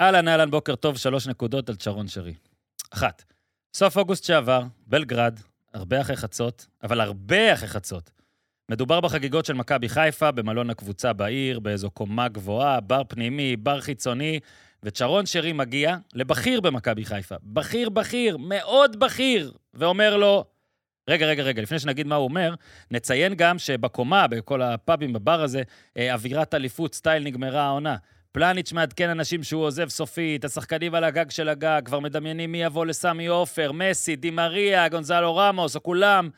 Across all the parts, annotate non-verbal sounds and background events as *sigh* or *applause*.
אהלן, אהלן, בוקר טוב, שלוש נקודות על צ'רון שרי. אחת, סוף אוגוסט שעבר, בלגרד, הרבה אחרי חצות, אבל הרבה אחרי חצות. מדובר בחגיגות של מכבי חיפה, במלון הקבוצה בעיר, באיזו קומה גבוהה, בר פנימי, בר חיצוני, וצ'רון שרי מגיע לבכיר במכבי חיפה. בכיר, בכיר, מאוד בכיר, ואומר לו, רגע, רגע, רגע, לפני שנגיד מה הוא אומר, נציין גם שבקומה, בכל הפאבים בבר הזה, אה, אווירת אליפות, סטייל נגמרה העונה. פלניץ' מעדכן אנשים שהוא עוזב סופית, השחקנים על הגג של הגג, כבר מדמיינים מי יבוא לסמי עופר, מסי, דימריה, גונזלו רמוס, או כולם.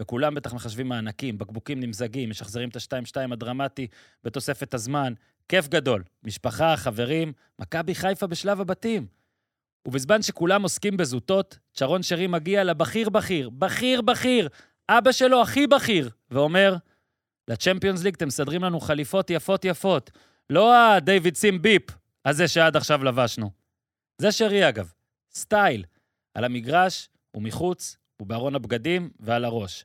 וכולם בטח מחשבים מענקים, בקבוקים נמזגים, משחזרים את ה-2-2 הדרמטי בתוספת הזמן. כיף גדול. משפחה, חברים, מכבי חיפה בשלב הבתים. ובזמן שכולם עוסקים בזוטות, שרון שרי מגיע לבכיר בכיר, בכיר בכיר, אבא שלו הכי בכיר, ואומר, לצ'מפיונס ליג אתם מסדרים לנו חליפות יפות יפות, לא הדייוויד סים ביפ, הזה שעד עכשיו לבשנו. זה שרי אגב, סטייל, על המגרש ומחוץ ובארון הבגדים ועל הראש.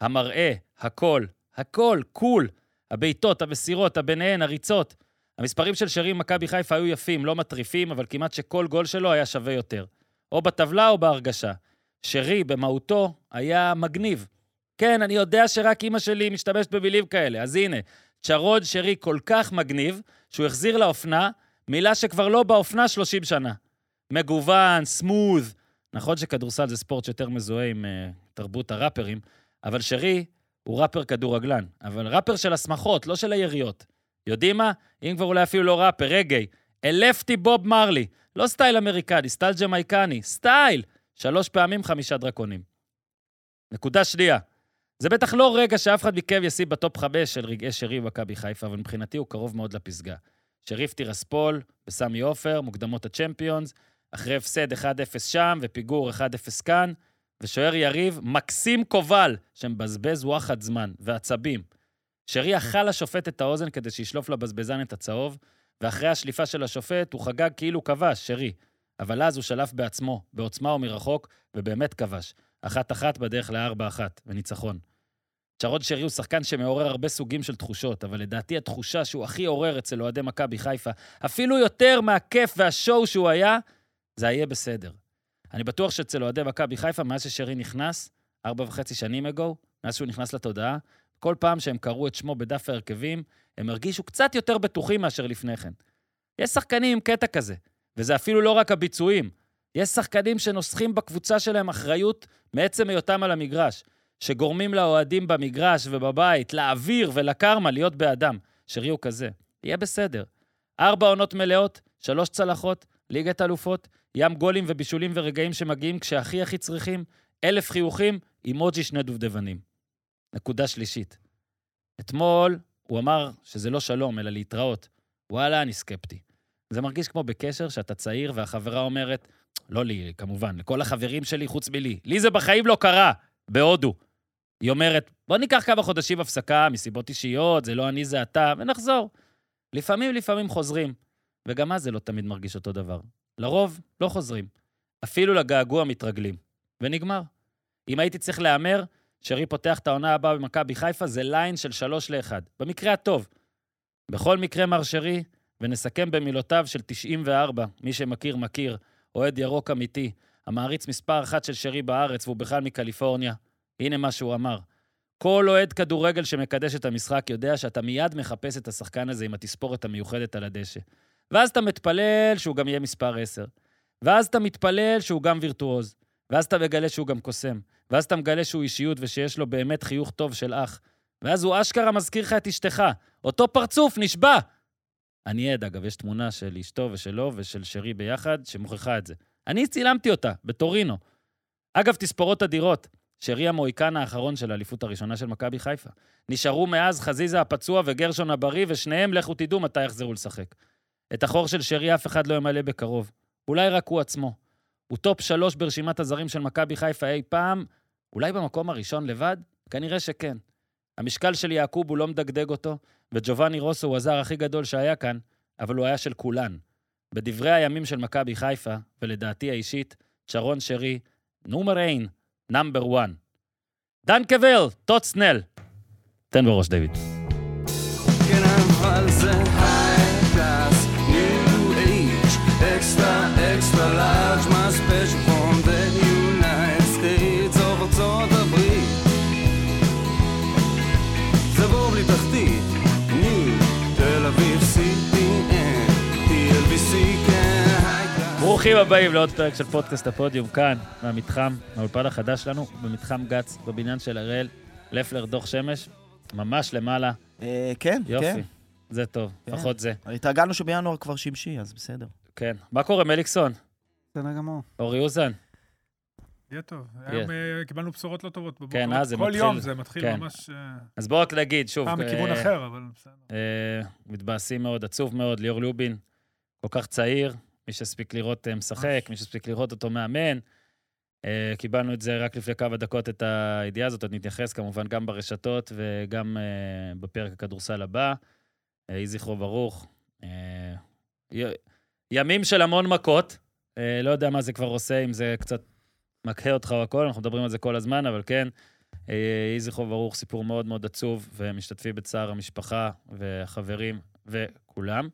המראה, הכל, הכל, קול, הבעיטות, המסירות, הביניהן, הריצות. המספרים של שרי עם מכבי חיפה היו יפים, לא מטריפים, אבל כמעט שכל גול שלו היה שווה יותר. או בטבלה או בהרגשה. שרי, במהותו, היה מגניב. כן, אני יודע שרק אימא שלי משתמשת במילים כאלה, אז הנה, צ'רון שרי כל כך מגניב, שהוא החזיר לאופנה מילה שכבר לא באופנה 30 שנה. מגוון, סמוז. נכון שכדורסל זה ספורט שיותר מזוהה עם uh, תרבות הראפרים, אבל שרי הוא ראפר כדורגלן. אבל ראפר של השמחות, לא של היריות. יודעים מה? אם כבר אולי אפילו לא ראפר, רגעי. אלפתי בוב מרלי. לא סטייל אמריקני, סטייל ג'מייקני. סטייל! שלוש פעמים חמישה דרקונים. נקודה שנייה. זה בטח לא רגע שאף אחד מכם ישים בטופ חמש של רגעי שרי במכבי חיפה, אבל מבחינתי הוא קרוב מאוד לפסגה. שריף טירספול בסמי עופר, מוקדמות הצ'מפיונס, אחרי הפסד 1-0 שם ופיגור 1-0 כאן, ושוער יריב מקסים קובל, שמבזבז וואחד זמן, ועצבים. שרי אכל לשופט את האוזן כדי שישלוף לבזבזן את הצהוב, ואחרי השליפה של השופט הוא חגג כאילו כבש, שרי. אבל אז הוא שלף בעצמו, בעוצמה ומרחוק, ובאמת כבש. אחת-אחת בדרך לארבע-אחת, וניצחון. שרון שרי הוא שחקן שמעורר הרבה סוגים של תחושות, אבל לדעתי התחושה שהוא הכי עורר אצל אוהדי מכבי חיפה, אפילו יותר מהכיף והשואו שהוא היה, זה יהיה בסדר. אני בטוח שאצל אוהדי מכבי חיפה, מאז ששרי נכנס, ארבע וחצי שנים אגו, מאז שהוא נכנס לתודעה, כל פעם שהם קראו את שמו בדף ההרכבים, הם הרגישו קצת יותר בטוחים מאשר לפני כן. יש שחקנים עם קטע כזה, וזה אפילו לא רק הביצועים. יש שחקנים שנוסחים בקבוצה שלהם אחריות מעצם היותם על המגרש, שגורמים לאוהדים במגרש ובבית, לאוויר ולקרמה להיות באדם. שרי הוא כזה. יהיה בסדר. ארבע עונות מלאות, שלוש צלחות, ליגת אלופות, ים גולים ובישולים ורגעים שמגיעים כשהכי הכי צריכים, אלף חיוכים, אימוג'י שני דובדבנים. נקודה שלישית. אתמול הוא אמר שזה לא שלום, אלא להתראות. וואלה, אני סקפטי. זה מרגיש כמו בקשר שאתה צעיר והחברה אומרת, לא לי, כמובן, לכל החברים שלי חוץ מלי. לי זה בחיים לא קרה, בהודו. היא אומרת, בוא ניקח כמה חודשים הפסקה מסיבות אישיות, זה לא אני, זה אתה, ונחזור. לפעמים, לפעמים חוזרים, וגם אז זה לא תמיד מרגיש אותו דבר. לרוב, לא חוזרים. אפילו לגעגוע מתרגלים. ונגמר. אם הייתי צריך להמר, שרי פותח את העונה הבאה במכבי חיפה, זה ליין של שלוש לאחד. במקרה הטוב. בכל מקרה, מר שרי, ונסכם במילותיו של 94, מי שמכיר, מכיר, אוהד ירוק אמיתי, המעריץ מספר אחת של שרי בארץ, והוא בכלל מקליפורניה. הנה מה שהוא אמר. כל אוהד כדורגל שמקדש את המשחק יודע שאתה מיד מחפש את השחקן הזה עם התספורת המיוחדת על הדשא. ואז אתה מתפלל שהוא גם יהיה מספר 10. ואז אתה מתפלל שהוא גם וירטואוז. ואז אתה מגלה שהוא גם קוסם. ואז אתה מגלה שהוא אישיות ושיש לו באמת חיוך טוב של אח. ואז הוא אשכרה מזכיר לך את אשתך. אותו פרצוף, נשבע! אני עד, אגב, יש תמונה של אשתו ושלו ושל שרי ביחד שמוכיחה את זה. אני צילמתי אותה, בטורינו. אגב, תספורות אדירות. שרי המוהיקן האחרון של האליפות הראשונה של מכבי חיפה. נשארו מאז חזיזה הפצוע וגרשון הבריא, ושניהם, לכו תדעו מתי יחזרו לשחק. את החור של שרי אף אחד לא ימלא בקרוב. אולי רק הוא עצמו. הוא טופ שלוש ברשימת הזרים של מכבי חיפה אי פעם, אולי במקום הראשון לבד? כנראה שכן. המשקל של יעקוב הוא לא מדגדג אותו, וג'ובאני רוסו הוא הזר הכי גדול שהיה כאן, אבל הוא היה של כולן. בדברי הימים של מכבי חיפה, ולדעתי האישית, שרון שרי, נומר אין, נאמבר 1. דנקבל, טוצנל. תן בראש, דיוויד. כן, אבל זה high class, new age, ברוכים הבאים לעוד פרק של פודקאסט הפודיום, כאן, מהמתחם, מהאולפן החדש שלנו, במתחם גץ, בבניין של הראל, לפלר, דוח שמש, ממש למעלה, אה, כן, יופי. כן. זה טוב, כן. לפחות זה. התרגלנו שבינואר כבר שמשי, אז בסדר. כן. מה קורה, מליקסון? בסדר גמור. אורי אוזן? יהיה טוב. יהיה. היום אה, קיבלנו בשורות לא טובות בבוקר. כן, אה, זה כל מתחיל- יום זה מתחיל כן. ממש... אה, אז בואו רק נגיד, שוב, פעם מכיוון אה, אחר, אבל בסדר. אה, מתבאסים מאוד, עצוב מאוד, ליאור לובין, כל כך צעיר, מי שהספיק לראות אה, משחק, ממש. מי שהספיק לראות אותו מאמן. אה, קיבלנו את זה רק לפני כמה דקות, את הידיעה הזאת, עוד נתייחס כמובן גם ברשתות וגם אה, בפרק הכדורסל הבא. אה, יהי זכרו ברוך. אה, י- ימים של המון מכות, אה, לא יודע מה זה כבר עושה, אם זה קצת מקהה אותך או הכל, אנחנו מדברים על זה כל הזמן, אבל כן, אה, יהי זכרו ברוך, סיפור מאוד מאוד עצוב, ומשתתפים בצער המשפחה והחברים וכולם.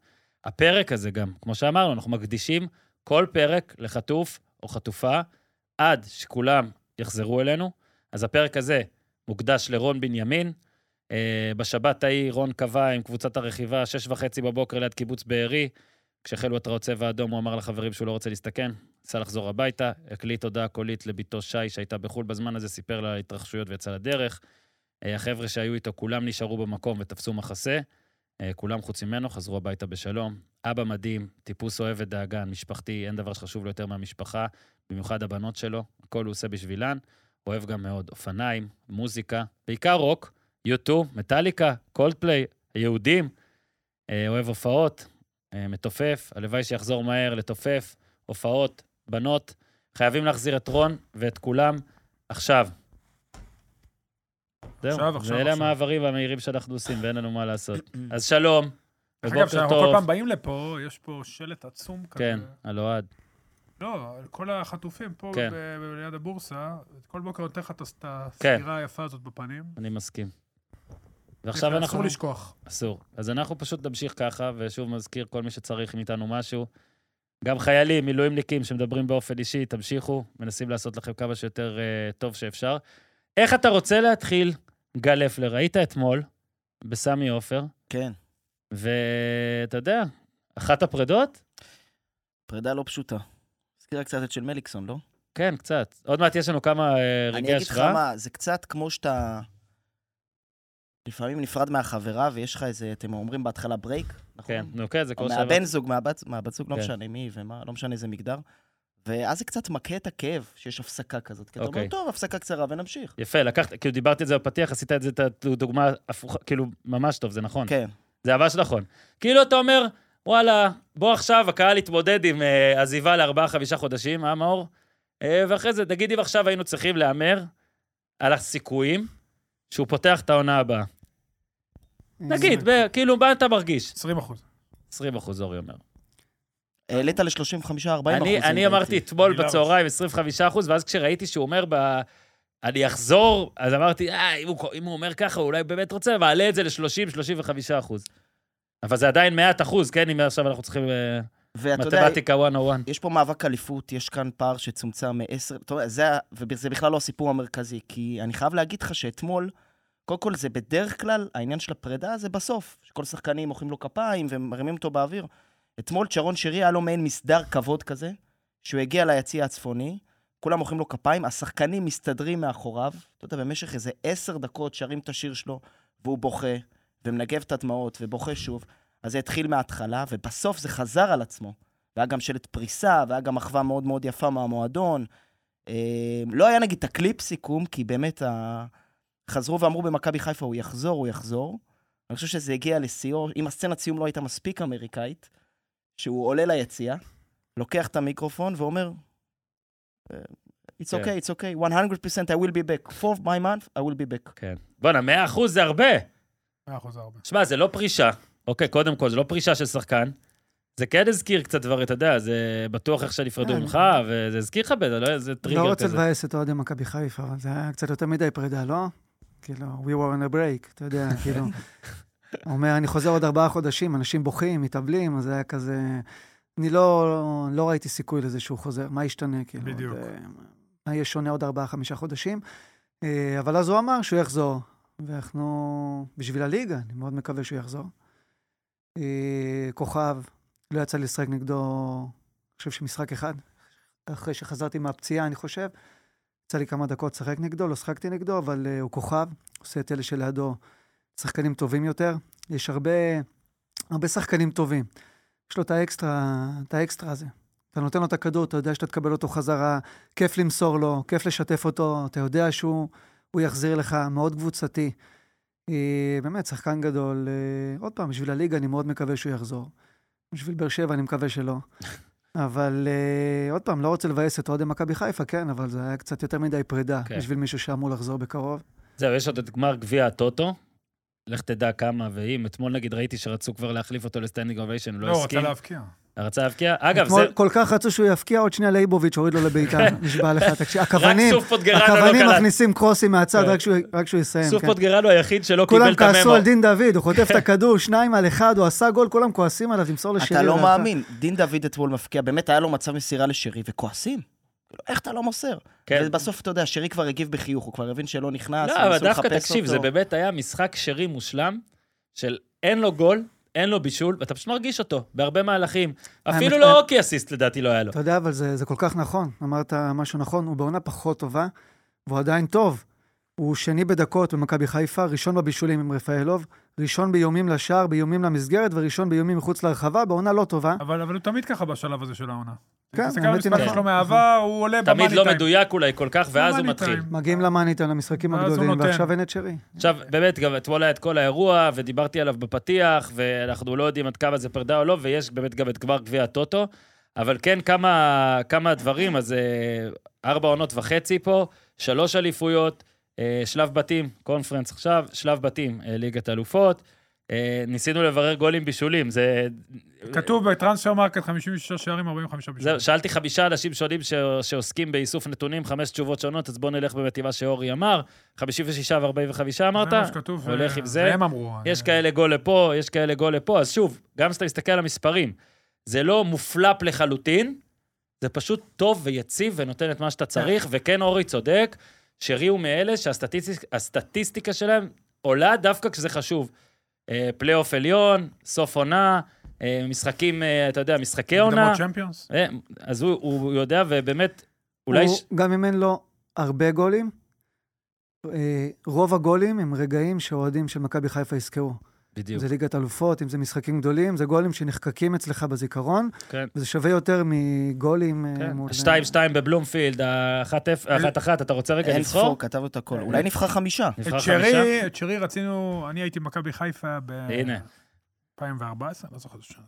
הפרק הזה גם, כמו שאמרנו, אנחנו מקדישים כל פרק לחטוף או חטופה עד שכולם יחזרו אלינו. אז הפרק הזה מוקדש לרון בנימין. אה, בשבת ההיא רון קבע עם קבוצת הרכיבה, שש וחצי בבוקר ליד קיבוץ בארי. כשהחלו התרעות צבע אדום, הוא אמר לחברים שהוא לא רוצה להסתכן, ניסה לחזור הביתה, הקליט הודעה קולית לביתו שי, שהייתה בחו"ל בזמן הזה, סיפר לה על ההתרחשויות ויצא לדרך. אה, החבר'ה שהיו איתו, כולם נשארו במקום ותפסו מחסה. אה, כולם חוץ ממנו חזרו הביתה בשלום. אבא מדהים, טיפוס אוהב ודאגן, משפחתי, אין דבר שחשוב לו יותר מהמשפחה, במיוחד הבנות שלו, הכל הוא עושה בשבילן. אוהב גם מאוד אופניים, מוזיקה, בעיקר רוק, יוטו, מטאליקה, קולדפליי, יהודים. אה, אוהב הופעות, אה, מתופף, הלוואי שיחזור מהר לתופף, הופעות, בנות. חייבים להחזיר את רון ואת כולם עכשיו. זהו, עכשיו, עכשיו, ואלה עכשיו. המעברים והמהירים שאנחנו עושים, ואין לנו מה לעשות. אז שלום, אגב, ובוקר כשאנחנו כל טוב. פעם באים לפה, יש פה שלט עצום כזה. כן, על אוהד. לא, על כל החטופים פה כן. ב- ב- ליד הבורסה, כל בוקר נותן לך את הס- את כן. הסגירה היפה הזאת בפנים. כן, אני מסכים. ועכשיו אנחנו... אסור לשכוח. אסור. אז אנחנו פשוט נמשיך ככה, ושוב מזכיר כל מי שצריך מאיתנו משהו. גם חיילים, מילואימניקים שמדברים באופן אישי, תמשיכו, מנסים לעשות לכם כמה שיותר אה, טוב שאפשר. איך אתה רוצה להתחיל, גל אפלר? ראית אתמול בסמי עופר, כן, ואתה יודע, אחת הפרדות? פרידה לא פשוטה. הזכירה קצת את של מליקסון, לא? כן, קצת. עוד מעט יש לנו כמה אה, רגעי אני אגיד לך השראה. מה, זה קצת כמו שאתה... לפעמים נפרד מהחברה ויש לך איזה, אתם אומרים בהתחלה ברייק, נכון? כן, נו, כן, זה או כל שעבר. מהבן זוג, מהבת, מהבת זוג, לא כן. משנה מי ומה, לא משנה איזה מגדר. ואז זה קצת מכה את הכאב שיש הפסקה כזאת. כי אתה אומר, אוקיי. טוב, הפסקה קצרה ונמשיך. יפה, לקחת, כאילו דיברתי את זה בפתיח, עשית את זה, את הדוגמה הפוכה, כאילו, ממש טוב, זה נכון. כן, זה ממש נכון. כאילו אתה אומר, וואלה, בוא עכשיו, הקהל יתמודד עם אה, עזיבה לארבעה-חמישה חודשים, אה, מאור? אה, ואחרי זה, נגיד אם עכשיו היינו צריכים להמר על הסיכויים שהוא פותח את העונה הבאה. נגיד, ב- כאילו, מה אתה מרגיש? 20 אחוז. 20 אחוז, אורי אומר. העלית ל-35-40 אחוזים. אני, אני אמרתי אתמול אני לא בצהריים 25 אחוז, ואז כשראיתי שהוא אומר ב... אני אחזור, אז אמרתי, אה, אם הוא, אם הוא אומר ככה, הוא אולי באמת רוצה, מעלה את זה ל-30-35 אחוז. אבל זה עדיין 100 אחוז, כן, אם עכשיו אנחנו צריכים... אה, ואתה יודע, מתמטיקה 101. יש פה מאבק אליפות, יש כאן פער שצומצם מ-10, אתה יודע, זה, ה- וזה בכלל לא הסיפור המרכזי, כי אני חייב להגיד לך שאתמול, קודם כל זה בדרך כלל, העניין של הפרידה זה בסוף, שכל השחקנים מוחאים לו כפיים ומרימים אותו באוויר. אתמול צ'רון שרי היה לו מעין מסדר כבוד כזה, שהוא הגיע ליציע הצפוני, כולם מוחאים לו כפיים, השחקנים מסתדרים מאחוריו, אתה יודע, במשך איזה עשר דקות שרים את השיר שלו, והוא בוכה, ומנגב את הדמעות, ובוכה שוב. אז זה התחיל מההתחלה, ובסוף זה חזר על עצמו. והיה גם שלט פריסה, והיה גם אחווה מאוד מאוד יפה מהמועדון. אה, לא היה נגיד את הקליפ סיכום, כי באמת ה... חזרו ואמרו במכבי חיפה, הוא יחזור, הוא יחזור. אני חושב שזה הגיע לשיאו, אם הסצנת סיום לא הייתה מספיק אמריקאית, שהוא עולה ליציע, לוקח את המיקרופון ואומר, אה, It's כן. okay, it's okay, 100% I will be back. For my month, I will be back. כן. בואנה, 100 אחוז זה הרבה. 100 אחוז זה הרבה. שמע, זה לא פרישה. אוקיי, קודם כל, זה לא פרישה של שחקן. זה כן הזכיר קצת דברים, אתה יודע, זה בטוח איך שנפרדו כן. ממך, וזה הזכיר לך בטח, לא איזה לא טריגר רוצה כזה. לבאס את אוהדי מכבי חיפה, אבל זה היה קצת יותר מדי פרידה, לא? כאילו, we were on a break, אתה יודע, *laughs* כאילו. הוא אומר, אני חוזר עוד ארבעה חודשים, אנשים בוכים, מתאבלים, אז זה היה כזה... אני לא, לא ראיתי סיכוי לזה שהוא חוזר, מה ישתנה, כאילו? בדיוק. עוד, אה, מה יהיה שונה עוד ארבעה, חמישה חודשים? אה, אבל אז הוא אמר שהוא יחזור, ואנחנו... בשביל הליגה, אני מאוד מקווה שהוא יחזור. אה, כוכב, לא יצא לי לשחק נגדו, אני חושב שמשחק אחד, אחרי שחזרתי מהפציעה, אני חושב. יצא לי כמה דקות לשחק נגדו, לא שחקתי נגדו, אבל uh, הוא כוכב, עושה את אלה שלידו שחקנים טובים יותר. יש הרבה, הרבה שחקנים טובים. יש לו את האקסטרה, את האקסטרה הזה. אתה נותן לו את הכדור, אתה יודע שאתה תקבל אותו חזרה, כיף למסור לו, כיף לשתף אותו, אתה יודע שהוא הוא יחזיר לך, מאוד קבוצתי. אה, באמת, שחקן גדול. אה, עוד פעם, בשביל הליגה אני מאוד מקווה שהוא יחזור. בשביל באר שבע אני מקווה שלא. אבל אה, עוד פעם, לא רוצה לבאס את אוהדי מכבי חיפה, כן, אבל זה היה קצת יותר מדי פרידה כן. בשביל מישהו שאמור לחזור בקרוב. זהו, יש עוד את גמר גביע הטוטו. לך תדע כמה ואם. אתמול נגיד ראיתי שרצו כבר להחליף אותו לסטנדינג אוביישן, הוא לא, לא הוא הסכים. רצה להבקיע. רצה להבקיע. אגב, זה... כן. אתמול כל כך רצו שהוא יפקיע, עוד שנייה לייבוביץ' הוריד לו לבעיטה, נשבע *laughs* לך, תקשיב, רק הכוונים, סוף פוטגרנו לא הכוונים קלט. מכניסים קרוסים מהצד כן. רק שהוא- רק שהוא יסיים. סוף כן. פוטגרנו היחיד שלא קיבל כולם את הממו. כעסו על דין דוד, הוא *laughs* חוטף את הכדור, שניים על אחד, הוא עשה גול, כולם כועסים עליו, תמסור לשירי. אתה לא ואתה- מאמין, דין דוד אתמול מפקיע, באמת היה לו מצב מסירה לשירי, וכועסים. כאילו, איך אתה לא מוסר? כן. ובסוף, אתה יודע, שירי כבר הגיב בחיוך, הוא כבר הבין שלא נכנס, לא, ניסו אבל דווקא לחפש תקשיב, זה אותו. באמת היה משחק שרי מושלם, של אין לו גול, אין לו בישול, ואתה פשוט מרגיש אותו בהרבה מהלכים. אפילו האמת- לא הוקי אסיסט לדעתי לא היה לו. אתה יודע, אבל זה, זה כל כך נכון. אמרת משהו נכון, הוא בעונה פחות טובה, והוא עדיין טוב. הוא שני בדקות במכבי חיפה, ראשון בבישולים עם רפאלוב, ראשון באיומים לשער, באיומים למסגרת, וראשון באיומים מחוץ לרחבה, בעונה לא טובה. אבל אבל הוא תמיד ככה בשלב הזה של העונה. כן, תסתכל על האמת היא המספרים נכון, שלו נכון. מהעבר, הוא עולה במאני תמיד לא טיים. מדויק אולי כל כך, ואז הוא במאני מתחיל. טיים. מגיעים למאניטון, למשחקים ואז הוא הגדולים, נותן. ועכשיו אין את שרי. עכשיו, באמת, גם אתמול היה את כל האירוע, ודיברתי עליו בפתיח, ואנחנו לא יודעים עד כמה זה פרדה או לא, ויש באמת גם את גמר גביע הטוטו, אבל כן, כמה, כמה דברים, אז אה, ארבע עונות וחצי פה, שלוש אליפויות, אה, שלב בתים, קונפרנס עכשיו, שלב בתים, אה, ליגת אלופות. אה, ניסינו לברר גולים בישולים, זה... כתוב בטרנספר מרקט 56 שערים, 45 זהו, בשביל. שאלתי חמישה אנשים שונים ש... שעוסקים באיסוף נתונים, חמש תשובות שונות, אז בואו נלך באמת עם מה שאורי אמר. 56 ו-45 אמרת? זה מה שכתוב, הולך אה, עם זה. הם אמרו. יש אה, כאלה גול לפה, יש כאלה גול לפה. אז שוב, גם כשאתה מסתכל על המספרים, זה לא מופלפ לחלוטין, זה פשוט טוב ויציב ונותן את מה שאתה צריך, וכן, אורי צודק, שרי הוא מאלה שהסטטיסטיקה שלהם עולה דווקא כשזה חשוב. אה, פלייאוף עליון, סוף עונה, אה, משחקים, אה, אתה יודע, משחקי עונה. מקדמות צ'מפיונס? אה, אז הוא- הוא יודע, ובאמת, אולי... הוא, ש- גם אם אין לו הרבה גולים, אה, רוב הגולים הם רגעים שאוהדים של מכבי חיפה יזכרו. אם בדיוק. זה ליגת אלופות, אם זה משחקים גדולים, זה גולים שנחקקים אצלך בזיכרון, כן. וזה שווה יותר מגולים אה, מול... 2-2 בבלומפילד, ה-1-1, אתה רוצה רגע אין לבחור? ספור, כתבנו את הכל. אה, אולי נבחר חמישה. נבחר את חמישה? שרי, את שרי רצינו, אני הייתי במכבי חיפה ב... הנה. 2014, לא זוכר איזה שנה.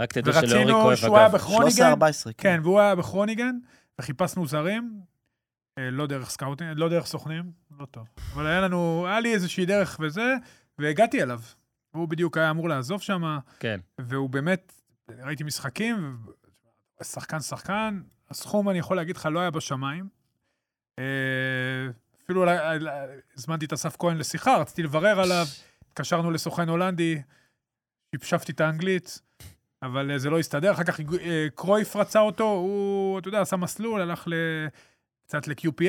רק תדע שלאורי ורצינו כואב, שהוא היה אגב. בכרוניגן, 13-14, כן, והוא היה בכרוניגן, וחיפשנו זרים, אה, לא דרך סקאוטינג, לא דרך סוכנים, לא טוב. אבל היה לנו, היה לי איזושהי דרך וזה, והגעתי אליו. הוא בדיוק היה אמור לעזוב שם, כן. והוא באמת, ראיתי משחקים, ו- שחקן שחקן, הסכום, אני יכול להגיד לך, לא היה בשמיים. אה, אפילו אולי- אה, הזמנתי את אסף כהן לשיחה, רציתי לברר עליו, התקשרנו לסוכן הולנדי, שפשפתי את האנגלית, אבל אה, זה לא הסתדר. אחר כך אה, קרויף רצה אותו, הוא, אתה יודע, עשה מסלול, הלך ל... קצת ל-QPR,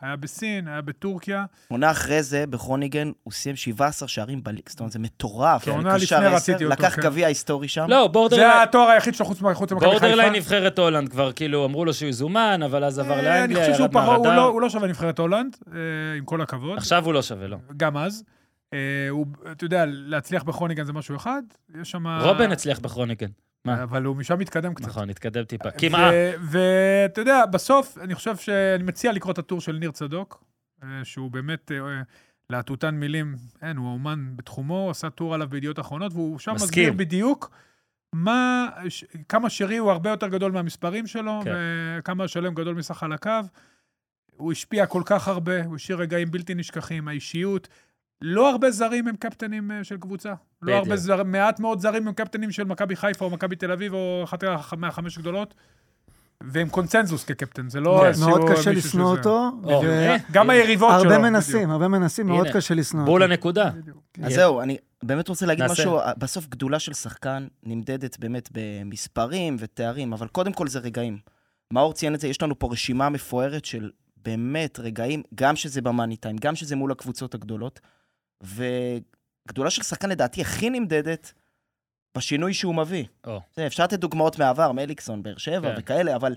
היה בסין, היה בטורקיה. עונה אחרי זה, בכרוניגן, הוא סיים 17 שערים בליג. זאת אומרת, זה מטורף. כן, אני עונה קשר לפני עשר, רציתי אותו, לקח כן. גביע היסטורי שם. לא, בורדרליין- זה התואר היחיד שלו חוץ מחוץ למכבי בורדרליין חיפה. נבחרת הולנד כבר, כאילו, אמרו לו שהוא יזומן, אבל אז עבר אה, אני לאנגליה, חושב שהוא ירד פחות, הוא מהרדאר. לא- הוא לא שווה נבחרת הולנד, אה, עם כל הכבוד. עכשיו הוא לא שווה, לא. גם אז. אה, הוא, אתה יודע, להצליח בכרוניגן זה משהו אחד, יש שם... רובן הצליח בכרוניקן. מה? אבל הוא משם מתקדם קצת. נכון, נתקדם טיפה. אה, כמעט. ו- ואתה יודע, בסוף, אני חושב שאני מציע לקרוא את הטור של ניר צדוק, אה, שהוא באמת אה, אה, להטוטן מילים, אין, הוא האומן בתחומו, הוא עשה טור עליו בידיעות אחרונות, והוא שם מסכים. מסביר בדיוק מה, ש- כמה שרי הוא הרבה יותר גדול מהמספרים שלו, כן. וכמה השלם גדול מסך על הקו. הוא השפיע כל כך הרבה, הוא השאיר רגעים בלתי נשכחים, האישיות. לא הרבה זרים הם קפטנים אה, של קבוצה. לא בדיוק. הרבה זרים, מעט מאוד זרים הם קפטנים של מכבי חיפה או מכבי תל אביב או אחת הח- מהחמש הגדולות. ועם קונצנזוס כקפטן, זה כן. לא... איזשהו מאוד קשה מישהו לשנוא שזה- אותו, או, אה, גם היריבות שלו. והרבה בדיוק. מנסים, הרבה מנסים, מאוד הנה, קשה לשנוא בול אותו. לנקודה. בדיוק. אז יהיה. זהו, אני באמת רוצה להגיד נעשה. משהו, בסוף גדולה של שחקן נמדדת באמת במספרים ותארים, אבל קודם כל זה רגעים. מאור ציין את זה, יש לנו פה רשימה מפוארת של באמת רגעים, גם שזה במאני טיים, גם שזה מול הקבוצות הגדולות, וגדולה של שחקן לדעתי הכי נמדדת בשינוי שהוא מביא. או. זה, אפשר לתת דוגמאות מהעבר, מליקסון, באר שבע כן. וכאלה, אבל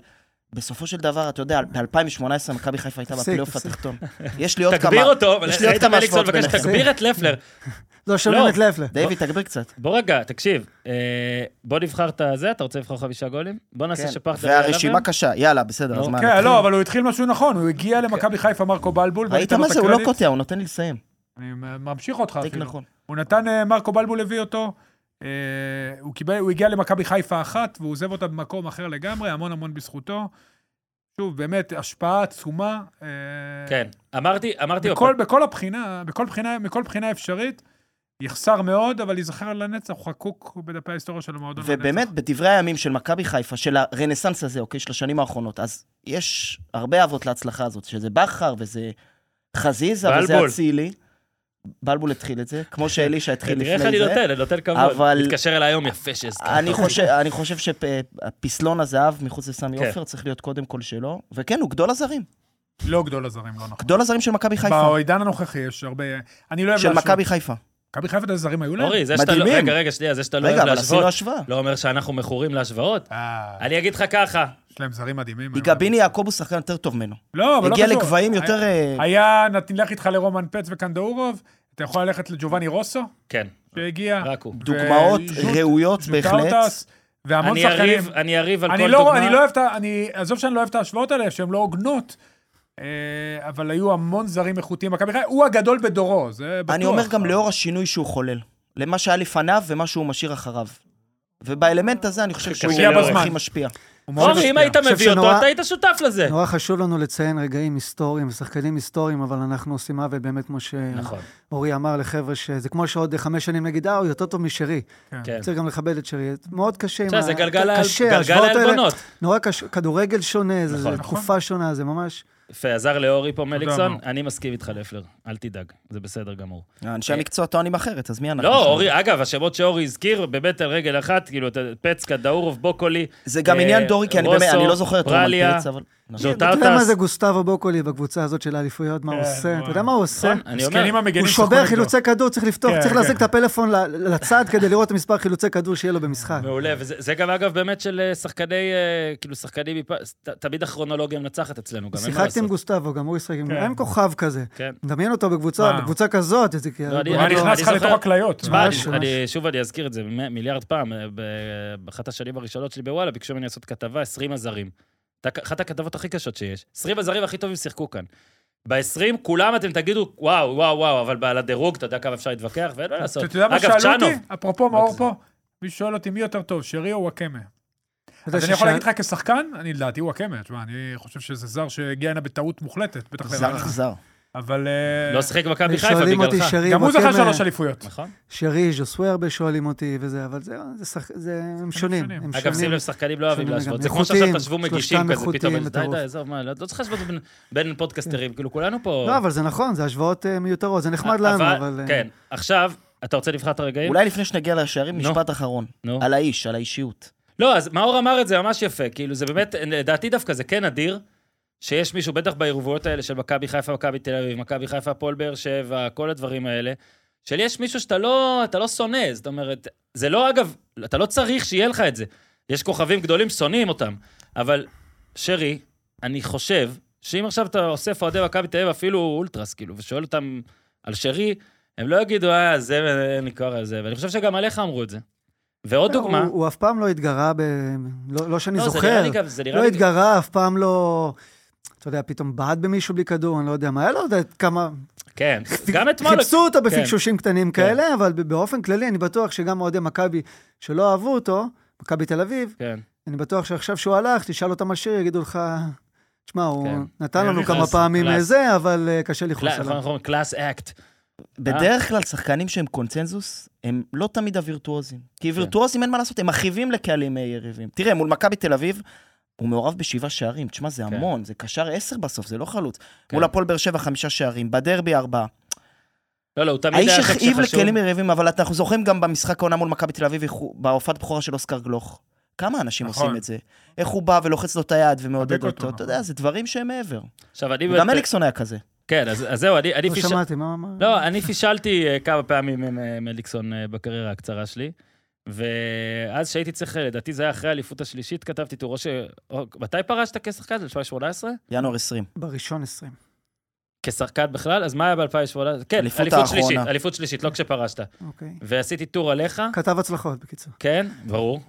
בסופו של דבר, אתה יודע, ב-2018 מכבי חיפה הייתה תפסיק, בפלייאוף תפסיק. התחתון. יש לי עוד כמה... תגביר אותו, יש לי עוד ראית כמה מליקסון השוואות מבקש, ביניכם. תגביר את לפלר. לא שומעים לא. את לפלר. דיוויד, תגביר קצת. בוא רגע, תקשיב, אה, בוא נבחר את הזה, אתה רוצה לבחור חמישה גולים? בוא נעשה כן. שפרטנר יעלה והרשימה בהם. קשה, יאללה, בסדר, לא. אז מה... כן, נתחיל? לא, אבל הוא התחיל משהו נכון, הוא הגיע למכבי חיפה, מרקו בלבול, ואני ראית אתן לו מה את זה? הוא לא הקרדיט. קוטע, הוא נותן לי לסיים. אני ממשיך אותך אה, תיק כאילו, אפילו. נכון. הוא נתן, אה, מרקו בלבול הביא אותו, אה, הוא קיבל- הוא הגיע למכבי חיפה אחת, והוא עוזב אותה במקום אחר לגמרי, המון המון בזכותו. שוב, באמת, השפעה עצומה. אה, כן, אמרתי, אמרתי, לו, בכל, בכל הבחינה, בכל בחינה, מכל בחינה אפשרית, יחסר מאוד, אבל ייזכר לנצח, הוא חקוק בדפי ההיסטוריה של המועדון. ובאמת, לנצח. בדברי הימים של מכבי חיפה, של הרנסאנס הזה, אוקיי, של השנים האחרונות, אז יש הרבה אבות להצלחה הזאת, שזה בכר וזה חזיזה וזה בלבול. אצילי. בלבול התחיל את זה, כמו שאלישע התחיל תראה לפני איך זה. אני נותן, אני נותן כבוד. אבל- מתקשר אליי היום, יפה שהזכרת. אני אותי. חושב, אני חושב שפסלון הזהב מחוץ לסמי כן. עופר צריך להיות קודם כל שלו, וכן, הוא גדול הזרים. לא גדול הזרים, לא נכון. גדול הזרים של מכבי חיפה. בעידן הנוכחי יש הרבה... אני לא אוהב של להשוות. מכבי חיפה. מכבי חיפה את הזרים היו להם? אורי, זה שאתה לא... כן. מדהימים. רגע, רגע, שנייה, זה שאתה לא רגע, אוהב אבל עשינו להשוות, השוואה. לא אומר שאנחנו מכורים להשוואות. אה, אני אגיד לך ככה, יש להם זרים מדהימים. היו ביגביני להם. יעקב הוא שחקן יותר טוב ממנו. לא, אבל לא הגיע קשור. לגבהים היה- יותר... אה, היה, נלך איתך לרומן פץ וקנדאורוב, אתה יכול ללכת לג'ובאני רוסו, כן, שהגיע. רק הוא. דוגמאות וז'וט- ראויות ז'וט בהחלט. האוטס, והמון אני שחקנים. אריב, אני אריב על כל אני לא, אני לא דוגמה. אוהב את ה... אני, עזוב שאני לא אוהב את ההשוואות האלה, שהן לא הוגנות, אה, אבל היו המון זרים איכותיים במכבי חיפה. הוא הגדול בדורו, זה בטוח. אני אומר גם לאור השינוי שהוא חולל. למה שהיה לפניו ומה שהוא משאיר אחריו. ובאלמנט הזה אני חושב שהוא קשה לאורך. הכי משפיע. הוא מאוד אורי, אם משפיע. היית חושב מביא אותו, שנורא- אתה היית שותף לזה. נורא חשוב לנו לציין רגעים היסטוריים ושחקנים היסטוריים, אבל אנחנו עושים עוול באמת, כמו נכון, שאורי אמר לחבר'ה, שזה כמו שעוד חמש שנים נגיד, אה, הוא יותר טוב משרי. כן. צריך גם לכבד את שרי. מאוד קשה עם בסדר, זה ה- גלגל ק- העל- קשה, גלגל ההשוואות האלה- העלבונות. נורא קשה, כדורגל שונה, זה- נכון, זה נכון. תקופה שונה, זה ממש... יפה, עזר לאורי פה מליקסון, מאור. אני מסכים איתך לפלר, אל תדאג, זה בסדר גמור. אנשי המקצוע טוענים אחרת, אז מי אנחנו? אה, אוקיי. לא, שם? אורי, אגב, השמות שאורי הזכיר, באמת על רגל אחת, כאילו, אתה- פצקה, דאורוב, בוקולי, זה גם אה, עניין דורי, כי אני באמת, רוסו, אני לא זוכר את רומן ברליה, פרץ, אבל... ז'וט אתה יודע מה ארטס. זה גוסטבו בוקולי בקבוצה הזאת של האליפויות, מה הוא כן, עושה? אתה יודע וואי. מה הוא עושה? נכון, אני אומר, מסכנים המגנים הוא שיחקו שובר נגדו. חילוצי כדור, צריך לפתוח, כן, צריך כן. להחזיק את הפלאפון ל- לצד כדי לראות את מספר חילוצי כדור שיהיה לו במשחק. מעולה, וזה זה גם אגב באמת של אה, שחקני, אה, כאילו שחקנים, מפה- ת- תמיד הכרונולוגיה מנצחת אצלנו, גם אין מה שיחקתי עם לעשות. גוסטבו, גם הוא ישחק עם... כן. אין כוכב כזה. כן. מדמיין אותו בקבוצה, מה? בקבוצה כזאת, איזה כאילו... לא, אני- הוא אני- נכנס לך זוכר- לתוך הכליות. תשמע, ממש, אני- ממש. אני- שוב אני אזכיר את זה מ- מיליארד פעם, אה, ב- באחת השנים הראשונות שלי בוואלה, ביקשו ממני לעשות כתבה, 20 הזרים. אתה- אחת הכתבות הכי קשות שיש. 20 הזרים הכי טובים שיחקו כאן. ב-20 כולם אתם תגידו, וואו, וואו, וואו, אבל על הדירוג, אתה יודע כמה אפשר להתווכח, ואין מה לעשות. אתה יודע מה אגב, שאלו צ'אנוב, אותי? אפרופו מאור פה, מישהו שואל אותי מי יותר טוב, שרי או וואקמה? אתה יודע אז אני יכול ששאל- להגיד לך כשחקן, אני לדעתי וואקמה, תשמע, אני חושב שזה זר שהגיע הנה בטעות מוחלטת, בטח זר אה, לרעה. אכזר. אבל אה, לא שיחק במכבי חיפה שואלים אותי בגללך. שרי, גם הוא זכה וואקמה- שלוש אליפויות. נכון? שרי, ז'וסווי הרבה שואלים אותי וזה, אבל זה, זה, שח... זה הם שונים. שונים. הם אגב, שים שונים. לב, שחקנים לא אוהבים שונים להשוות. לגמרי. זה כמו שעכשיו איכותיים, תשבו שלושתם מגישים כזה, פתאום, איכותיים די, די, בטירוף. עזוב, מה, לא לא צריך להשוות בין- בין פודקסטרים, כאילו, כולנו פה... לא, אבל זה נכון, זה השוואות אה, מיותרות, זה נחמד לנו, אבל... אה, כן, עכשיו, אתה רוצה לבחור את הרגעים? אולי לפני שנגיע לשערים, כן. נו. משפט אחרון. נו. על האיש, על האישיות. לא, אז מאור אמר את זה ממש יפה, כאילו זה באמת, לדעתי דווקא זה כן אדיר, שיש מישהו, בטח בערבויות האלה של מכבי חיפה, מכבי תל אביב, מכבי חיפה, הפועל באר שבע, כל הדברים האלה, של יש מישהו שאתה לא, אתה לא שונא, זאת אומרת, זה לא, אגב, אתה לא צריך שיהיה לך את זה. יש כוכבים גדולים, שונאים אותם. אבל, שרי, אני חושב, שאם עכשיו אתה אוסף אוהדי מכבי תל אביב, אפילו אולטרס, כאילו, ושואל אותם על שרי, הם לא יגידו, אה, זה, אין לי כוח על זה, ואני חושב שגם עליך אמרו את זה. ועוד הוא- דוגמה... הוא אף פעם לא התגרה, ב... לא, לא שאני זה נראה זוכר. לי גם, זה נראה לא לי... התגרה, אף פעם לא... אתה יודע, פתאום בעט במישהו בלי כדור, אני לא יודע מה, היה לו עוד כמה... *laughs* כן, גם אתמול... חיפשו אותו כן. בפקשושים קטנים כן. כאלה, אבל ב- באופן כללי, אני בטוח שגם אוהדי מכבי שלא אהבו אותו, מכבי תל אביב, כן, אני בטוח שעכשיו שהוא הלך, תשאל אותם על שיר, יגידו לך, תשמע, הוא כן. נתן לנו קלאס, כמה פעמים קלאס. זה, אבל אה, קשה לכעוס קלאס, נכון. אנחנו עליו. אומרים קלאס אקט. בדרך כלל שחקנים שהם קונצנזוס, הם לא תמיד הווירטואוזים. כן. כי וירטואוזים אין מה לעשות, הם מכאיבים לקהלים אה, יריבים. תראה, מול מכבי תל אביב, הוא מעורב בשבעה שערים. תשמע, זה כן. המון, זה קשר עשר בסוף, זה לא חלוץ. כן. מול הפועל באר שבע חמישה שערים, בדרבי ארבעה. לא, לא, הוא תמיד האיש היה חלק הכאיב שחשוב. לכלים יריבים, אבל אנחנו זוכרים גם במשחק העונה מול מכבי תל אביב, איך הוא- בהופעת בכורה של אוסקר גלוך. כמה אנשים נכון. עושים את זה? איך הוא בא ולוחץ לו את היד ומעודד מדביק אותו, אותו, אתה יודע, נכון. זה דברים שהם מעבר. עכשיו, אני... גם אליקסון היה כזה. כן, אז אז זהו, אני... אני לא פיש- שמעתי, מה... מה- לא, אני פישלתי אה, כמה פעמים עם אה, מליקסון אה, בקריירה הקצרה שלי, ואז שהייתי צריך, אה, לדעתי זה היה אחרי האליפות השלישית, כתבתי תורו ש... או- מתי פרשת כשחקן? ב-2018? ינואר 20. בראשון 20. כשחקן בכלל? אז מה היה ב-2018? כן, האליפות אליפות האחרונה. שלישית, אליפות שלישית, לא כשפרשת. אוקיי. ועשיתי טור עליך, כתב הצלחות, בקיצור. כן, ברור.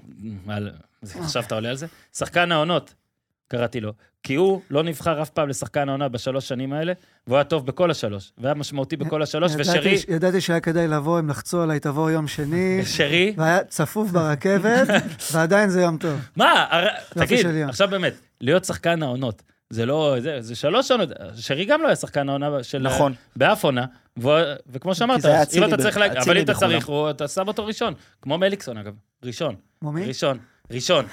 על- זה- עכשיו אתה עולה על זה. שחקן העונות, קראתי לו. כי הוא לא נבחר אף פעם לשחקן העונה בשלוש שנים האלה, והוא היה טוב בכל השלוש. והיה משמעותי בכל השלוש, ידעתי ושרי... ש- ידעתי שהיה כדאי לבוא, הם לחצו עליי, תבוא יום *laughs* שני, שרי... והיה *laughs* צפוף ברכבת, ועדיין זה יום טוב. מה? הר- תגיד, שלי. עכשיו באמת, להיות שחקן העונות, זה לא... זה- זה שלוש עונות. שרי גם לא היה שחקן העונה של... נכון. באף עונה, ו... וכמו שאמרת, זה היה אם אצילי אתה ב- צריך להגיד, אבל אצילי אם אתה בכולם. צריך, הוא- אתה שם אותו ראשון. כמו מליקסון, אגב. ראשון, מומי? ראשון, *laughs* ראשון.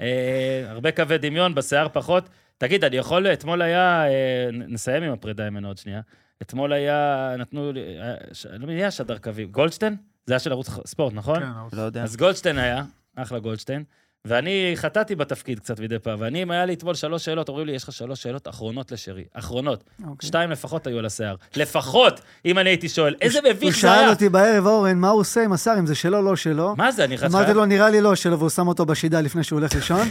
אה, הרבה קווי דמיון, בשיער פחות. תגיד, אני יכול, אתמול היה, אה, נ- נסיים עם הפרידה ממנו עוד שנייה. אתמול היה, נתנו, לי- אה, ש- לא יודע, שדר קווים. גולדשטיין? זה היה של ערוץ ספורט, נכון? כן, אבל- לא יודע. אז גולדשטיין היה, אחלה גולדשטיין, ואני חטאתי בתפקיד קצת מדי פעם, ואני, אם היה לי אתמול שלוש שאלות, אומרים לי, יש לך שלוש שאלות אחרונות לשרי, אחרונות. אוקיי. שתיים לפחות היו על השיער. לפחות, אם אני הייתי שואל, איזה הוא מביך זה שאל היה. אותי בערב, אורן, מה הוא עושה עם השר, אם זה שלו, לא שלו. מה זה, אני חצי... אמרתי לו, נראה לי לא שלו, והוא שם אותו בשידה לפני שהוא *laughs* הולך לישון.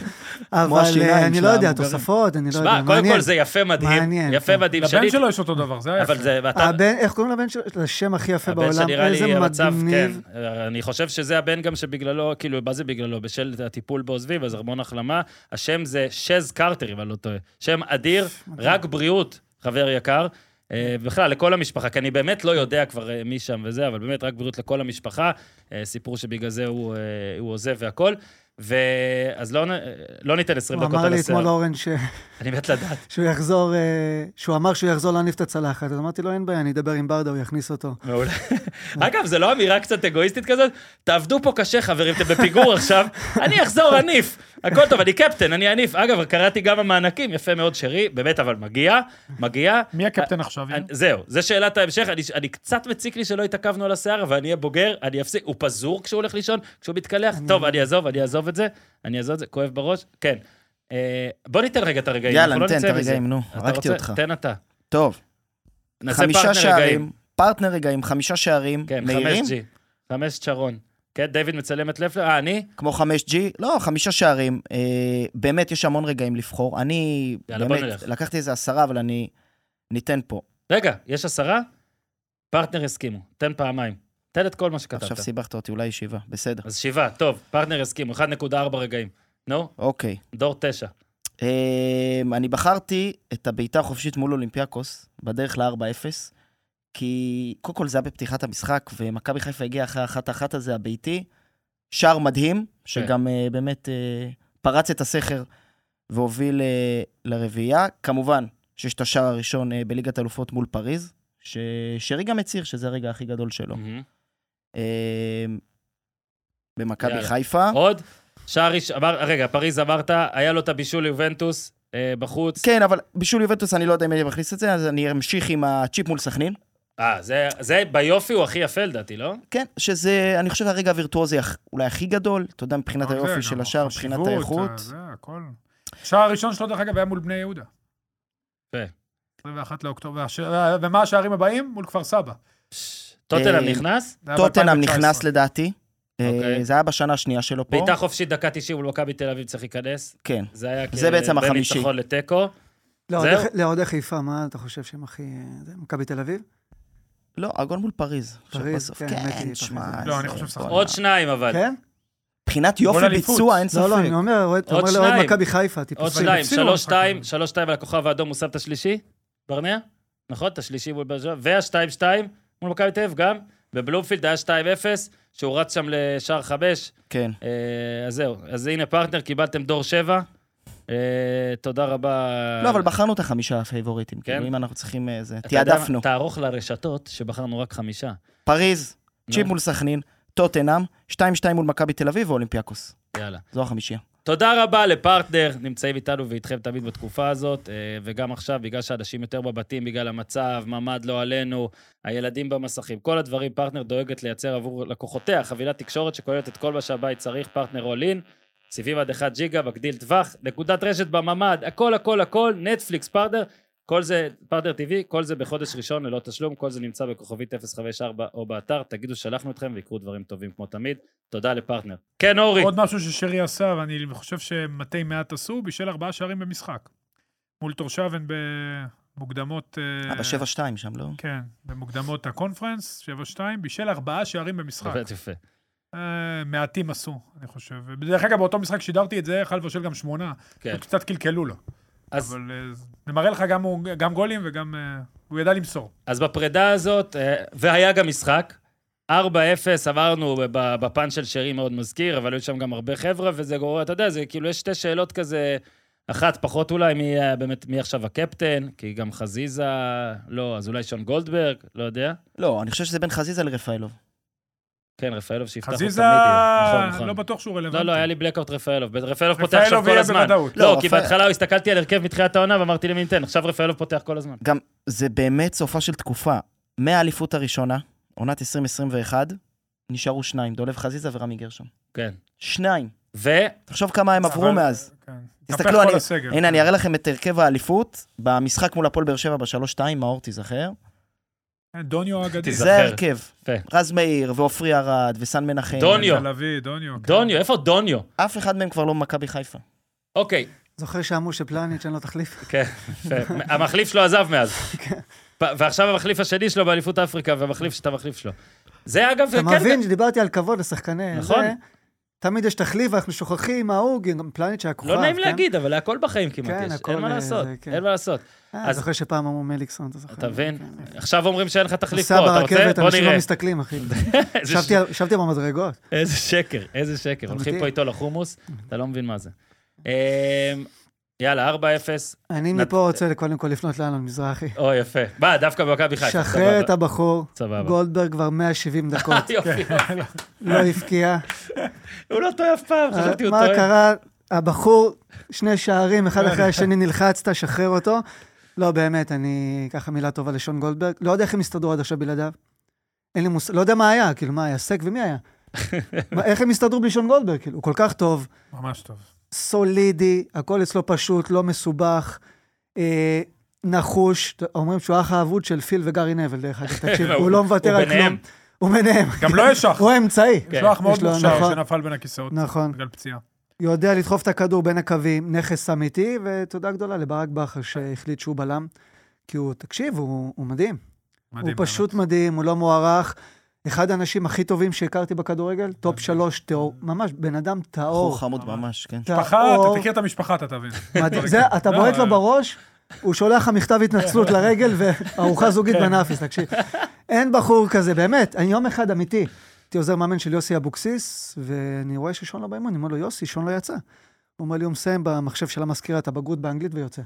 אבל השיניים אה, אני של לא יודע, המבוגרים. תוספות, אני לא יודע, שמע, מעניין. קודם כל זה יפה מדהים. מעניין, יפה כן. מדהים. שאני- לבן שלו יש אותו דבר, זה היה אבל יפה. זה, ואתה... הבן, איך קוראים לבן שלו? השם הכי יפה הבן בעולם, שנראה איזה לי המצב, כן. מגניב. אני חושב שזה הבן גם שבגללו, כאילו, מה זה בגללו? בשל הטיפול בעוזבים, אז המון החלמה. השם זה שז קרטר, אם אני לא טועה. שם אדיר, רק בריאות, חבר יקר. אה, בכלל, לכל המשפחה, כי אני באמת לא יודע כבר אה, מי שם וזה, אבל באמת רק בריאות לכל המשפחה. אה, סיפור שבגלל זה הוא אה, הוא עוזב והכול. ואז לא נ- אה, לא ניתן 20 הוא דקות אמר על לי אתמול, לא- השיער. אורן, ש- אני מת לדעת. שהוא יחזור, אה, שהוא אמר שהוא יחזור להניף את הצלחת. אז אמרתי לו, אין בעיה, אני אדבר עם ברדה, הוא יכניס אותו. מעולה. אגב, זו לא אמירה קצת אגואיסטית כזאת? תעבדו פה קשה, חברים, אתם בפיגור עכשיו, אני אחזור עניף. הכל טוב, אני קפטן, אני עניף. אגב, קראתי גם המענקים, יפה מאוד, שרי, באמת, אבל מגיע, מגיע. מי הקפטן עכשיו? אני- זהו, זה שאלת ההמשך. אני- אני קצת מציק לי שלא התעכבנו על השיער, אבל אני אהיה בוגר, אני אפסיק. הוא פזור כשהוא הולך לישון, כשהוא מתקלח. טוב, אני אעזוב, אני אעזוב את זה. אני אעזוב את זה, כואב בראש. כן. אה, בוא ניתן רגע את הרגעים. יאללה, אנחנו לא ניתן את נצא מזה. הרגעים, נו, אתה הרגתי רוצה? אותך. תן אתה. טוב, נעשה פרטנר חמישה רגעים. שערים, פרטנר רגעים, חמישה שערים כן, מהירים, 5G. 5 שרון. כן, דיוויד מצלם את לפלר? אה, אני? כמו 5G, לא, חמישה שערים. אה, באמת, יש המון רגעים לבחור. אני, יאללה, בוא באמת, נלך. לקחתי איזה עשרה, אבל אני ניתן פה. רגע, יש עשרה? פרטנר הסכימו, תן פעמיים. תן את כל מה עכשיו שכתבת. סיבכת אותי, אולי ישיבה, בסדר. אז שבעה, טוב, פרטנר הסכימו, 1.4 רגעים. נו, אוקיי. דור תשע. אמ, אני בחרתי את הבעיטה החופשית מול אולימפיאקוס, בדרך ל-4-0, כי קודם כל זה היה בפתיחת המשחק, ומכבי חיפה הגיעה אחרי האחת-אחת הזה, הביתי. שער מדהים, שגם אה, באמת אה, פרץ את הסכר והוביל אה, לרביעייה. כמובן שיש את השער הראשון אה, בליגת אלופות מול פריז, ששרי גם הצהיר שזה הרגע הכי גדול שלו. מהמם. אמ, במכבי יאללה. אוקיי. חיפה. עוד? שער איש, אמר, רגע, פריז אמרת, היה לו את הבישול ליובנטוס אה, בחוץ. כן, אבל בשביל יובנטוס אני לא יודע אם אני מכניס את זה, אז אני אמשיך עם הצ'יפ מול סכנין. אה, זה- זה ביופי הוא הכי יפה לדעתי, לא? כן, שזה, אני חושב, הרגע הווירטואוזי הכ- אולי הכי גדול, אתה יודע, מבחינת אבל אה, זה, היופי לא גם של השער, החשיבות, מבחינת האיכות. אה, זה, הכל. השער הראשון שלו, דרך אגב, היה מול בני יהודה. יפה. 21 לאוקטובר, והש- אה, ומה השערים הבאים? מול כפר סבא. פש, טוטנאם אה, נכנס? זה היה טוטנאם ב- 2019. נכנס לדעתי, אה, אוקיי. זה היה בשנה השנייה שלו פה. בעיטה חופשית דקה 90 מול מכבי תל אביב צריך להיכנס. כן. זה היה זה בעצם בין החמישי. ניצחון לתיקו. לאוהדי- זהו? לאוהדי לא, חיפה, מה אתה חושב שהם הכי... אה, זה מכבי תל אביב? לא, הגול מול פריז. עכשיו פריז, בסוף, כן, האמת כן, היא, שמע. פריז. לא, זה- אני חושב שחקן. בואנה. עוד שניים אבל. כן? מבחינת גול יופי אליפות. ביצוע, אין לא, לא, ספק. אני אומר, אוהד- אתה עוד אומר לאוהד שניים. מכבי חיפה, עוד טיפוסים. שניים, הפסידו שלוש, במשחק שתיים, הזה. שלוש, שתיים על הכוכב האדום, הוא שם את השלישי, ברנע? נכון? את השלישי מול באר שבע, והשתיים, שתיים מול מכבי תל אביב גם. בבלומפילד היה 2-0, שהוא רץ שם לשער חמש. כן. אה, אז זהו, אז הנה פרטנר, קיבלתם דור שבע. אה, תודה רבה. אה, לא, אבל בחרנו את החמישה הפייבוריטים, כן. כאילו, אם אנחנו צריכים אה, זה, אתה יודע מה? תיעדפנו. תערוך לרשתות שבחרנו רק חמישה. פריז, צ'יפ נו. מול סכנין, טוטנאם, 2-2 מול מכבי תל אביב ואולימפיאקוס. יאללה. זו החמישייה. תודה רבה לפרטנר, נמצאים איתנו ואיתכם תמיד בתקופה הזאת, אה, וגם עכשיו, בגלל שאנשים יותר בבתים, בגלל המצב, ממ"ד לא עלינו, הילדים במסכים, כל הדברים, פרטנר דואגת לייצר עבור לקוחותיה חבילת תקשורת שכוללת את כל מה שהבית צריך, פרטנר אולין, סיבים עד 1 ג'יגה, מגדיל טווח, נקודת רשת בממ"ד, הכל הכל הכל, נטפליקס, פרטנר, כל זה, פרטנר TV, כל זה בחודש ראשון ללא תשלום, כל זה נמצא בכוכבית 054 או באתר, תגידו שלחנו אתכם ויקרו דברים טובים כמו תמיד. תודה לפרטנר. כן, אורי. עוד משהו ששרי עשה, ואני חושב שמתי מעט עשו, בישל ארבעה שערים במשחק. מול טורשבן במוקדמות... אה, אה, בשבע שתיים שם, לא? כן, במוקדמות הקונפרנס, 7-2, בישל ארבעה שערים במשחק. באמת יפה. אה, מעטים עשו, אני חושב. דרך אגב, באותו משחק שידרתי את זה, יכל לבשל גם שמונה. כן. קצת קלקלו לו. אז, אבל אה, זה מראה לך גם, הוא- גם גולים וגם... אה, הוא ידע למסור. אז בפרידה הזאת, אה, והיה גם משחק, 4-0 עברנו ב- בפן של שרי מאוד מזכיר, אבל היו שם גם הרבה חבר'ה, וזה גורר, אתה יודע, זה כאילו, יש שתי שאלות כזה, אחת פחות אולי, מי אה, באמת, מי עכשיו הקפטן, כי גם חזיזה, לא, אז אולי שון גולדברג, לא יודע. לא, אני חושב שזה בין חזיזה לרפאלוב. כן, רפאלוב שיפתח הוא תמיד חזיזה, יהיה. נכון, נכון. לא בטוח שהוא רלוונטי. לא, לא, היה לי בלקאוט רפאלוב. ב- רפאלוב פותח רפאלוב עכשיו כל יהיה הזמן. בוודאות. לא, לא, כי רפאל- בהתחלה הסתכלתי על הרכב מתחילת העונה ואמרתי למי ניתן, עכשיו רפאלוב פותח כל הזמן. גם זה באמת סופה של תקופה. מהאליפות הראשונה, עונת 2021, נשארו שניים, דולב חזיזה ורמי גרשון. כן. שניים. ותשמע, תחשוב כמה הם עברו אבל- מאז. כן. תסתכלו, התהפך כל אני- כן. הסגל. כן. הנה, אני אראה לכם את הרכב האליפות במשחק מול הפועל באר שבע בשלוש-שתיים, מאור תיזכר. אה, דוניו האגדי. תיזהר. זה ההרכב. יפה. רז מאיר, ועופרי ארד, וסן מנחם. דוניו. בן לביא, דוניו. כן. דוניו, איפה דוניו? אף אחד מהם כבר לא במכבי חיפה. אוקיי, זוכר שאמרו שפלניץ' אין לו תחליף? כן, יפה. המחליף שלו עזב מאז. פ- ועכשיו המחליף השני שלו באליפות אפריקה, והמחליף שאתה מחליף שלו. זה אגב, אתה כן, מבין שדיברתי על כבוד לשחקני... נכון. זה, תמיד יש תחליף, ואנחנו שוכחים מה הוא, גם פלניץ' היה כוכב. לא נעים כן? להגיד, אבל הכל בחיים כמעט כן, יש. הכל, אין מה אה, לעשות, זה, כן. אין מה לעשות. אה, אז- זוכר שפעם אמרו מליקסון, אתה זוכר? אתה מבין? כן. עכשיו אומרים שאין לך תחליף נוסע פה, אתה רוצה? ברכבת, בוא אנשים נראה. לא *laughs* מסתכלים, אחי. איזה ישבתי- ישבתי במדרגות. איזה שקר, איזה שקר. הולכים אמיתי. פה איתו לחומוס, אתה לא מבין מה *laughs* זה. אמ, יאללה, 4-0. אני נת- מפה רוצה קודם כל לפנות לאלון מזרחי. או, יפה. בא, דווקא במכבי חיפה. שחרר את אוקיי, סבבה. הבחור, סבבה. גולדברג כבר 170 *laughs* דקות, יופי. לא הבקיע. הוא לא טועה אף פעם, חשבתי הוא אה, מה טועה. קרה? הבחור, שני שערים, אחד *laughs* אחרי השני נלחצת, שחרר אותו. לא, באמת, אני... ככה מילה טובה לשון גולדברג. לא יודע איך הם הסתדרו עד עכשיו בלעדיו. אין לי מושג, לא יודע מה היה, כאילו, מה היה, סק ומי *laughs* היה? מה, איך הם הסתדרו בלי שון גולדברג? כאילו, הוא כל כך טוב, ממש טוב. סולידי, הכל אצלו פשוט, לא מסובך, אה, נחוש. אומרים שהוא האח האבוד של פיל וגארי נבל, דרך אגב, *laughs* תקשיב, והוא- הוא לא מוותר הוא על כלום. ביניהם. הוא ביניהם. גם לו יש אח. *laughs* כן. הוא האמצעי. כן. יש לו אח מאוד יש לו, מוכשר נכון. שנפל בין הכיסאות. נכון. בגלל פציעה. יודע לדחוף את הכדור בין הקווים, נכס אמיתי, ותודה גדולה לברק בכר שהחליט שהוא בלם. כי הוא, תקשיב, הוא, הוא מדהים. מדהים. מדהים. הוא באמת. פשוט מדהים, הוא לא מוערך. אחד האנשים הכי טובים שהכרתי בכדורגל, טופ שלוש, טהור, ממש, בן אדם בחור טהור. חמוד ממש, כן. משפחה, טהור, אתה תכיר את המשפחה, אתה תבין. *laughs* מדהים. זה, אתה לא, בועט לו אה, בראש, הוא שולח לך מכתב התנצלות לרגל וארוחה כן. זוגית בנאפיס, תקשיב. אין בחור כזה, באמת, אני יום אחד אמיתי. הייתי עוזר מאמן של יוסי אבוקסיס, ואני רואה ששון לא באימון, אני אומר לו, יוסי, שון לא יצא. הוא אומר לי, הוא מסיים במחשב של המזכירה את הבגרות באנגלית ויוצא.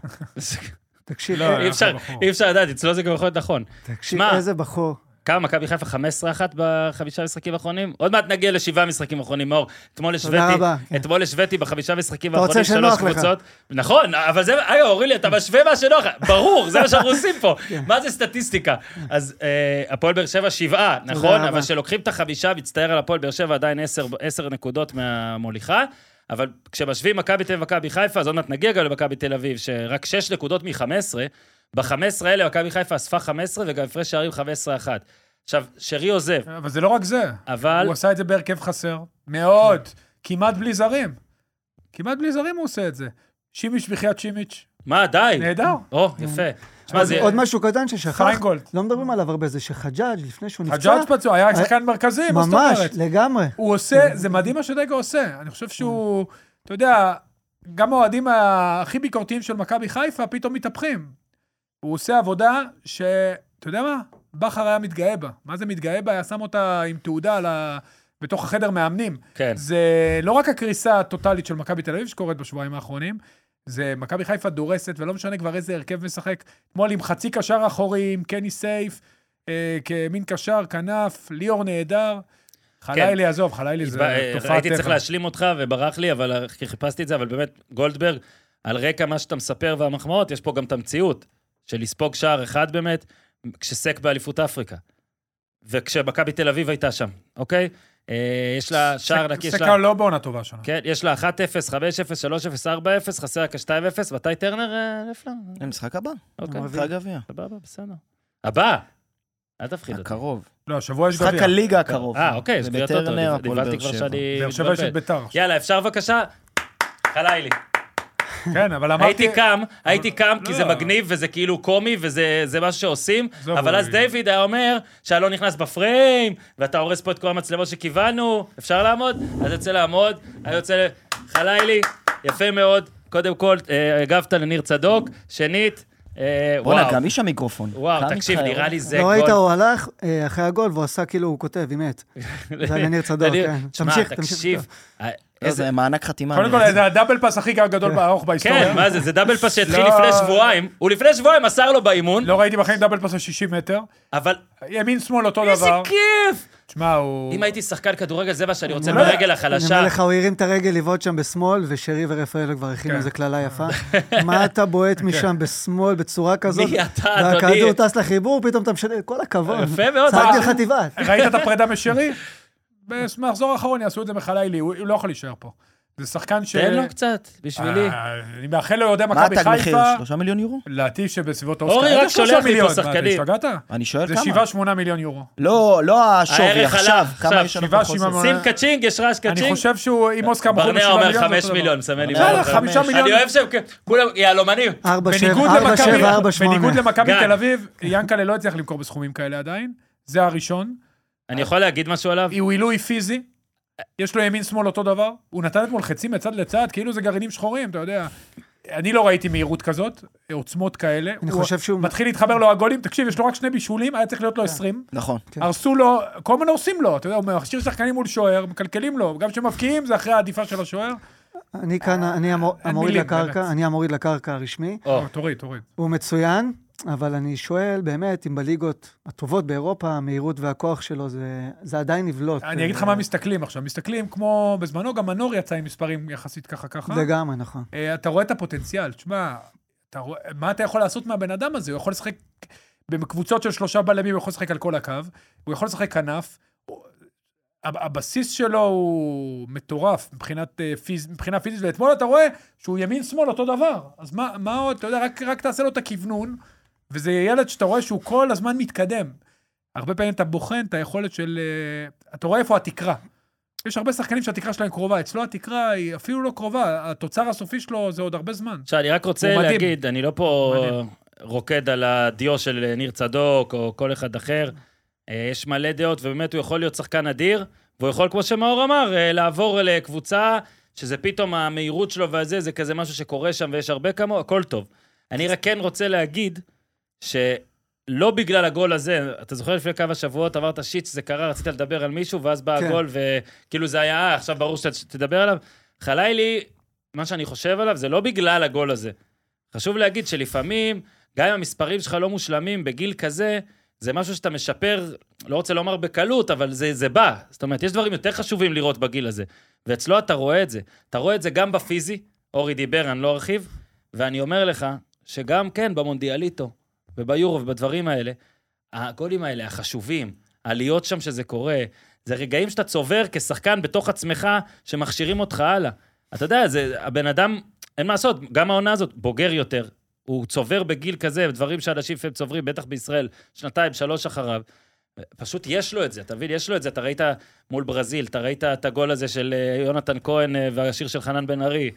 תקשיב, לא, אה, *laughs* אי אפשר, בחור. אי אפשר לדעת, אצלו זה גם יכול להיות נכון. תקשיב, שמע. איזה בחור. כמה, מכבי חיפה 15-1 בחמישה משחקים האחרונים? עוד מעט נגיע לשבעה משחקים האחרונים, מאור. אתמול השוויתי, רבה, כן. אתמול השוויתי בחמישה משחקים אתה רוצה האחרונים שלוש שנוח לך. קבוצות. נכון, אבל זה, אגב, אורילי, אתה משווה מה שנוח, לך. ברור, זה מה שאנחנו עושים פה. כן. מה זה סטטיסטיקה? אז אה, הפועל באר שבע שבעה, נכון? רבה. אבל כשלוקחים את החמישה, מצטער על הפועל באר שבע עדיין עשר- עשר נקודות מהמוליכה. אבל כשמשווים מכבי תל אביב ומכבי חיפה, אז עוד מעט נגיע גם למכבי תל אביב, שרק 6 נקודות מ-15, ב-15 האלה מכבי חיפה אספה 15 וגם הפרש שערים 15-1. עכשיו, שרי עוזב, כן. אבל זה לא רק זה. אבל... הוא עשה את זה בהרכב חסר, מאוד, כמעט בלי זרים. כמעט בלי זרים הוא עושה את זה. שימיץ' בחייאת שימיץ', מה, די? נהדר. או, יפה. תשמע, זה... כן. עוד משהו קטן ששכח, פיינגולד. לא מדברים עליו הרבה, זה שחג'אג' לפני שהוא נפצע, אה, הג'אג' פצוע, היה שחקן מרכזי, מה זאת ממש, אומרת? לגמרי. הוא עושה, זה מדהים מה שדגה עושה. אני חושב שהוא, אתה יודע, גם האוהדים הכי ביקורתיים של מכבי חיפה פתאום מתהפכים. הוא עושה עבודה ש... אתה יודע מה? בכר היה מתגאה בה. מה זה מתגאה בה? היה שם אותה עם תעודה על ה... בתוך החדר מאמנים. כן. זה לא רק הקריסה הטוטלית של מכבי תל אביב שקורית בשבועיים האחרונים, זה מכבי חיפה דורסת, ולא משנה כבר איזה הרכב משחק. אתמול עם חצי קשר אחורי, עם קני סייף, אה, כמין קשר, כנף, ליאור נהדר. חלילי, עזוב, חלילי זה התבא- תופעת אה, הייתי כן. צריך טבע. להשלים אותך וברח לי, אבל כי חיפשתי את זה, אבל באמת, גולדברג, על רקע מה שאתה מספר והמחמאות, יש פה גם את המציאות של לספוג שער אחד באמת, כשסק באליפות אפריקה. וכשמכבי תל אביב הייתה שם, אוקיי? אה, יש לה שער נקי, יש לה... סקה לא בעונה טובה שנה. כן, יש לה 1-0, 5-0, 3-0, 4-0, חסר רק ה-2-0, מתי טרנר, אה, לפלר? למשחק הבא, אוקיי, רביעי. משחק הגביע. סבבה, בסדר. הבא! אל תפחיד אותי. הקרוב. כן. לא, השבוע יש משחק גביע. הליגה הקרוב. אה, אוקיי, אז זה בגלל טוטו, בטרנר, הפועל דיברתי באר כבר שבע. שאני באר שבע יש את מתבלבל. ביתר. יאללה, אפשר בבקשה? חלילי. כן, אבל אמרתי... הייתי קם, הייתי קם כי לא. זה מגניב וזה כאילו קומי וזה זה משהו שעושים, עזוב, אבל אז אורי. דיוויד היה אומר שהלא נכנס בפריים, ואתה הורס פה את כל המצלמות שכיוונו, אפשר לעמוד? אז יוצא לעמוד, אני יוצא ל... חלילי, יפה מאוד. קודם כל, אה, הגבת לניר צדוק, שנית, אה, בואנה, וואו, גם אה, איש המיקרופון. וואו, כמה תקשיב, מתחרה. נראה לי זה לא גול. ראית, הוא הלך אה, אחרי הגול והוא עשה כאילו, הוא כותב, היא מת. זה היה לניר *laughs* צדוק, לניר- כן. תשמע, תמשיך, תמשיך. תקשיב. אה, לא, זה מענק חתימה. קודם נראה כל, לי. זה הדאבל פאס הכי גדול בארוך בהיסטוריה. כן, מה זה, זה דאבל פאס שהתחיל לא. לפני שבועיים. הוא לפני שבועיים מסר לו באימון, לא ראיתי בחיים דאבל פאס של 60 מטר. אבל ימין שמאל אותו איזה דבר. כיף! תשמע, הוא... אם הייתי שחקן כדורגל, זה מה שאני רוצה אומר- ברגל אני החלשה. אומר לך, הוא הרים את הרגל לבעוט שם בשמאל, ושרי ורפאלו כבר הכינו כן. איזה קללה יפה. *laughs* מה אתה בועט משם בשמאל בצורה כזאת? מי אתה, אדוני? והכדור טס לחיבור, פתאום אתה משנה, כל הכבוד. יפה מאוד, צעקתי אה, אבל- לך תבעט. ראית את הפרידה משרי? במחזור האחרון יעשו את זה מחלילי, הוא הוא לא יכול להישאר פה. זה שחקן ש... תן לו קצת, בשבילי. אה, אני מאחל לו יהודי מה מכבי התג מחיר? חיפה, שלושה מיליון יורו? להטיף שבסביבות האוסקר. אורי איזה רק שלושה שולח לי פה מיליון? מה, שחקנים. אתה השתגעת? אני שואל זה כמה. 7-8 מיליון יורו. לא, לא השווי, הערך עכשיו. עלה, כמה עכשיו, יש עליו שבעה, בחוזה? שבעה, שים קצ'ינג, יש רעש אני קצ'ינג. חושב שהוא, אם אוסקר מכור ברנע בשבעה אומר מיליון, זה חמש מיליון, אותו דבר. מסמן לי בסדר, מאוד. חמישה מיליון. אני אוהב שהם כ- כולם יהלומנים. ארבע בניגוד שבע, ארבע למכבי- שבע, ארבע שמונה. בניגוד למכבי גן. תל אביב, ינקלה לא הצליח למכור בסכומים כאלה עדיין. זה הראשון. אני יכול להגיד משהו עליו? הוא עילוי פיזי. יש לו ימין שמאל אותו דבר. הוא נתן אתמול חצים מצד לצד, כאילו זה גרעינים שחורים, אתה יודע. אני לא ראיתי מהירות כזאת, עוצמות כאלה. אני הוא חושב שהוא- מתחיל להתחבר לו הגולים, תקשיב, יש לו רק שני בישולים, היה צריך להיות לו 20. נכון. כן. הרסו לו, כל הזמן הורסים לו, אתה יודע, הוא מכשיר שחקנים מול שוער, מקלקלים לו, גם כשמבקיעים זה אחרי העדיפה של השוער. אני כאן, אני המור- אה, אין המוריד מילים, לקרקע, באמת. אני המוריד לקרקע הרשמי. או, תוריד, תוריד. הוא מצוין, אבל אני שואל, באמת, אם בליגות הטובות באירופה, המהירות והכוח שלו, זה, זה עדיין נבלוט. אה, אני אגיד לך מה מסתכלים עכשיו, מסתכלים כמו, בזמנו גם מנור יצא עם מספרים יחסית ככה ככה. לגמרי, נכון. אה, אתה רואה את הפוטנציאל, תשמע, אתה רואה, מה אתה יכול לעשות מהבן אדם הזה? הוא יכול לשחק בקבוצות של שלושה בלמים, הוא יכול לשחק על כל הקו, הוא יכול לשחק כנף. הוא- הב- הבסיס שלו הוא מטורף מבחינת, אה, פיז, מבחינה פיזית, ואתמול אתה רואה שהוא ימין-שמאל אותו דבר. אז מה, מה עוד, אתה יודע, רק, רק תעשה לו את הכוונון, וזה ילד שאתה רואה שהוא כל הזמן מתקדם. הרבה פעמים אתה בוחן את היכולת של... אה, אתה רואה איפה התקרה. יש הרבה שחקנים שהתקרה שלהם קרובה, אצלו התקרה היא אפילו לא קרובה, התוצר הסופי שלו זה עוד הרבה זמן. עכשיו, אני רק רוצה נכון. הוא מדהים. להגיד, אני לא פה מדהים. רוקד על הדיו של ניר צדוק או כל אחד אחר. אה, יש מלא דעות, ובאמת הוא יכול להיות שחקן אדיר, והוא יכול, כמו שמאור אמר, אה, לעבור לקבוצה שזה פתאום המהירות שלו והזה, זה כזה משהו שקורה שם ויש הרבה כמוהו, הכל טוב. אני רק כן רוצה להגיד שלא בגלל הגול הזה, אתה זוכר לפני כמה שבועות אמרת שיט, זה קרה, רצית לדבר על מישהו, ואז בא כן. הגול, וכאילו זה היה, "אה, עכשיו ברור שאתה תדבר עליו. חלילי, מה שאני חושב עליו, זה לא בגלל הגול הזה. חשוב להגיד שלפעמים, גם אם המספרים שלך לא מושלמים בגיל כזה, זה משהו שאתה משפר, לא רוצה לומר בקלות, אבל זה, זה בא. זאת אומרת, יש דברים יותר חשובים לראות בגיל הזה. ואצלו אתה רואה את זה. אתה רואה את זה גם בפיזי, אורי דיבר, אני לא ארחיב, ואני אומר לך שגם כן במונדיאליטו וביורו ובדברים האלה, הגולים האלה, החשובים, העליות שם שזה קורה, זה רגעים שאתה צובר כשחקן בתוך עצמך, שמכשירים אותך הלאה. אתה יודע, זה, הבן אדם, אין מה לעשות, גם העונה הזאת, בוגר יותר. הוא צובר בגיל כזה, דברים שאנשים לפעמים צוברים, בטח בישראל, שנתיים, שלוש אחריו. פשוט יש לו את זה, אתה מבין? יש לו את זה. אתה ראית מול ברזיל, אתה ראית את הגול הזה של אה, יונתן כהן אה, והשיר של חנן בן ארי.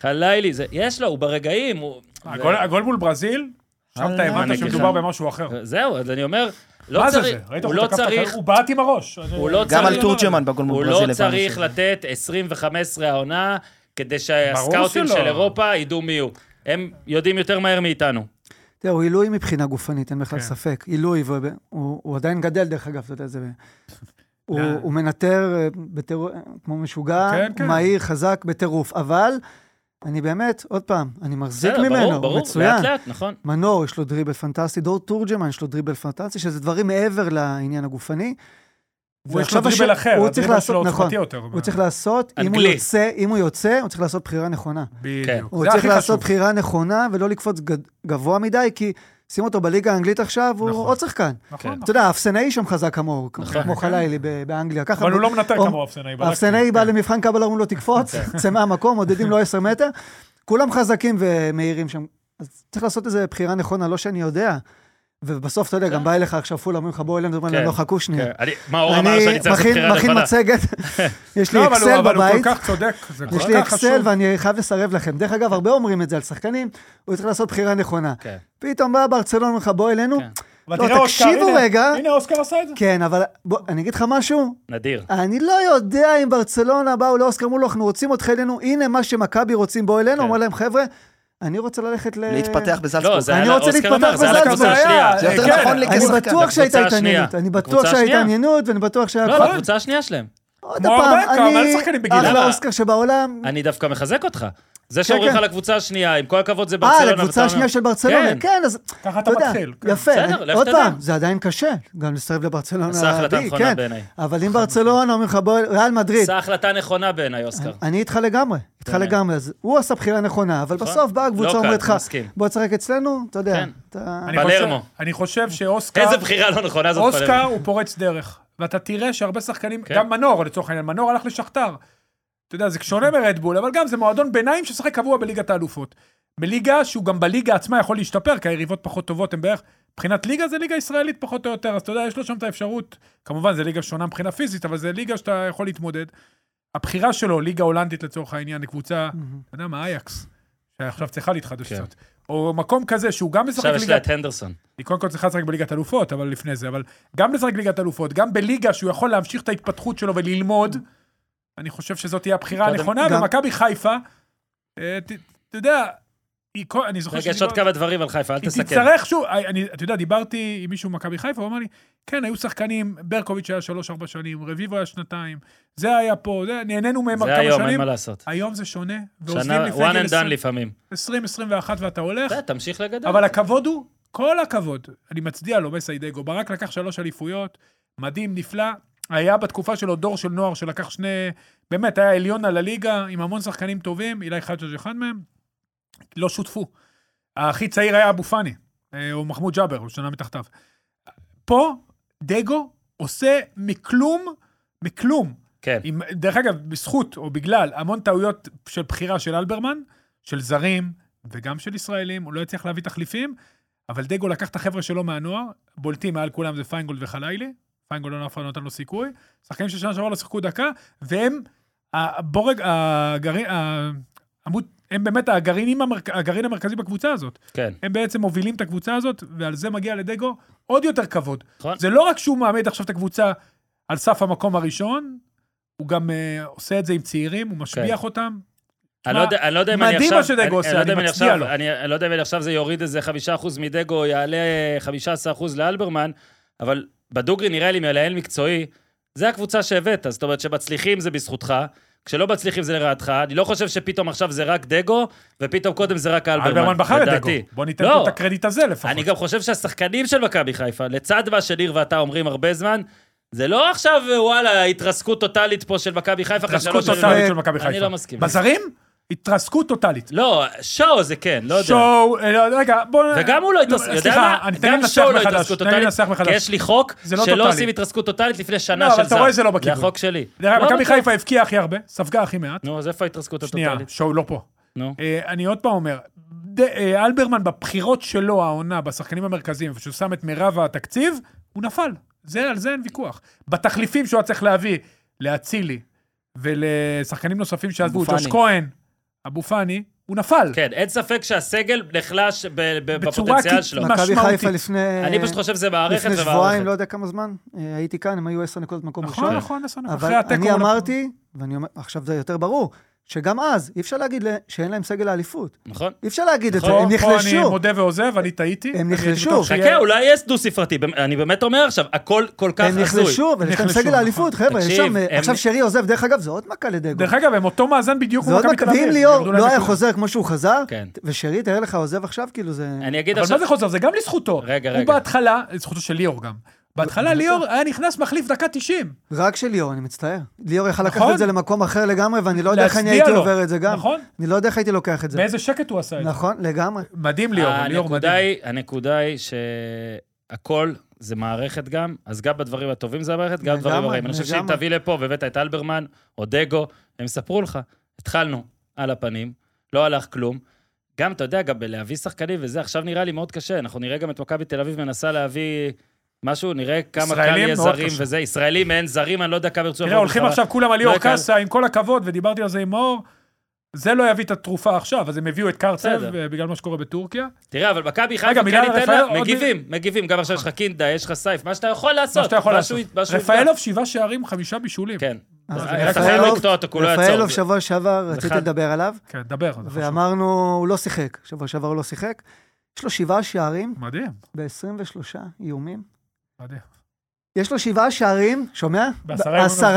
חלילי, זה, יש לו, הוא ברגעים, הוא... הגול הגול מול ברזיל, עכשיו אה, אתה אני הבנת אגיד לך. שמדובר במשהו אחר. זהו, אז אני אומר, לא מה זה צריך, זה? ראית הוא איך לא תקף את הקהל? צריך, הוא בעט עם הראש. הוא לא גם צריך- על תורג'מן בגול הוא מול ברזיל. לא הבנו צריך שזה- לתת 20 ו-15 העונה, כדי שהסקאוטים שלא. של אירופה ידעו מי הוא. הם יודעים יותר מהר מאיתנו. תראה, הוא עילוי מבחינה גופנית, אין בכלל כן. ספק. עילוי, והוא הוא- הוא עדיין גדל, דרך אגב, אתה יודע, *laughs* זה... הוא, לא. הוא מנטר אה, בטיר... כמו משוגע, כן, הוא כן. מהיר, חזק, בטירוף. אבל אני באמת, עוד פעם, אני מחזיק בסדר, ממנו, ברור, הוא ברור, מצוין. לאט לאט, נכון. מנור, יש לו דריבל פנטסטי, דור תורג'מן, יש לו דריבל פנטסטי, שזה דברים מעבר לעניין הגופני. הוא יש לו ועכשיו הש- דריבל אחר, הוא צריך הדריבל שלו לעשות, נכון, עוצמתי לא יותר. הוא צריך לעשות, אם הוא אוקיי. אנגלי. יוצא, אם הוא יוצא, הוא צריך לעשות בחירה נכונה. בדיוק. כן. הוא זה צריך הכי לעשות חשוב. בחירה נכונה ולא לקפוץ גד- גבוה מדי, כי שים אותו בליגה האנגלית עכשיו, הוא נכון. עוד שחקן. נכון. אתה יודע, האפסנאי שם חזק כמוהו, נכון. כמו חלילי ב- באנגליה. ככה אבל הוא לא מנתק או- כמו אפסנאי. בדקתי. האפסנאי בא כן. למבחן קבלה, אומרים לו תקפוץ, צא מהמקום, מודדים לו 10 מטר. כולם חזקים ומהירים שם. אז צריך לעשות איזו בחירה נכונה, לא שאני יודע. ובסוף, אתה יודע, כן. גם בא אליך עכשיו פולה, אומרים לך, בוא אלינו, אומרים כן, להם, לא, חכו שנייה. כן, אני- מאור אמר שאני אני צריך לעשות מכין- בחירה מכין לבנה. *laughs* מצגת, יש לי לא, אבל הוא- אקסל אבל הוא כל בבית, כך צודק, זה נכון. כל יש לי כך חשוב. אקסל ואני חייב לסרב לכם. דרך אגב, הרבה אומרים את זה על שחקנים, הוא צריך לעשות בחירה נכונה. כן. פתאום בא ברצלונה, אומר לך, בוא אלינו. כן. אבל לא, תראה אוסקר, תקשיבו הנה, רגע. הנה, אוסקר עשה את זה. כן, אבל בוא, אני אגיד לך משהו, נדיר. אני לא יודע אם ברצלונה באו לאוסקר, אמרו לו, אנחנו רוצים אותך אלינו, הנה מה שמכבי רוצים, בוא אלינו, כן. אמר להם, חבר'ה, אני רוצה ללכת ל... להתפתח בזלצבורג. לא, זה אני היה, לה- רוצה אוסקר להתפתח אמר, זה היה בזלצבורג. לקבוצה זה השנייה. היה- זה יותר כן. נכון לי אני כשחקן. בטוח שהייתה לקבוצה השנייה. התעניינות, אני בטוח לקבוצה שהייתה השנייה. התעניינות, ואני בטוח שהיה... לא, הכל. לקבוצה השנייה שלהם. עוד כמו פעם, הרבה, כמה אני שחקנים בגיל. אחלה למה? אוסקר שבעולם. אני דווקא מחזק אותך. זה כן, שאומרים לך כן. לקבוצה השנייה, עם כל הכבוד זה אה, ברצלונה. ואתה לקבוצה השנייה אומר- של ברצלונה, כן. כן, אז... ככה אתה יודע, מתחיל. כן. יפה, בסדר, אני- לך עוד תדע. פעם, זה עדיין קשה, גם לסרב לברצלונה. עשה החלטה בי, נכונה כן. בעיניי. אבל אם ברצלונה אומרים לך, בוא, ריאל מדריד, זו החלטה נכונה בעיניי, אוסקר. אני איתך לגמרי, איתך באמת. לגמרי. אז הוא עשה בחירה נכונה, אבל נכון. בסוף באה לא הקבוצה קל, אומרת לך, מסכים. בוא תשחק אצלנו, אתה יודע. כן. אתה- אני חושב- פלרמו. אני חושב אה, שאוסקר... איזה בחירה לא נכונה זאת אוסקר פלרמו. הוא פורץ דרך, ואתה תראה שהרבה שחקנים, כן. גם מנור לצורך העניין, מנור הלך לשכתר. אתה יודע, זה שונה מרדבול, אבל גם זה מועדון ביניים ששחק קבוע בליגת האלופות. בליגה שהוא גם בליגה עצמה יכול להשתפר, כי היריבות פחות טובות, הן בערך... מבחינת ליגה זה ליגה ישראלית פחות או יותר, אז אתה יודע, יש לו שם את האפשרות, כמובן זה ליגה שונה מבחינה פיזית, אבל זה ליגה שאתה יכול להתמודד. הבחירה שלו, ליגה הולנדית לצורך העניין, לקבוצה, אתה יודע מה, אייקס, שעכשיו צריכה להתחדש כן. קצת. או מקום כזה שהוא גם משחק עכשיו יש לה ליגה את הנדרסון. היא קודם כל צריכה לשחק בליגת אלופות, אבל לפני זה, אבל גם לשחק בליגת אלופות, גם בליגה שהוא יכול להמשיך את ההתפתחות שלו וללמוד, אני חושב שזאת תהיה הבחירה קודם- הנכונה, גם- ומכבי חיפה, אה, ת- אתה יודע, היא כל- אני זוכר רגע, יש עוד שדיבר- כמה דברים על חיפה, אל היא תסכם. תצטרך שוב, אה, אני- אתה יודע, דיברתי עם מישהו ממכבי חיפה, הוא אמר לי, כן, היו שחקנים, ברקוביץ' היה שלוש-ארבע שנים, רביבו היה שנתיים, זה היה פה, זה- נהנינו מהם זה כמה היום, אין שנים. מה לעשות. היום זה שונה, ועוזבים שנה לפני one גיל and done 20, לפעמים. 20, 21 ואתה הולך. אתה יודע, תמשיך לגדל. אבל הכבוד הוא, כל הכבוד. אני מצדיע לו, מסיידגו. ברק לקח שלוש אליפויות, מדהים, נפלא. היה בתקופה שלו דור של נוער שלקח שני... באמת, היה עליון על הליגה, עם המון שחקנים טובים, אילי חג'ג' אחד מהם. לא שותפו. הכי צעיר היה אבו פאני, אה, או מחמוד ג'אבר, הוא שנה מתחתיו. פה, דגו עושה מכלום, מכלום, כן. עם, דרך אגב, בזכות או בגלל המון טעויות של בחירה של אלברמן, של זרים וגם של ישראלים, הוא לא הצליח להביא תחליפים, אבל דגו לקח את החבר'ה שלו מהנוער, בולטים מעל כולם זה פיינגולד וחלילי, פיינגולד לא אף אחד לא נתן לו סיכוי, שחקנים ששנה שעברה לא שיחקו דקה, והם הבורג, הגרעין, העמוד, הם באמת הגרעינים המרכ... הגרעין המרכזי בקבוצה הזאת. כן, הם בעצם מובילים את הקבוצה הזאת, ועל זה מגיע לדגו עוד יותר כבוד. נכון. זה לא רק שהוא מעמיד עכשיו את הקבוצה על סף המקום הראשון, הוא גם אה, עושה את זה עם צעירים, הוא משביח כן. אותם. אני לא יודע- אני לא יודע אם אני מדהים עכשיו... מה שדגו אני- עושה, אני לא יודע אני אם אני מצדיע עכשיו- לו. אני אני לא יודע אם אני עכשיו זה יוריד איזה 5% מדגו, יעלה 15% לאלברמן, אבל בדוגרי נראה לי מלהל מקצועי, זה הקבוצה שהבאת. זאת אומרת שמצליחים זה בזכותך, כשלא מצליחים זה לרעתך. אני לא חושב שפתאום עכשיו זה רק דגו, ופתאום קודם זה רק אלברמן. אלברמן בחר את דגו, לדעתי. בוא ניתן לא. לו את הקרדיט הזה לפחות. אני גם חושב שהשחקנים של מכבי חיפה, לצד מה שניר ואתה אומרים הרבה זמן, זה לא עכשיו, וואלה, התרסקות טוטאלית פה של מכבי חיפה. אחרי התרסקות שלוש- טוטאלית של מכבי אני חיפה. לא מסכים. בזרים? התרסקות טוטאלית. לא, שואו זה כן, לא יודע. שואו, אה, לא, רגע, בוא... וגם הוא לא התרסק, לא, יודע סליחה, מה? אני תן לי גם לנסח שואו לא מחדש, התרסקות תן לי טוטאלית, לנסח כי מחדש. יש לי חוק זה לא שלא טוטאלית. עושים התרסקות טוטאלית לפני לא, שנה אבל של זר. אתה רואה, זה לא בכיוון. זה החוק שלי. דרך לא אגב, מכבי בכיוון. חיפה הבקיעה הכי הרבה, ספגה הכי מעט. נו, אז איפה ההתרסקות שנייה, הטוטאלית? שואו לא פה. נו, אה, אני עוד פעם אומר, ד- אה, אלברמן בבחירות שלו העונה, בשחקנים המרכזיים, איפה שהוא שם את מירב התקציב, הוא נפל. זה, על זה אין ויכוח. בתחליפים שהוא היה צריך להביא, לאצילי ולשחקנים נוספים שעזבו, אבו פאני. ג'וש כהן, אבו פאני, הוא נפל. כן, אין ספק שהסגל נחלש ב- ב- בצורה בפוטנציאל קיצ- שלו. מכבי משמעותית. חיפה לפני... אני פשוט חושב שזה מערכת לפני שבועיים, לא ומערכת. יודע כמה זמן, אה, הייתי כאן, הם היו עשר נקודות במקום נכון, ראשון. נכון, נכון. אבל אחרי התיקו אני הוא נפל. אמרתי, ואני אומר, עכשיו זה יותר ברור, שגם אז, אי אפשר להגיד ל- שאין להם סגל האליפות. נכון? אי אפשר להגיד את זה, פה- הם פה אני נחלשו. מודה ועוזב, אני טעיתי. הם אני הייתי נחלשו. בטוח שיהיה- חכה, אולי יש דו-ספרתי, במ- אני באמת אומר עכשיו, הכל כל כך הם הזוי. נחלשו, אבל יש להם נחלשו, סגל האליפות, חבר'ה, יש תקשיב, שם... הם- עכשיו שרי עוזב, דרך אגב, זה עוד מכה לדגו. דרך אגב, הם אותו מאזן בדיוק זה כמו עוד מכבי תל מכה, אביב. ואם ירדו ליאור להם לא היה נקודה. חוזר כמו שהוא חזר, כן. ושרי, תאר לך, עוזב עכשיו, כאילו זה... אני אגיד אבל מה עכשיו... זה חוזר? זה גם לזכותו. רגע, הוא רגע. בהתחלה, לזכותו של ליאור גם. בהתחלה ליאור היה נכנס מחליף דקה 90. רק של ליאור, אני מצטער. ליאור יכל לקחת נכון. את זה למקום אחר לגמרי, ואני לא יודע איך אני להצדיע הייתי לו. עובר את זה גם. נכון? אני לא יודע איך הייתי לוקח את זה. באיזה שקט הוא עשה את זה. נכון, לגמרי. מדהים ליאור, ליאור אה, הנקודה מדהים. היא, הנקודה היא שהכל זה מערכת גם, אז גם בדברים הטובים זה המערכת, גם בדברים לגמרי, הרעים. אני חושב שאם לגמרי. תביא לפה והבאת את אלברמן או דגו, הם יספרו לך. התחלנו על הפנים, לא הלך כלום. גם, אתה יודע, גם בלהביא שחקנים וזה, עכשיו נראה לי מאוד קשה. אנחנו נראה גם את מכבי תל אביב מנסה להביא משהו, נראה כמה קל ישראלים יהיה מאוד זרים קשה. וזה. ישראלים אין, זרים, אני לא יודע כמה ירצו... תראה, לבוא הולכים בחזרה. עכשיו כולם על ליאור לא יקרה. קאסה, עם כל הכבוד, ודיברתי על זה עם מאור, זה לא יביא את התרופה עכשיו, אז הם הביאו את קרצב בסדר. אה, בגלל מה שקורה בטורקיה. תראה, אבל מכבי חיפה מילה כן על ייתן רפאל, לה, עוד מגיבים, מגיבים. גם עכשיו יש לך קינדה, יש לך סייף, מה שאתה יכול לעשות. מה שאתה יכול משהו- לעשות. משהו יפגע. רפאלוב, שבעה שערים, חמישה בישולים. כן. אז אז רפאלוב- אתה חייב לקטוע אותו, כולו יעצור. אה, רפאלוב שבוע שעבר, רציתי אחד. לדבר עליו, כן, דבר, זה חשוב. ואמרנו, הוא לא שיחק. שבוע שעבר הוא לא שיחק. יש לו שבעה שערים מדהים, ב-23 איומים. מדהים. כן. יש לו שבעה שערים, שומע? בעשרה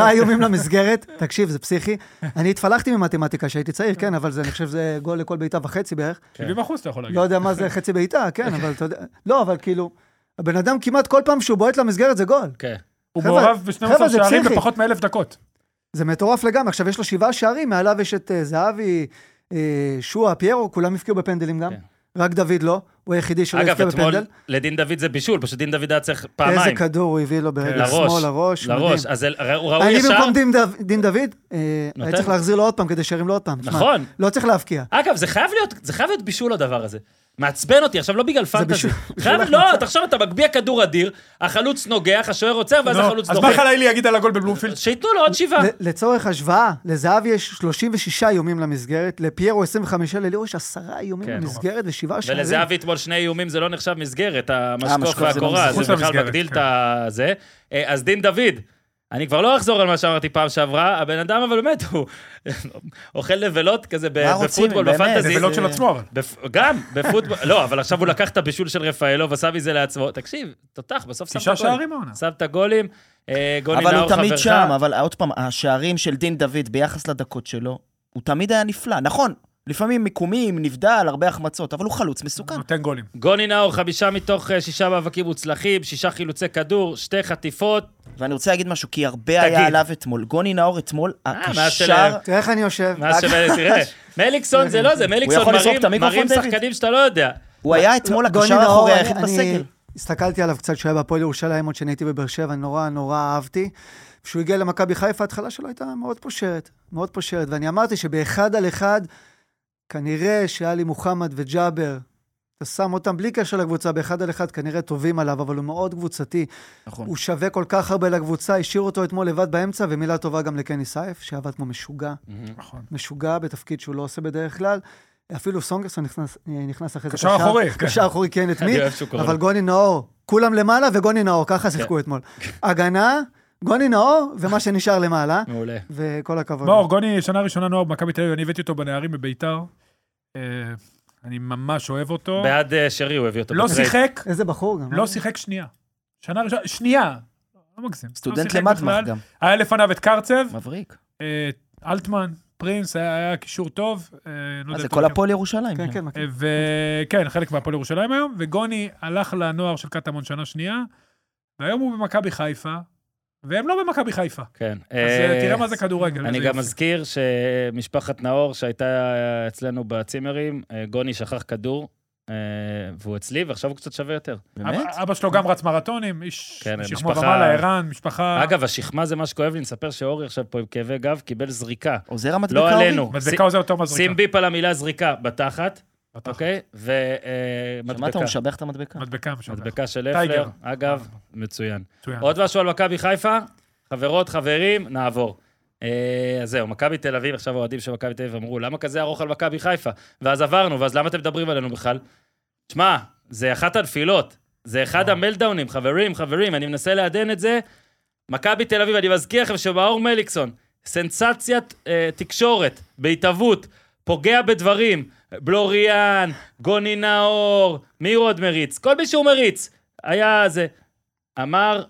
ב- איומים עשרה למסגרת. *laughs* איומים למסגרת. תקשיב, זה פסיכי. אני התפלחתי ממתמטיקה כשהייתי צעיר, כן, אבל זה, אני חושב שזה גול לכל בעיטה וחצי בערך. אוקיי. 70 אחוז אתה יכול להגיד. לא יודע מה זה חצי בעיטה, כן, אבל אתה יודע... לא, אבל כאילו, הבן אדם כמעט כל פעם שהוא בועט למסגרת זה גול. כן. הוא חבר'ה, מעורב ב-12 חבר'ה, זה שערים פסיכי. בפחות מאלף דקות. זה מטורף לגמרי. עכשיו, יש לו שבעה שערים, מעליו יש את אה, זהבי, אה, שועה, פיירו, כולם הפקיעו בפנדלים גם. כן. רק דוד לא, הוא היחידי שלא אגב, הפקיע אתמול בפנדל. לדין דוד זה בישול, פשוט דין דוד היה צריך איזה פעמיים. כדור הוא הביא לו ברגל לראש, שמאל, לראש. מדהים. לראש, אז אל- ר- הוא ראוי אני ישר. במקום דין דוד- דין דוד, אה, נותן. היה צריך להחזיר לו עוד פעם כדי שירים לו עוד פעם. תשמע, נכון. לא צריך להבקיע. אגב, זה חייב להיות, זה חייב להיות בישול הדבר הזה. מעצבן אותי, עכשיו לא בגלל פנטזי. בישול- *laughs* חייב, לא, תחשוב, אתה מגביה כדור אדיר, החלוץ נוגח, השוער עוצר, ואז נו, החלוץ אז מה דוחק. חלילי יגיד על הגול בבלומפילד? שייתנו לו עוד שבעה. ל- לצורך השוואה, לזהבי יש 36 איומים למסגרת, לפיירו 25, לליאור יש 10 איומים כן. למסגרת ושבעה שערים. ולזהבי אתמול שני איומים זה לא נחשב מסגרת, המשקוף המשקוף זה לא והקורה, מסגרת. זה חוץ בכלל למסגרת, מגדיל את כן. הזה. אה, אז דין דוד, אני כבר לא אחזור על מה שאמרתי פעם שעברה, הבן אדם אבל באמת, הוא *laughs* אוכל נבלות כזה ב- מה רוצים, בפוטבול, באמת? בפנטזי. אה, זה זה- בלוט של עצמו, אבל. בפ... גם, בפוטבול, לא, אבל עכשיו הוא לקח את הבישול של רפאלוב, עשה מזה לעצמו. תקשיב, תותח, בסוף שם את תשעה הגולים. שערים העונה. שם את הגולים, אה, גוני נאור אבל הוא חברך. תמיד שם, אבל עוד פעם, השערים של דין דוד ביחס לדקות שלו, הוא תמיד היה נפלא. נכון, לפעמים מיקומים, נבדל, הרבה החמצות, אבל הוא חלוץ כן. מסוכן. נותן גולים. גוני נאור, חמישה מתוך אה, שישה מאבקים מוצלחים, שישה חילוצי כדור, שתי חטיפות. ואני רוצה להגיד משהו, כי הרבה תגיד. היה עליו אתמול. גוני נאור אתמול, מה הקשר... שלהם? תראה איך אני יושב. מה שווה, *laughs* תראה, מליקסון זה לא זה, מליקסון יכול לזרוק מרים- את המיקרופון, מרים דוד? שחקנים שאתה לא יודע. Mm-hmm. הוא היה אתמול לא, גוני הקשר נאור, האחורי אני- היחיד אני בסגל. הסתכלתי עליו קצת כשהוא היה בהפועל ירושלים, עוד שאני הייתי בבאר שבע, נורא נורא אהבתי. כשהוא הגיע למכבי חיפה, ההתחלה שלו הייתה מאוד פושרת, מאוד פושרת. ואני אמרתי שבאחד על אחד, כנראה שעלי מוחמד וג'אבר, אתה שם אותם בלי קשר לקבוצה, באחד על אחד כנראה טובים עליו, אבל הוא מאוד קבוצתי. נכון. הוא שווה כל כך הרבה לקבוצה, השאיר אותו אתמול לבד באמצע, ומילה טובה גם לקני סייף, שעבד כמו משוגע. נכון. משוגע בתפקיד שהוא לא עושה בדרך כלל. אפילו סונגרסון נכנס, אה, נכנס אחרי זה קשר אחורי, כן. קשר אחורי, כן, את מי? אני אוהב שהוא קורא אבל לו. כן. גוני נאור, כולם למעלה וגוני נאור, ככה *laughs* שיחקו אתמול. הגנה, גוני נאור, ומה שנשאר למעלה, מעולה. וכל הכבוד. מאור, גוני, שנה ראשונה נוער במכבי תל אביב, אני הבאתי אותו בנערים בביתר. אה, אני ממש אוהב אותו. *laughs* בעד אה, שרי הוא הביא אותו. לא בטרייד. שיחק, איזה בחור גם. אה? לא שיחק שנייה. שנה ראשונה, שנייה. לא מגזים. לא סטודנט שיחק למטמח בכלל. גם, היה לפניו את קרצב, מבריק. אה, אלטמן, פרינס, היה היה קישור טוב. אה, לא מה יודע זה, אם כל אתה- הפועל ירושלים. כן, כן, מכיר. אה, וכן, חלק מהפועל ירושלים היום, וגוני הלך לנוער של קטמון שנה שנייה, והיום הוא במכבי חיפה, והם לא במכבי חיפה. כן. אז אה, אה, תראה מה זה כדורגל. אני איזה גם יופי. מזכיר שמשפחת נאור, שהייתה אה, אצלנו בצימרים, אה, גוני שכח כדור, אה, והוא אצלי, ועכשיו הוא קצת שווה יותר. באמת? אבא- אבא שלו גם רץ מרתונים, איש כן, שכמו משפחה- ומעלה, ערן, משפחה... אגב, השכמה זה מה שכואב לי, נספר שאורי עכשיו פה עם כאבי גב, קיבל זריקה. עוזר המדבקה לא ההורי. עלינו. מדבקה עוזר יותר מהזריקה. שים ביפ על המילה זריקה בתחת, בטח. אוקיי? שמעת, הוא ומדבקה. משבח את המדבקה. מדבקה משלם. מדבקה של טייגר. אה. אפלר, אגב, מצוין. מצוין. עוד משהו על מכבי חיפה? חברות, חברים, נעבור. אה, אז זהו, מכבי תל אביב, עכשיו האוהדים של מכבי תל אביב אמרו, למה כזה ארוך על מכבי חיפה? ואז עברנו, ואז למה אתם מדברים עלינו בכלל? שמע, זה אחת הנפילות, זה אחד המלדאונים, חברים, חברים, אני מנסה לעדן את זה. מכבי תל אביב, אני מזכיר לכם שמאור מליקסון, סנסציית אה, תקשורת, בהתהוות, פוגע בדברים, בלוריאן, גוני נאור, מי עוד מריץ? כל מי שהוא מריץ, היה זה. אמר,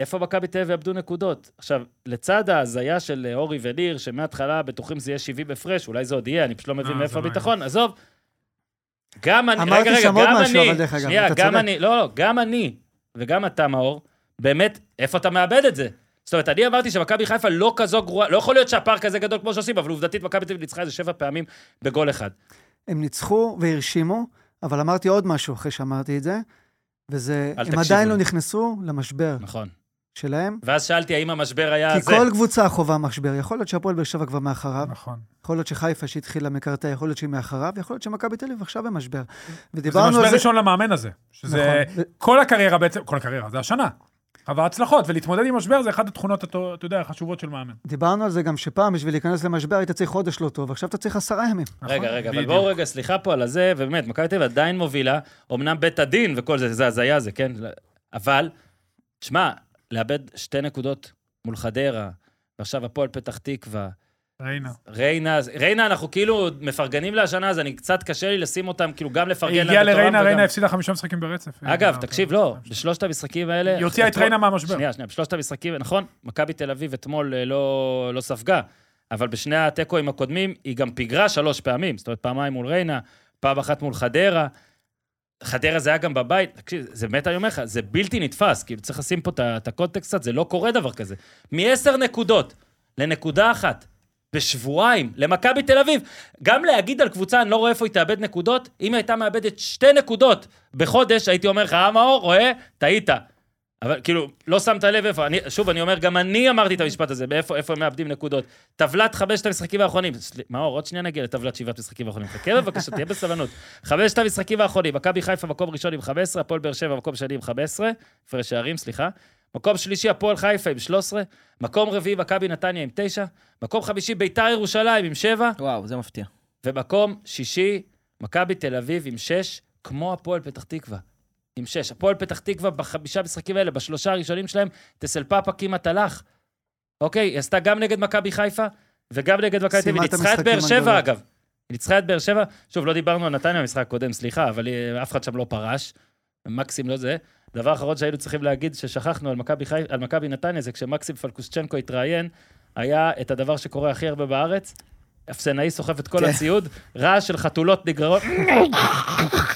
איפה מכבי תל אביב יאבדו נקודות? עכשיו, לצד ההזיה של אה, אורי וניר, שמההתחלה בטוחים זה יהיה 70 הפרש, אולי זה עוד יהיה, אני פשוט לא אה, מבין זה מאיפה לא הביטחון, עזוב. גם אני, אמרתי רגע, רגע, שם עוד גם משהו, אני, אבל דרך אגב, שנייה, אתה גם צודק. אני, לא, לא, גם אני, וגם אתה, מאור, באמת, איפה אתה מאבד את זה? זאת אומרת, אני אמרתי שמכבי חיפה לא כזו גרועה, לא יכול להיות שהפער כזה גדול כמו שעושים, אבל עובדתית מכבי תל אביב ניצחה איזה שבע פעמים בגול אחד. אה, הם ניצחו והרשימו, אבל אמרתי עוד משהו אחרי שאמרתי את זה, וזה, אל הם תקשיבו עדיין לי. לא נכנסו למשבר נכון. שלהם, ואז שאלתי האם המשבר היה כי זה. כל קבוצה חווה משבר. יכול להיות שהפועל באר שבע כבר מאחריו, נכון. יכול להיות שחיפה שהתחילה מקרטע, יכול להיות שהיא מאחריו, יכול להיות שמכבי תל אביב עכשיו במשבר. זה ודיברנו על משבר זה... ראשון למאמן הזה. שזה נכון. ו- כל הקריירה בעצם, כל הקריירה, זה השנה. אבל הצלחות, ולהתמודד עם משבר זה אחת התכונות, אתה אתה יודע, החשובות של מאמן. דיברנו על זה גם שפעם, בשביל להיכנס למשבר היית צריך חודש לא טוב, עכשיו אתה צריך עשרה ימים. רגע, נכון? רגע, אבל בדיוק. בואו רגע, סליחה פה על הזה, ובאמת, מכבי תל אביב עדיין מובילה, אמנם בית הדין וכל זה, זה הזיה זה, כן? אבל, שמע, לאבד שתי נקודות מול חדרה, ועכשיו הפועל פתח תקווה, ראינו. ריינה, ריינה, אנחנו כאילו מפרגנים לה השנה, אז אני קצת קשה לי לשים אותם, כאילו גם לפרגן לה הגיעה בתורם לריינה, וגם- ריינה הפסידה חמישה משחקים ברצף. אגב, אה, תקשיב, אוקיי. לא, בשלושת המשחקים האלה... היא הוציאה את אתמול- ריינה מהמשבר. שנייה, שנייה, בשלושת המשחקים, נכון, מכבי תל אביב אתמול אה, לא, לא ספגה, אבל בשני התיקואים הקודמים היא גם פיגרה שלוש פעמים, זאת אומרת, פעמיים מול ריינה, פעם אחת מול חדרה. חדרה זה היה גם בבית, תקשיב, זה באמת, אני אומר לך, זה בלתי נתפס, כאילו, צריך לשים פה את ה- את הקונטקסט קצת, זה לא קורה דבר כזה. מעשר נקודות לנקודה אחת, בשבועיים, למכבי תל אביב. גם להגיד על קבוצה, אני לא רואה איפה היא תאבד נקודות, אם היא הייתה מאבדת שתי נקודות בחודש, הייתי אומר לך, אה, מאור, רואה? טעית. אבל כאילו, לא שמת לב איפה, אני, שוב, אני אומר, גם אני אמרתי את המשפט הזה, באיפה איפה הם מאבדים נקודות. טבלת חמשת המשחקים האחרונים, סל- מאור, עוד שנייה נגיע לטבלת שבעת המשחקים האחרונים. חכה בבקשה, תהיה בסבלנות. חמשת המשחקים האחרונים, מכבי חיפה מקום ראשון עם 15, הפועל באר שבע מקום שני עם 15, הפרש שערים, סליחה. מקום שלישי, הפועל חיפה עם 13, מקום רביעי, מכבי נתניה עם 9, מקום חמישי, ביתר ירושלים עם 7, וואו, זה מפתיע. ומקום שישי, מכבי תל אביב עם שש, כמו הפועל פתח תקווה. עם שש. הפועל פתח תקווה בחמישה משחקים האלה, בשלושה הראשונים שלהם, טסל פאפה כמעט הלך. אוקיי, היא עשתה גם נגד מכבי חיפה, וגם נגד מכבי תל אביב. היא סיימה את ניצחה את באר המשחקים שבע, הגדולות. אגב. היא ניצחה את באר שבע. שוב, לא דיברנו על נתניה במשחק הקודם, סליחה, אבל אה, אף אחד שם לא פרש. מקסים לא זה. דבר אחרון שהיינו צריכים להגיד, ששכחנו על מכבי חי... על מכבי נתניה, זה כשמקסים פלקושצ'נקו התראיין, היה את הדבר שקורה הכי הרבה בארץ, אפסנאי סוחב את כל כן. הציוד, רעש של חתולות נגררות,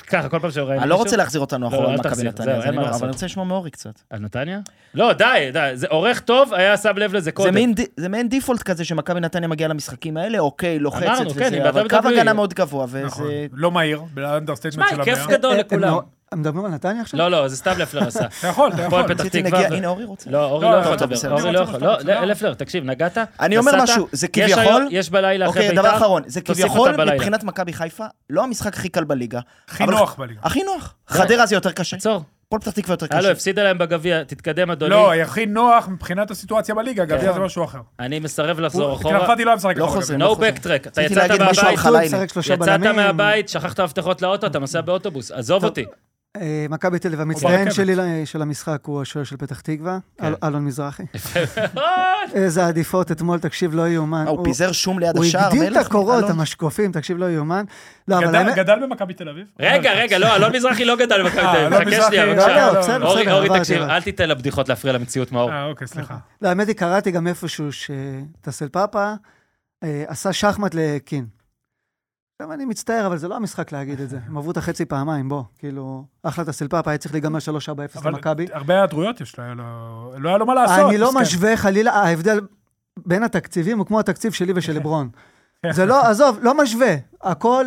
ככה, כל פעם שרואים אני לא רוצה להחזיר אותנו לא, אחורה אל למכבי תחזיר, נתניה, זהו, אז אין אני מה לא- לעשות. אבל אני רוצה לשמוע מאורי קצת. על נתניה? לא, די, די, זה עורך טוב, היה שם לב לזה זה קודם. מעין ד- זה מעין דיפולט כזה שמכבי נתניה מגיעה למשחקים האלה, אוקיי, לוחצת אמרנו, כן, היא וזה, אבל קו ב-WWE. הגנה מאוד גבוה, נכון. וזה... לא מהיר, שמע, באנדרסטייטמנט של כיף המאה. גדול הם- הם לכולם. לא- הם מדברים על נתניה עכשיו? לא, לא, זה סתם לפלר *laughs* עשה. אתה יכול, אתה הפועל יכול. פתח רציתי תקווה להגיע, ו- הנה אורי רוצה. לא, אורי לא, לא לא, יכול טוב, לדבר, בסדר. אורי אני לא רוצה יכול. לא, לשתף אותך, לא, לא. לפלר, תקשיב, נגעת, אני אומר נסעת, משהו, זה יש כביכול... היום- יש בלילה אחרי אוקיי, בית"ר, דבר אחרון, זה תוסיף אותה כביכול בלילה. מבחינת מכבי חיפה, לא המשחק הכי קל בליגה. הכי אבל- נוח בליגה. הכי נוח. לא. חדרה זה יותר קשה, עצור. הפועל פתח תקווה יותר הלו, קשה. הפסידה להם בגביע, תתקדם, אדוני. לא, הכי נוח מבחינת הסיטואציה בליגה, גביע כן. זה משהו אחר. אני מסרב לחזור כי אחורה. נפלתי לא היה משחק לא אחורה. חוזרים. No לא חוזר. backtrack, אתה רציתי יצאת להגיד משהו על מהבית, חלאילה. משחק לא, שלושה לא, יצאת בלמים. מהבית, שכחת הבטחות לאוטו, אתה נוסע באוטובוס, עזוב טוב. אותי. אה, מכבי תל אביב, המצטיין ברכבת. שלי ל- של המשחק הוא השוער של פתח תקווה, כן. אל- אלון *laughs* מזרחי. אה, איזה עדיפות אתמול, תקשיב, לא יאומן. אה, הוא פיזר שום ליד הוא השער, הגדיל את מלך, הקורות, אלון. המשקופים, תקשיב, לא יאומן. לא, אבל גדל- האמת... גדל במכבי תל אביב. רגע, רגע, לא, אלון מזרחי לא גדל במכבי אה, תל אביב, אלון חכה מזרחי- שנייה, לא, בבקשה. לא, בסדר, אורי, בסדר, אורי, עברתי, תקשיב, עברתי. אל תיתן לבדיחות להפריע למציאות, מאור. אה, אוקיי, סליחה. לא, האמת היא, קראתי גם איפשהו שטסל פאפה אה, עשה שחמט לקין. עכשיו אני מצטער, אבל זה לא המשחק להגיד את זה. הם עברו את החצי פעמיים, בוא. כאילו, אחלה טסל פאפה, היה צריך להיגמר 3-4-0 אבל למכבי. הרבה היעדרויות יש לו, היה לו- לא היה לו מה לעשות. אני לא מסכן. משווה חלילה, ההבדל בין התקציבים הוא כמו התקציב שלי *laughs* ושל לברון. כן. זה לא, עזוב, לא משווה. הכל,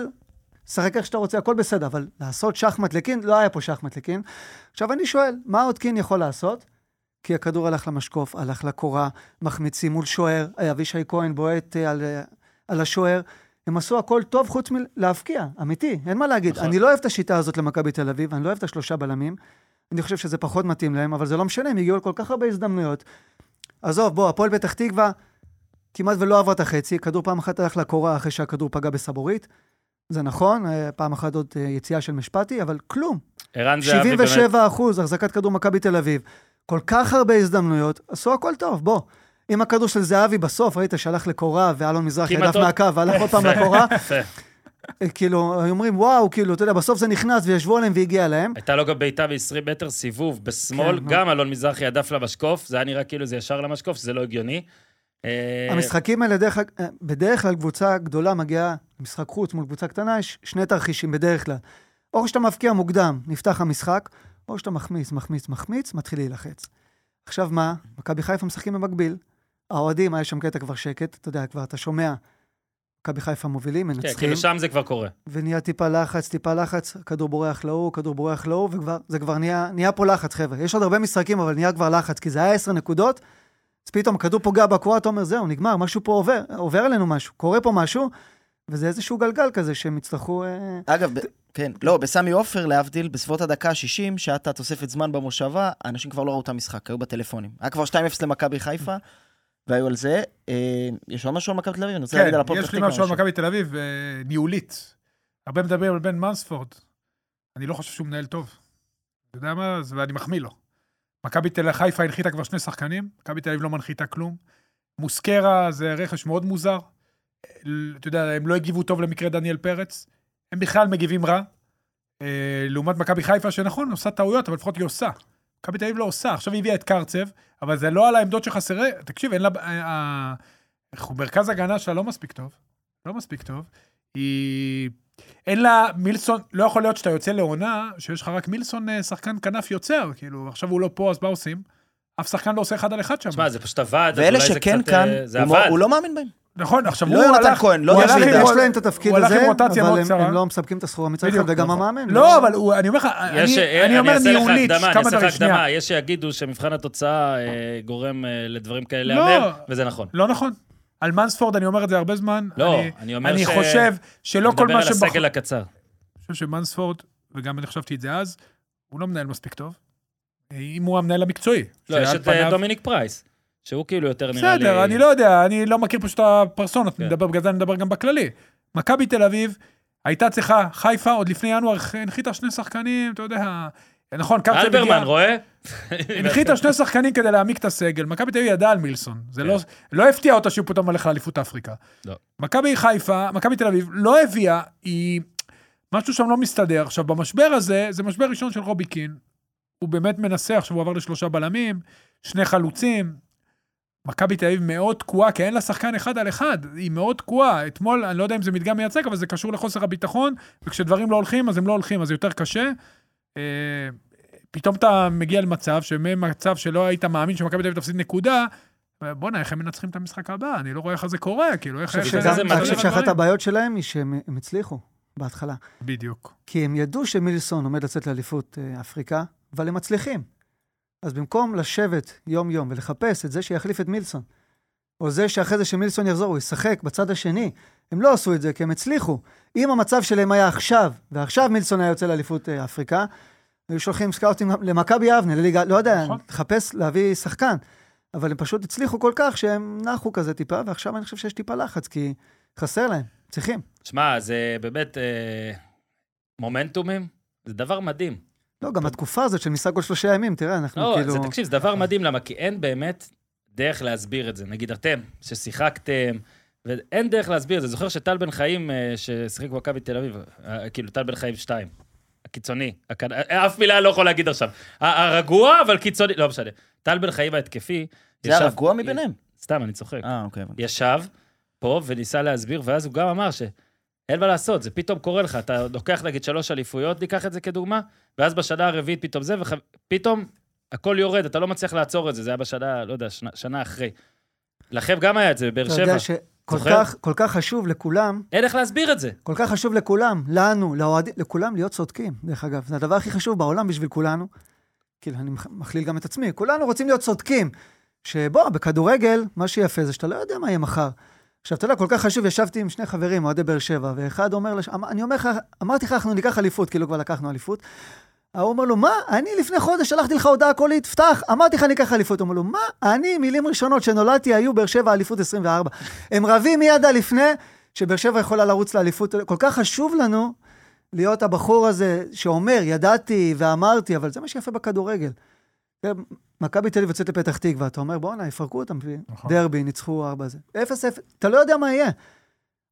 שחק איך שאתה רוצה, הכל בסדר, אבל לעשות שחמט לקין, לא היה פה שחמט לקין. עכשיו אני שואל, מה עוד קין יכול לעשות? כי הכדור הלך למשקוף, הלך לקורה, מחמיצים מול שוער, אה, אבישי כהן בועט אה, על, אה, על השוער. הם עשו הכל טוב חוץ מלהבקיע, אמיתי, אין מה להגיד. נכון. אני לא אוהב את השיטה הזאת למכבי תל אביב, אני לא אוהב את השלושה בלמים. אני חושב שזה פחות מתאים להם, אבל זה לא משנה, הם הגיעו לכל כך הרבה הזדמנויות. עזוב, בוא, הפועל פתח תקווה כמעט ולא עברה את החצי, כדור פעם אחת הלך לקורה אחרי שהכדור פגע בסבורית. זה נכון, אה, פעם אחת עוד אה, יציאה של משפטי, אבל כלום. ערן זהבי באמת. 77 אחוז החזקת כדור מכבי תל אביב. כל כך הרבה הזדמנויות, עשו הכל טוב, בוא. אם הכדור של זהבי בסוף, ראית, שהלך לקורה, ואלון מזרחי כמעט הדף עוד- מהקו, *laughs* והלך עוד פעם לקורה, יפה. אה, כאילו, היו אומרים, וואו, כאילו, אתה יודע, בסוף זה נכנס, וישבו עליהם והגיע להם. הייתה לו גם בעיטה ב-20 מטר סיבוב בשמאל, כן, גם אלון מזרחי הדף למשקוף, זה היה נראה כאילו זה ישר למשקוף, שזה לא הגיוני. אה, המשחקים האלה, דרך, אג- אה, בדרך כלל קבוצה גדולה מגיעה למשחק חוץ מול קבוצה קטנה, יש שני תרחישים בדרך כלל. או שאתה מבקיע מוקדם, נפתח המשחק, או שאתה מחמיץ, מחמיץ, מחמיץ, מתחיל להילחץ. עכשיו מה? מכבי חיפה משחקים במקביל. האוהדים, היה שם קטע כבר שקט, אתה יודע, כבר אתה שומע. מכבי חיפה מובילים, כן, מנצחים, כאילו שם זה כבר קורה. ונהיה טיפה לחץ, טיפה לחץ, כדור בורח להוא, כדור בורח להוא, וזה כבר נהיה, נהיה פה לחץ, חבר'ה. יש עוד הרבה משחקים, אבל נהיה כבר לחץ, כי זה היה עשר נקודות, אז פתאום הכדור פוגע בקורה, אתה אומר, זהו, נגמר, משהו פה עובר, עובר עלינו משהו, קורה פה משהו, וזה איזשהו גלגל כזה שהם יצטרכו... אה, אגב, ב... כן, לא, בסמי עופר, להבדיל, בסביבות הדקה ה-60, שהייתה תוספת זמן במושבה, אנשים כבר לא ראו את המשחק, היו בטלפונים. היה כבר 2-0 למכבי חיפה, והיו על זה. אה, יש עוד משהו על מכבי תל אביב? אני רוצה כן, להגיד על הפועל פתח יש לי תקווה. משהו על מכבי תל אביב, אה, ניהולית. הרבה מדברים על בן מנספורד. אני לא חושב שהוא מנהל טוב. אתה יודע מה? זה- ואני מחמיא לו. מכבי תל חיפה הנחיתה כבר שני שחקנים, מכבי תל אביב לא מנחיתה כלום. מוסקרה זה רכש מאוד מוזר. אה, אתה יודע, הם לא הגיבו טוב למקרה דניאל פרץ. הם בכלל מגיבים רע. אה, לעומת מכבי חיפה, שנכון, עושה טעויות, אבל לפחות היא עושה. מכבי תל אביב לא עושה, עכשיו היא הביאה את קרצב, אבל זה לא על העמדות שחסרה, תקשיב, אין לה... אה, אה, איך הוא- מרכז הגנה שלה לא מספיק טוב, לא מספיק טוב. היא... אין לה מילסון, לא יכול להיות שאתה יוצא לעונה שיש לך רק מילסון אה, שחקן כנף יוצר, כאילו, עכשיו הוא לא פה, אז מה עושים? אף שחקן לא עושה אחד על אחד שם. תשמע, זה פשוט עבד, אז ואלה אולי זה שכן קצת, כאן, אה, זה הוא לא- עבד. הוא לא מאמין בהם. נכון, עכשיו לא הוא יונתן הלך... כהן, לא הוא יש הלך לי- עם יש רוט- להם את התפקיד הוא הלך הזה, עם רוטציה אבל מאוד הם- קצרה. הם לא מספקים את הסחורה מצד בדיוק, אחד, וגם נכון. המאמן. לא, אבל הוא- אני אומר לך, יש, אני- אה, אני אומר ניהולית, אני כמה אעשה דברים, לך שנייה. הקדמה, יש שיגידו שמבחן התוצאה אה, גורם אה, לדברים כאלה לא. להמר, וזה נכון. לא נכון. על מנספורד אני אומר את זה הרבה זמן. לא, אני אומר אני ש- חושב שלא לא כל מה אני מדבר על שבחור... הסגל הקצר. אני חושב שמנספורד, וגם אני חשבתי את זה אז, הוא לא מנהל מספיק טוב. אם הוא המנהל המקצועי. לא, יש שעל את פניו- אה, דומיניק פרייס, שהוא כאילו יותר נראה לי... בסדר, אני לא יודע, אני לא מכיר פשוט את הפרסונות, אני כן. מדבר, בגלל זה אני מדבר גם בכללי. מכבי תל אביב הייתה צריכה, חיפה עוד לפני ינואר הנחיתה שני שחקנים, אתה יודע, נכון, קרצב הגיע... אלברמן, רואה? *laughs* הנחיתה שני שחקנים כדי להעמיק את הסגל. מכבי תל אביב ידעה על מילסון. זה לא, לא הפתיע אותה שהוא פתאום הולך לאליפות אפריקה. לא. מכבי חיפה, מכבי תל אביב, לא הביאה, היא... משהו שם לא מסתדר. עכשיו, במשבר הזה, זה משבר ראשון של רובי קין. הוא באמת מנסה, עכשיו הוא עבר לשלושה בלמים, שני חלוצים. מכבי תל אביב מאוד תקועה, כי אין לה שחקן אחד על אחד, היא מאוד תקועה. אתמול, אני לא יודע אם זה מדגם מייצג, אבל זה קשור לחוסר הביטחון, וכשדברים לא הולכים, אז הם לא הולכים, אז זה יותר קשה. אה, פתאום אתה מגיע למצב שממצב שלא היית מאמין שמכבי תל אביב תפסיד נקודה, בואנה, איך הם מנצחים את המשחק הבא? אני לא רואה איך זה קורה, כאילו, איך... איך שזה זה שגם- זה מסתדר אני חושב שאחת הדברים? הבעיות שלהם היא שהם הם הצליחו בהתחלה. בדיוק. כי הם ידעו שמילסון עומד לצאת לאליפות אה, אפריקה, אבל הם מצליחים. אז במקום לשבת יום-יום ולחפש את זה שיחליף את מילסון, או זה שאחרי זה שמילסון יחזור, הוא ישחק בצד השני, הם לא עשו את זה כי הם הצליחו. אם המצב שלהם היה עכשיו, ועכשיו מילסון היה יוצא לאליפות אה, אפריקה, היו שולחים סקאוטים למכבי יבנה, לליגה, לא יודע, נכון. לחפש להביא שחקן. אבל הם פשוט הצליחו כל כך שהם נחו כזה טיפה, ועכשיו אני חושב שיש טיפה לחץ, כי חסר להם, צריכים. *laughs* שמע, זה באמת אה, מומנטומים, זה דבר מדהים. לא, גם התקופה הזאת של משחק כל שלושה ימים, תראה, אנחנו כן. לא, כאילו... זה תקשיב, זה דבר מדהים, למה? כי אין באמת דרך להסביר את זה. נגיד אתם, ששיחקתם, ואין דרך להסביר את זה. זוכר שטל בן חיים, אה, ששיחק במכבי תל אביב, אה, כאילו, טל בן חיים 2, הקיצוני, הכנ- אה, אף מילה אני לא יכול להגיד עכשיו. ה- הרגוע, אבל קיצוני, לא משנה. טל בן חיים ההתקפי, זה ישב- הרגוע מביניהם. סתם, אני צוחק. אה, אוקיי. הבנתי. ישב פה וניסה להסביר, ואז הוא גם אמר ש... אין מה לעשות, זה פתאום קורה לך. אתה לוקח נגיד שלוש אליפויות, ניקח את זה כדוגמה, ואז בשנה הרביעית פתאום זה, ופתאום הכל יורד, אתה לא מצליח לעצור את זה, זה היה בשנה, לא יודע, שנה, שנה אחרי. לכם גם היה את זה בבאר אתה יודע שבע. שכל זוכר? כך, כל כך חשוב לכולם, אין איך להסביר את זה. כל כך חשוב לכולם, לנו, לאוהדים, לכולם להיות צודקים, דרך אגב. זה הדבר הכי חשוב בעולם בשביל כולנו. כאילו, אני מח- מכליל גם את עצמי, כולנו רוצים להיות צודקים. שבוא, בכדורגל, מה שיפה זה שאתה לא יודע מה יהיה מחר. עכשיו, אתה יודע, כל כך חשוב, ישבתי עם שני חברים, אוהדי באר שבע, ואחד אומר, לש... אמר- אני אומר לך, אמרתי לך, אנחנו ניקח אליפות, כאילו כבר לקחנו אליפות. ההוא אומר לו, מה? אני לפני חודש שלחתי לך הודעה קולית, פתח, אמרתי לך, ניקח אליפות. הוא אומר לו, מה? אני, מילים ראשונות שנולדתי, היו באר שבע אליפות 24. הם רבים מיד על לפני, שבאר שבע יכולה לרוץ לאליפות. כל כך חשוב לנו להיות הבחור הזה שאומר, ידעתי ואמרתי, אבל זה מה שיפה בכדורגל. תראה, מכבי תל אביב יוצאת לפתח תקווה, אתה אומר, בואנה, יפרקו אותם, נכון. דרבי, ניצחו ארבע זה. אפס אפס, אתה לא יודע מה יהיה.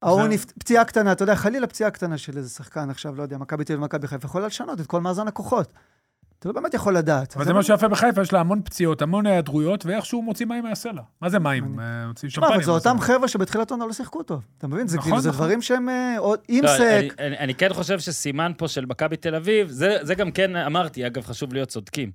ההוא זה- נפ... פציעה קטנה, אתה יודע, חלילה פציעה קטנה של איזה שחקן עכשיו, לא יודע, מכבי תל אביב, מכבי חיפה, יכולה לשנות את כל מאזן הכוחות. אתה לא באמת יכול לדעת. אבל זה מה שיפה בחיפה, יש לה המון פציעות, המון היעדרויות, ואיכשהו מוציא מים מהסלע. מה זה מים? אה, הוציאו שמע, שמפניה. אבל זה אותם מהסלע. חבר'ה שבתחילת עונה לא שיחקו טוב. אתה מבין? זה נכון, כאילו, זה נכון. דברים שהם... אה, עוד- עם לא, אני, סק, אני, אני כן חושב שסימן פה של מכבי תל אביב, זה, זה גם כן אמרתי, אגב, חשוב להיות צודקים.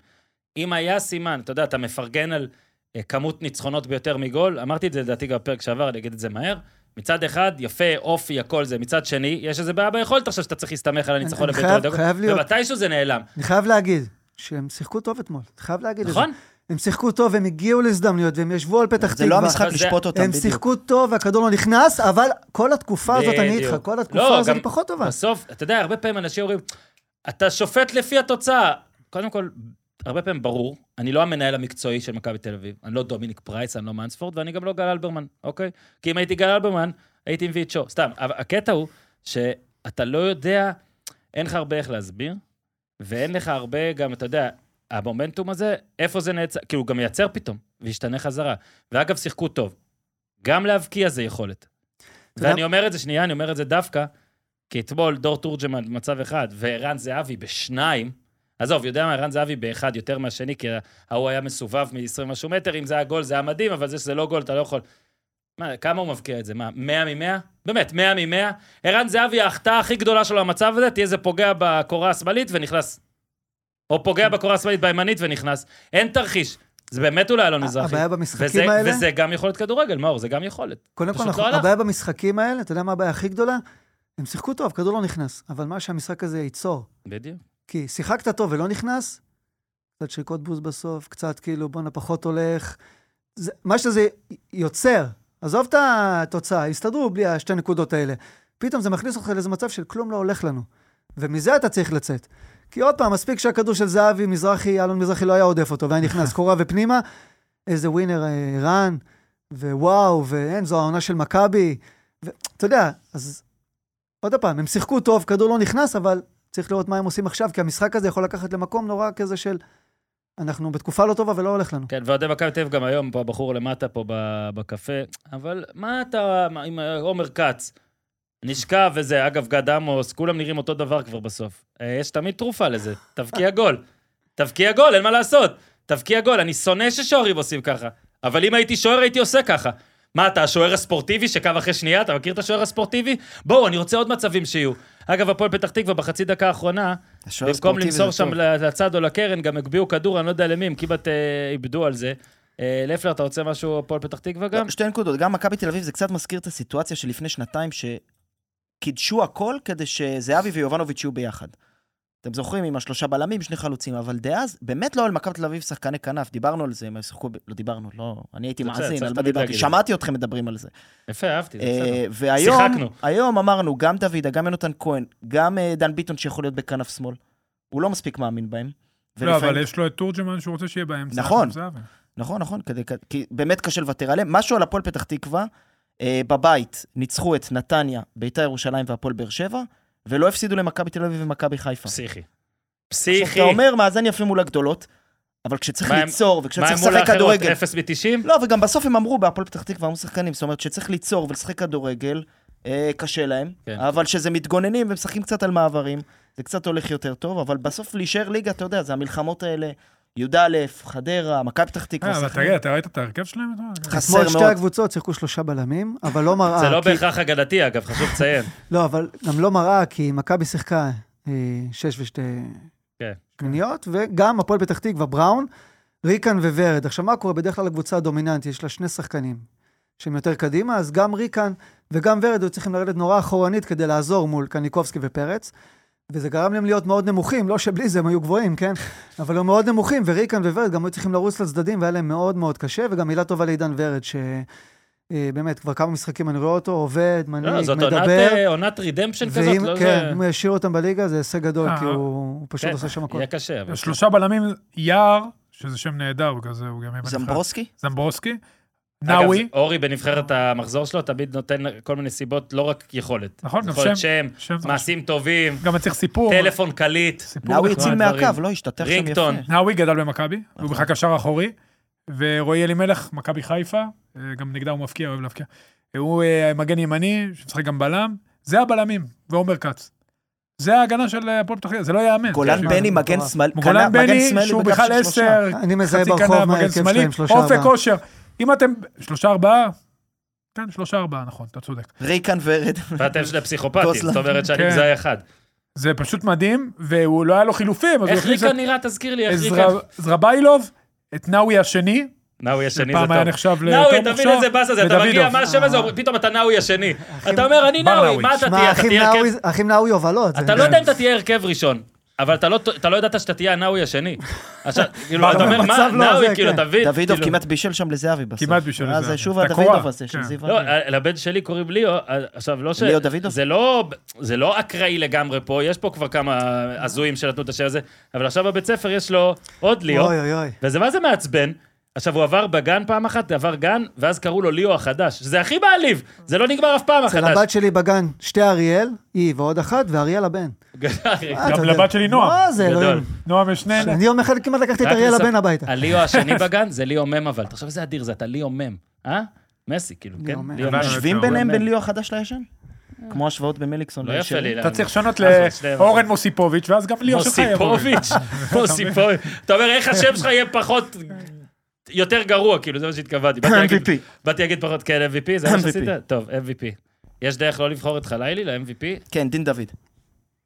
אם היה סימן, אתה יודע, אתה מפרגן על אה, כמות ניצחונות ביותר מגול, אמרתי את זה לדעתי גם בפרק שעבר, אני אגיד את זה מהר. מצד אחד, יפה, אופי, הכל זה. מצד שני, יש איזה בעיה ביכולת עכשיו שאתה צריך להסתמך על הניצחון אני לביתר חייב- דקות. חייב להיות. ומתישהו זה נעלם, אני חייב להגיד שהם שיחקו טוב אתמול, אני חייב להגיד את זה. נכון? הם שיחקו טוב, הם הגיעו להזדמנויות, והם ישבו על פתח תקווה. זה לא המשחק אבל זה- לשפוט אותם הם בדיוק. שיחקו טוב והכדור לא נכנס, אבל כל התקופה הזאת, אני בדיוק. איתך, כל לא, התקופה הזאת גם- היא פחות טובה. בסוף, אתה יודע, הרבה פעמים אנשים אומרים, אתה שופט לפי התוצאה. קודם כל, הרבה פעמים ברור, אני לא המנהל המקצועי של מכבי תל אביב, אני לא דומיניק פרייס, אני לא מאנספורד, ואני גם לא גל אלברמן, אוקיי? כי אם הייתי גל אלברמן, הייתי מביא את שו. סתם, אבל הקטע הוא שאתה לא יודע, אין לך הרבה איך להסביר, ואין לך הרבה גם, אתה יודע, המומנטום הזה, איפה זה נעצר, כאילו, הוא גם ייצר פתאום, וישתנה חזרה. ואגב, שיחקו טוב. גם להבקיע זה יכולת. אתה יודע- ואני אומר את זה, שנייה, אני אומר את זה דווקא, כי אתמול דור תורג'מן במצב אחד, וערן זהבי בשניים, עזוב, יודע מה, ערן זהבי באחד יותר מהשני, כי ההוא היה מסובב מ-20 משהו מטר, אם זה היה גול זה היה מדהים, אבל זה שזה לא גול, אתה לא יכול... מה, כמה הוא מבקיע את זה? מה, 100 מ-100? באמת, 100 מ-100? ערן זהבי, ההחטאה הכי גדולה שלו במצב הזה, תהיה זה פוגע בקורה השמאלית ונכנס. או פוגע בקורה השמאלית בימנית ונכנס. אין תרחיש. זה באמת אולי אלון מזרחי. הבעיה וזה, במשחקים האלה, וזה גם יכולת כדורגל, מאור, זה גם יכולת. קודם כל, פשוט אנחנו- לא הלך. הבעיה במשחקים האלה, אתה יודע מה הבעיה הכי גדולה? הם שיחקו טוב, כדור לא נכנס. אבל מה שהמשחק הזה ייצור, בדיוק. כי שיחקת טוב ולא נכנס, קצת שריקות בוז בסוף, קצת כאילו, בואנה, פחות הולך. זה, מה שזה יוצר, עזוב את התוצאה, הסתדרו בלי השתי נקודות האלה. פתאום זה מכניס אותך לאיזה מצב של כלום לא הולך לנו. ומזה אתה צריך לצאת. כי עוד פעם, מספיק שהכדור של זהבי, מזרחי, אלון מזרחי לא היה עודף אותו, והיה נכנס קורה ופנימה, איזה ווינר אה, ערן, ווואו, ואין, זו העונה של מכבי. ו- אתה יודע, אז עוד פעם, הם שיחקו טוב, כדור לא נכנס, אבל צריך לראות מה הם עושים עכשיו, כי המשחק הזה יכול לקחת למקום נורא כזה של, אנחנו בתקופה לא טובה ולא הולך לנו. כן, ואוהדי מכבי תל אביב גם היום, פה הבחור למטה פה ב- בקפה. אבל מה אתה מה, עם אה, עומר כץ? נשכב וזה, אגב, גד עמוס, כולם נראים אותו דבר כבר בסוף. אה, יש תמיד תרופה לזה, *laughs* תבקיע גול. תבקיע גול, אין מה לעשות. תבקיע גול, אני שונא ששוערים עושים ככה. אבל אם הייתי שוער, הייתי עושה ככה. מה, אתה השוער הספורטיבי שקו אחרי שנייה? אתה מכיר את השוער הספורטיבי? בואו, אני רוצה עוד מצבים שיהיו. אגב, הפועל פתח תקווה בחצי דקה האחרונה, השוער במקום הספורטיבי זה למסור שם טוב. לצד או לקרן, גם הגביהו כדור, אני לא יודע למי, הם כמעט אה, איבדו על זה. אה, לפלר, אתה רוצה משהו הפועל פתח תקווה גם? לא, שתי נקודות, גם מכבי תל אביב זה קצת מזכיר את הסיטואציה שלפני שנתיים שקידשו הכל כדי שזהבי ויובנוביץ' יהיו ביחד. אתם זוכרים, עם השלושה בלמים, שני חלוצים, אבל דאז באמת לא על מכבי תל אביב שחקני כנף, דיברנו על זה, הם שיחקו, ב- לא דיברנו, לא, אני הייתי זה בסדר, מאזין, צריך על מה תמיד דיברתי, להגיד את שמעתי אתכם מדברים על זה. יפה, אהבתי, זה בסדר. אה, והיום, שיחקנו. היום אמרנו, גם דוידה, גם יונתן כהן, גם אה, דן ביטון שיכול להיות בכנף שמאל, הוא לא מספיק מאמין בהם. לא, ולפעמים- אבל יש לו את תורג'מן שהוא רוצה שיהיה באמצע. נכון. זה אבל. נכון, נכון, כדי, כי באמת קשה לוותר עליהם. משהו על הפועל פתח תקווה, אה, בבית ניצחו את נתניה, ביתר ירושלים והפועל באר שבע, ולא הפסידו למכבי תל אביב ומכבי חיפה. פסיכי. עכשיו, פסיכי. אתה אומר מאזן יפה מול הגדולות, אבל כשצריך מה הם- ליצור מה וכשצריך הם מול לשחק האחרות? כדורגל... 0 מ-90? לא, וגם בסוף הם אמרו, בהפועל פתח תקווה אמרו שחקנים, זאת אומרת שצריך ליצור ולשחק כדורגל, אה, קשה להם, כן. אבל כשזה מתגוננים ומשחקים קצת על מעברים, זה קצת הולך יותר טוב, אבל בסוף להישאר ליגה, אתה יודע, זה המלחמות האלה, י"א, חדרה, מכבי פתח תקווה, אה, אבל סכנין. תגיד, אתה ראית את ההרכב שלהם אתמול? חסר אתמול שתי מאוד. הקבוצות שיחקו שלושה בלמים, אבל לא מראה. זה לא כי- בהכרח הגנתי, אגב, חשוב לציין. לא, אבל גם לא מראה, כי מכבי שיחקה אה, שש ושתי כן. שמיניות, וגם הפועל פתח תקווה, בראון, ריקן וורד. עכשיו, מה קורה? בדרך כלל הקבוצה הדומיננטית, יש לה שני שחקנים שהם יותר קדימה, אז גם ריקן וגם ורד היו צריכים לרדת נורא אחורנית כדי לעזור מול קניקובסקי ופרץ. וזה גרם להם להיות מאוד נמוכים, לא שבלי זה הם היו גבוהים, כן? אבל הם מאוד נמוכים, וריקן וורד גם היו צריכים לרוץ לצדדים, והיה להם מאוד מאוד קשה, וגם מילה טובה לעידן ורד, שבאמת, כבר כמה משחקים אני רואה אותו, עובד, מנהיג, לא, מדבר. זאת עונת, אה, עונת רידמפשן כזאת, ואם, לא כן, זה... אם הוא ישאיר אותם בליגה, זה הישג גדול, אה, כי הוא, הוא פשוט כן, עושה שם הכול. יהיה קשה, אבל... שלושה בלמים, יער, שזה שם נהדר, הוא כזה, הוא גם... היה בנבחרת. זמברוסקי? זמברוסקי. אגב, נאווי. אורי בנבחרת המחזור שלו תמיד נותן כל מיני סיבות, לא רק יכולת. נכון, גם יכולת שם. נכון. שם, שם זה מעשים טובים, גם צריך סיפור. טלפון קליט. סיפור נאווי נחמד. הציל מהקו, דברים. לא? השתתף שם יפה. רינגטון. נאווי גדל במכבי, נכון. הוא בכלל קשר אחורי, ורועי אלימלך, מכבי חיפה, אה, גם נגדה הוא מפקיע, אוהב להפקיע. הוא אה, מגן ימני, שמשחק גם בלם, זה הבלמים, ועומר כץ. זה ההגנה של אה, הפועל פתח תקווה, זה לא ייאמן. גולן כן. בני, מה, מגן מטורף. שמאל, כנף, גולן בני, שמאלי שהוא בקו של בכלל שלושה. אה, עשר, אני מזהה חצי ברחוב כנף, מה מגן ההרכב שמאלי, שלהם, שלושה אופק ארבעה. כושר. אם אתם, שלושה ארבעה? כן, שלושה ארבעה, נכון, אתה צודק. ריקן ורד. *laughs* כאילו. ואתם שני פסיכופטים, גוסלן. זאת אומרת שאני כן. מזהה אחד. זה פשוט מדהים, והוא לא היה לו חילופים, אז הוא הכניס החריקה את נראה, תזכיר לי, החריקה. זר- זרביילוב, את נאווי השני, נאווי השני זה שפעם היה טוב. אה. נחשב ליותר מוכשר, נאווי, תבין איזה באסה זה, אתה מגיע, ודוידוב. מה השם הזה, אומרים, פתאום אתה נאווי השני. אתה אומר, אני בר נאווי, נאווי. מה אתה מה, תהיה? אתה אחים תהיה הרכב- נאווי- אחים נאווי הובלות. זה- אתה לא יודע אם אתה תהיה הרכב ראשון, אבל אתה לא- אתה לא ידעת שאתה תהיה הנאווי השני. עכשיו, כאילו, אתה אומר, מה, במצב לא נאווי, זה, כאילו, כן. תבין. דוידוב כאילו- כמעט בישל שם לזהבי בסוף. כמעט בישל אה, לזהבי. זה שוב את הדוידוב הקורה, הזה של כן. זיו לא, אדום. לבן שלי קוראים ליאו, עכשיו, לא ש... ליאו דוידוב? זה לא, זה לא אקראי לגמרי פה, יש פה כבר כמה הזויים שנתנו את השם הזה, אבל עכשיו בבית ספר יש לו עוד ליאו, אוי אוי אוי. וזה מה זה מעצבן. עכשיו, הוא עבר בגן פעם אחת, עבר גן, ואז קראו לו ליאו החדש. זה הכי מעליב, זה לא נגמר אף פעם אצל החדש. *laughs* הבת שלי בגן, שתי אריאל, היא ועוד אחת, ואריאל הבן. אה, אתה יודע. לבת שלי נועם. מה זה, גדול. כן. אלוהים. נועם יש שני... אני יום אחד כמעט לקחתי את רק אריאל לספר- אה, הבן הביתה. הליאו *laughs* השני בגן זה ליאו מם אבל. תחשוב איזה אדיר זה, אתה ליאו מם, אה? מסי, כאילו, כן? ליאו מם. ליאו מם. אבל- משווים אוקיי, ביניהם אמן. בין ליאו החדש לישן? אה. כמו השוואות במליקסון. אה, לא יפה לישן. לי. אתה צריך לשנות אה, זה שני- לאורן מוסיפוביץ', ואז גם ליאור שלך יבוא. *laughs* מוסיפוביץ', מוסיפוביץ'. אתה אומר, איך השם שלך יהיה פחות, יותר גרוע, כאילו, זה מה שהתכוונתי. באתי להגיד- MVP. באתי להגיד פחות, כן, MVP, זה מה MVP. שעשית? טוב, MVP. יש דרך לא לבחור את חלילי ל-MVP? כן, דין דוד. אה.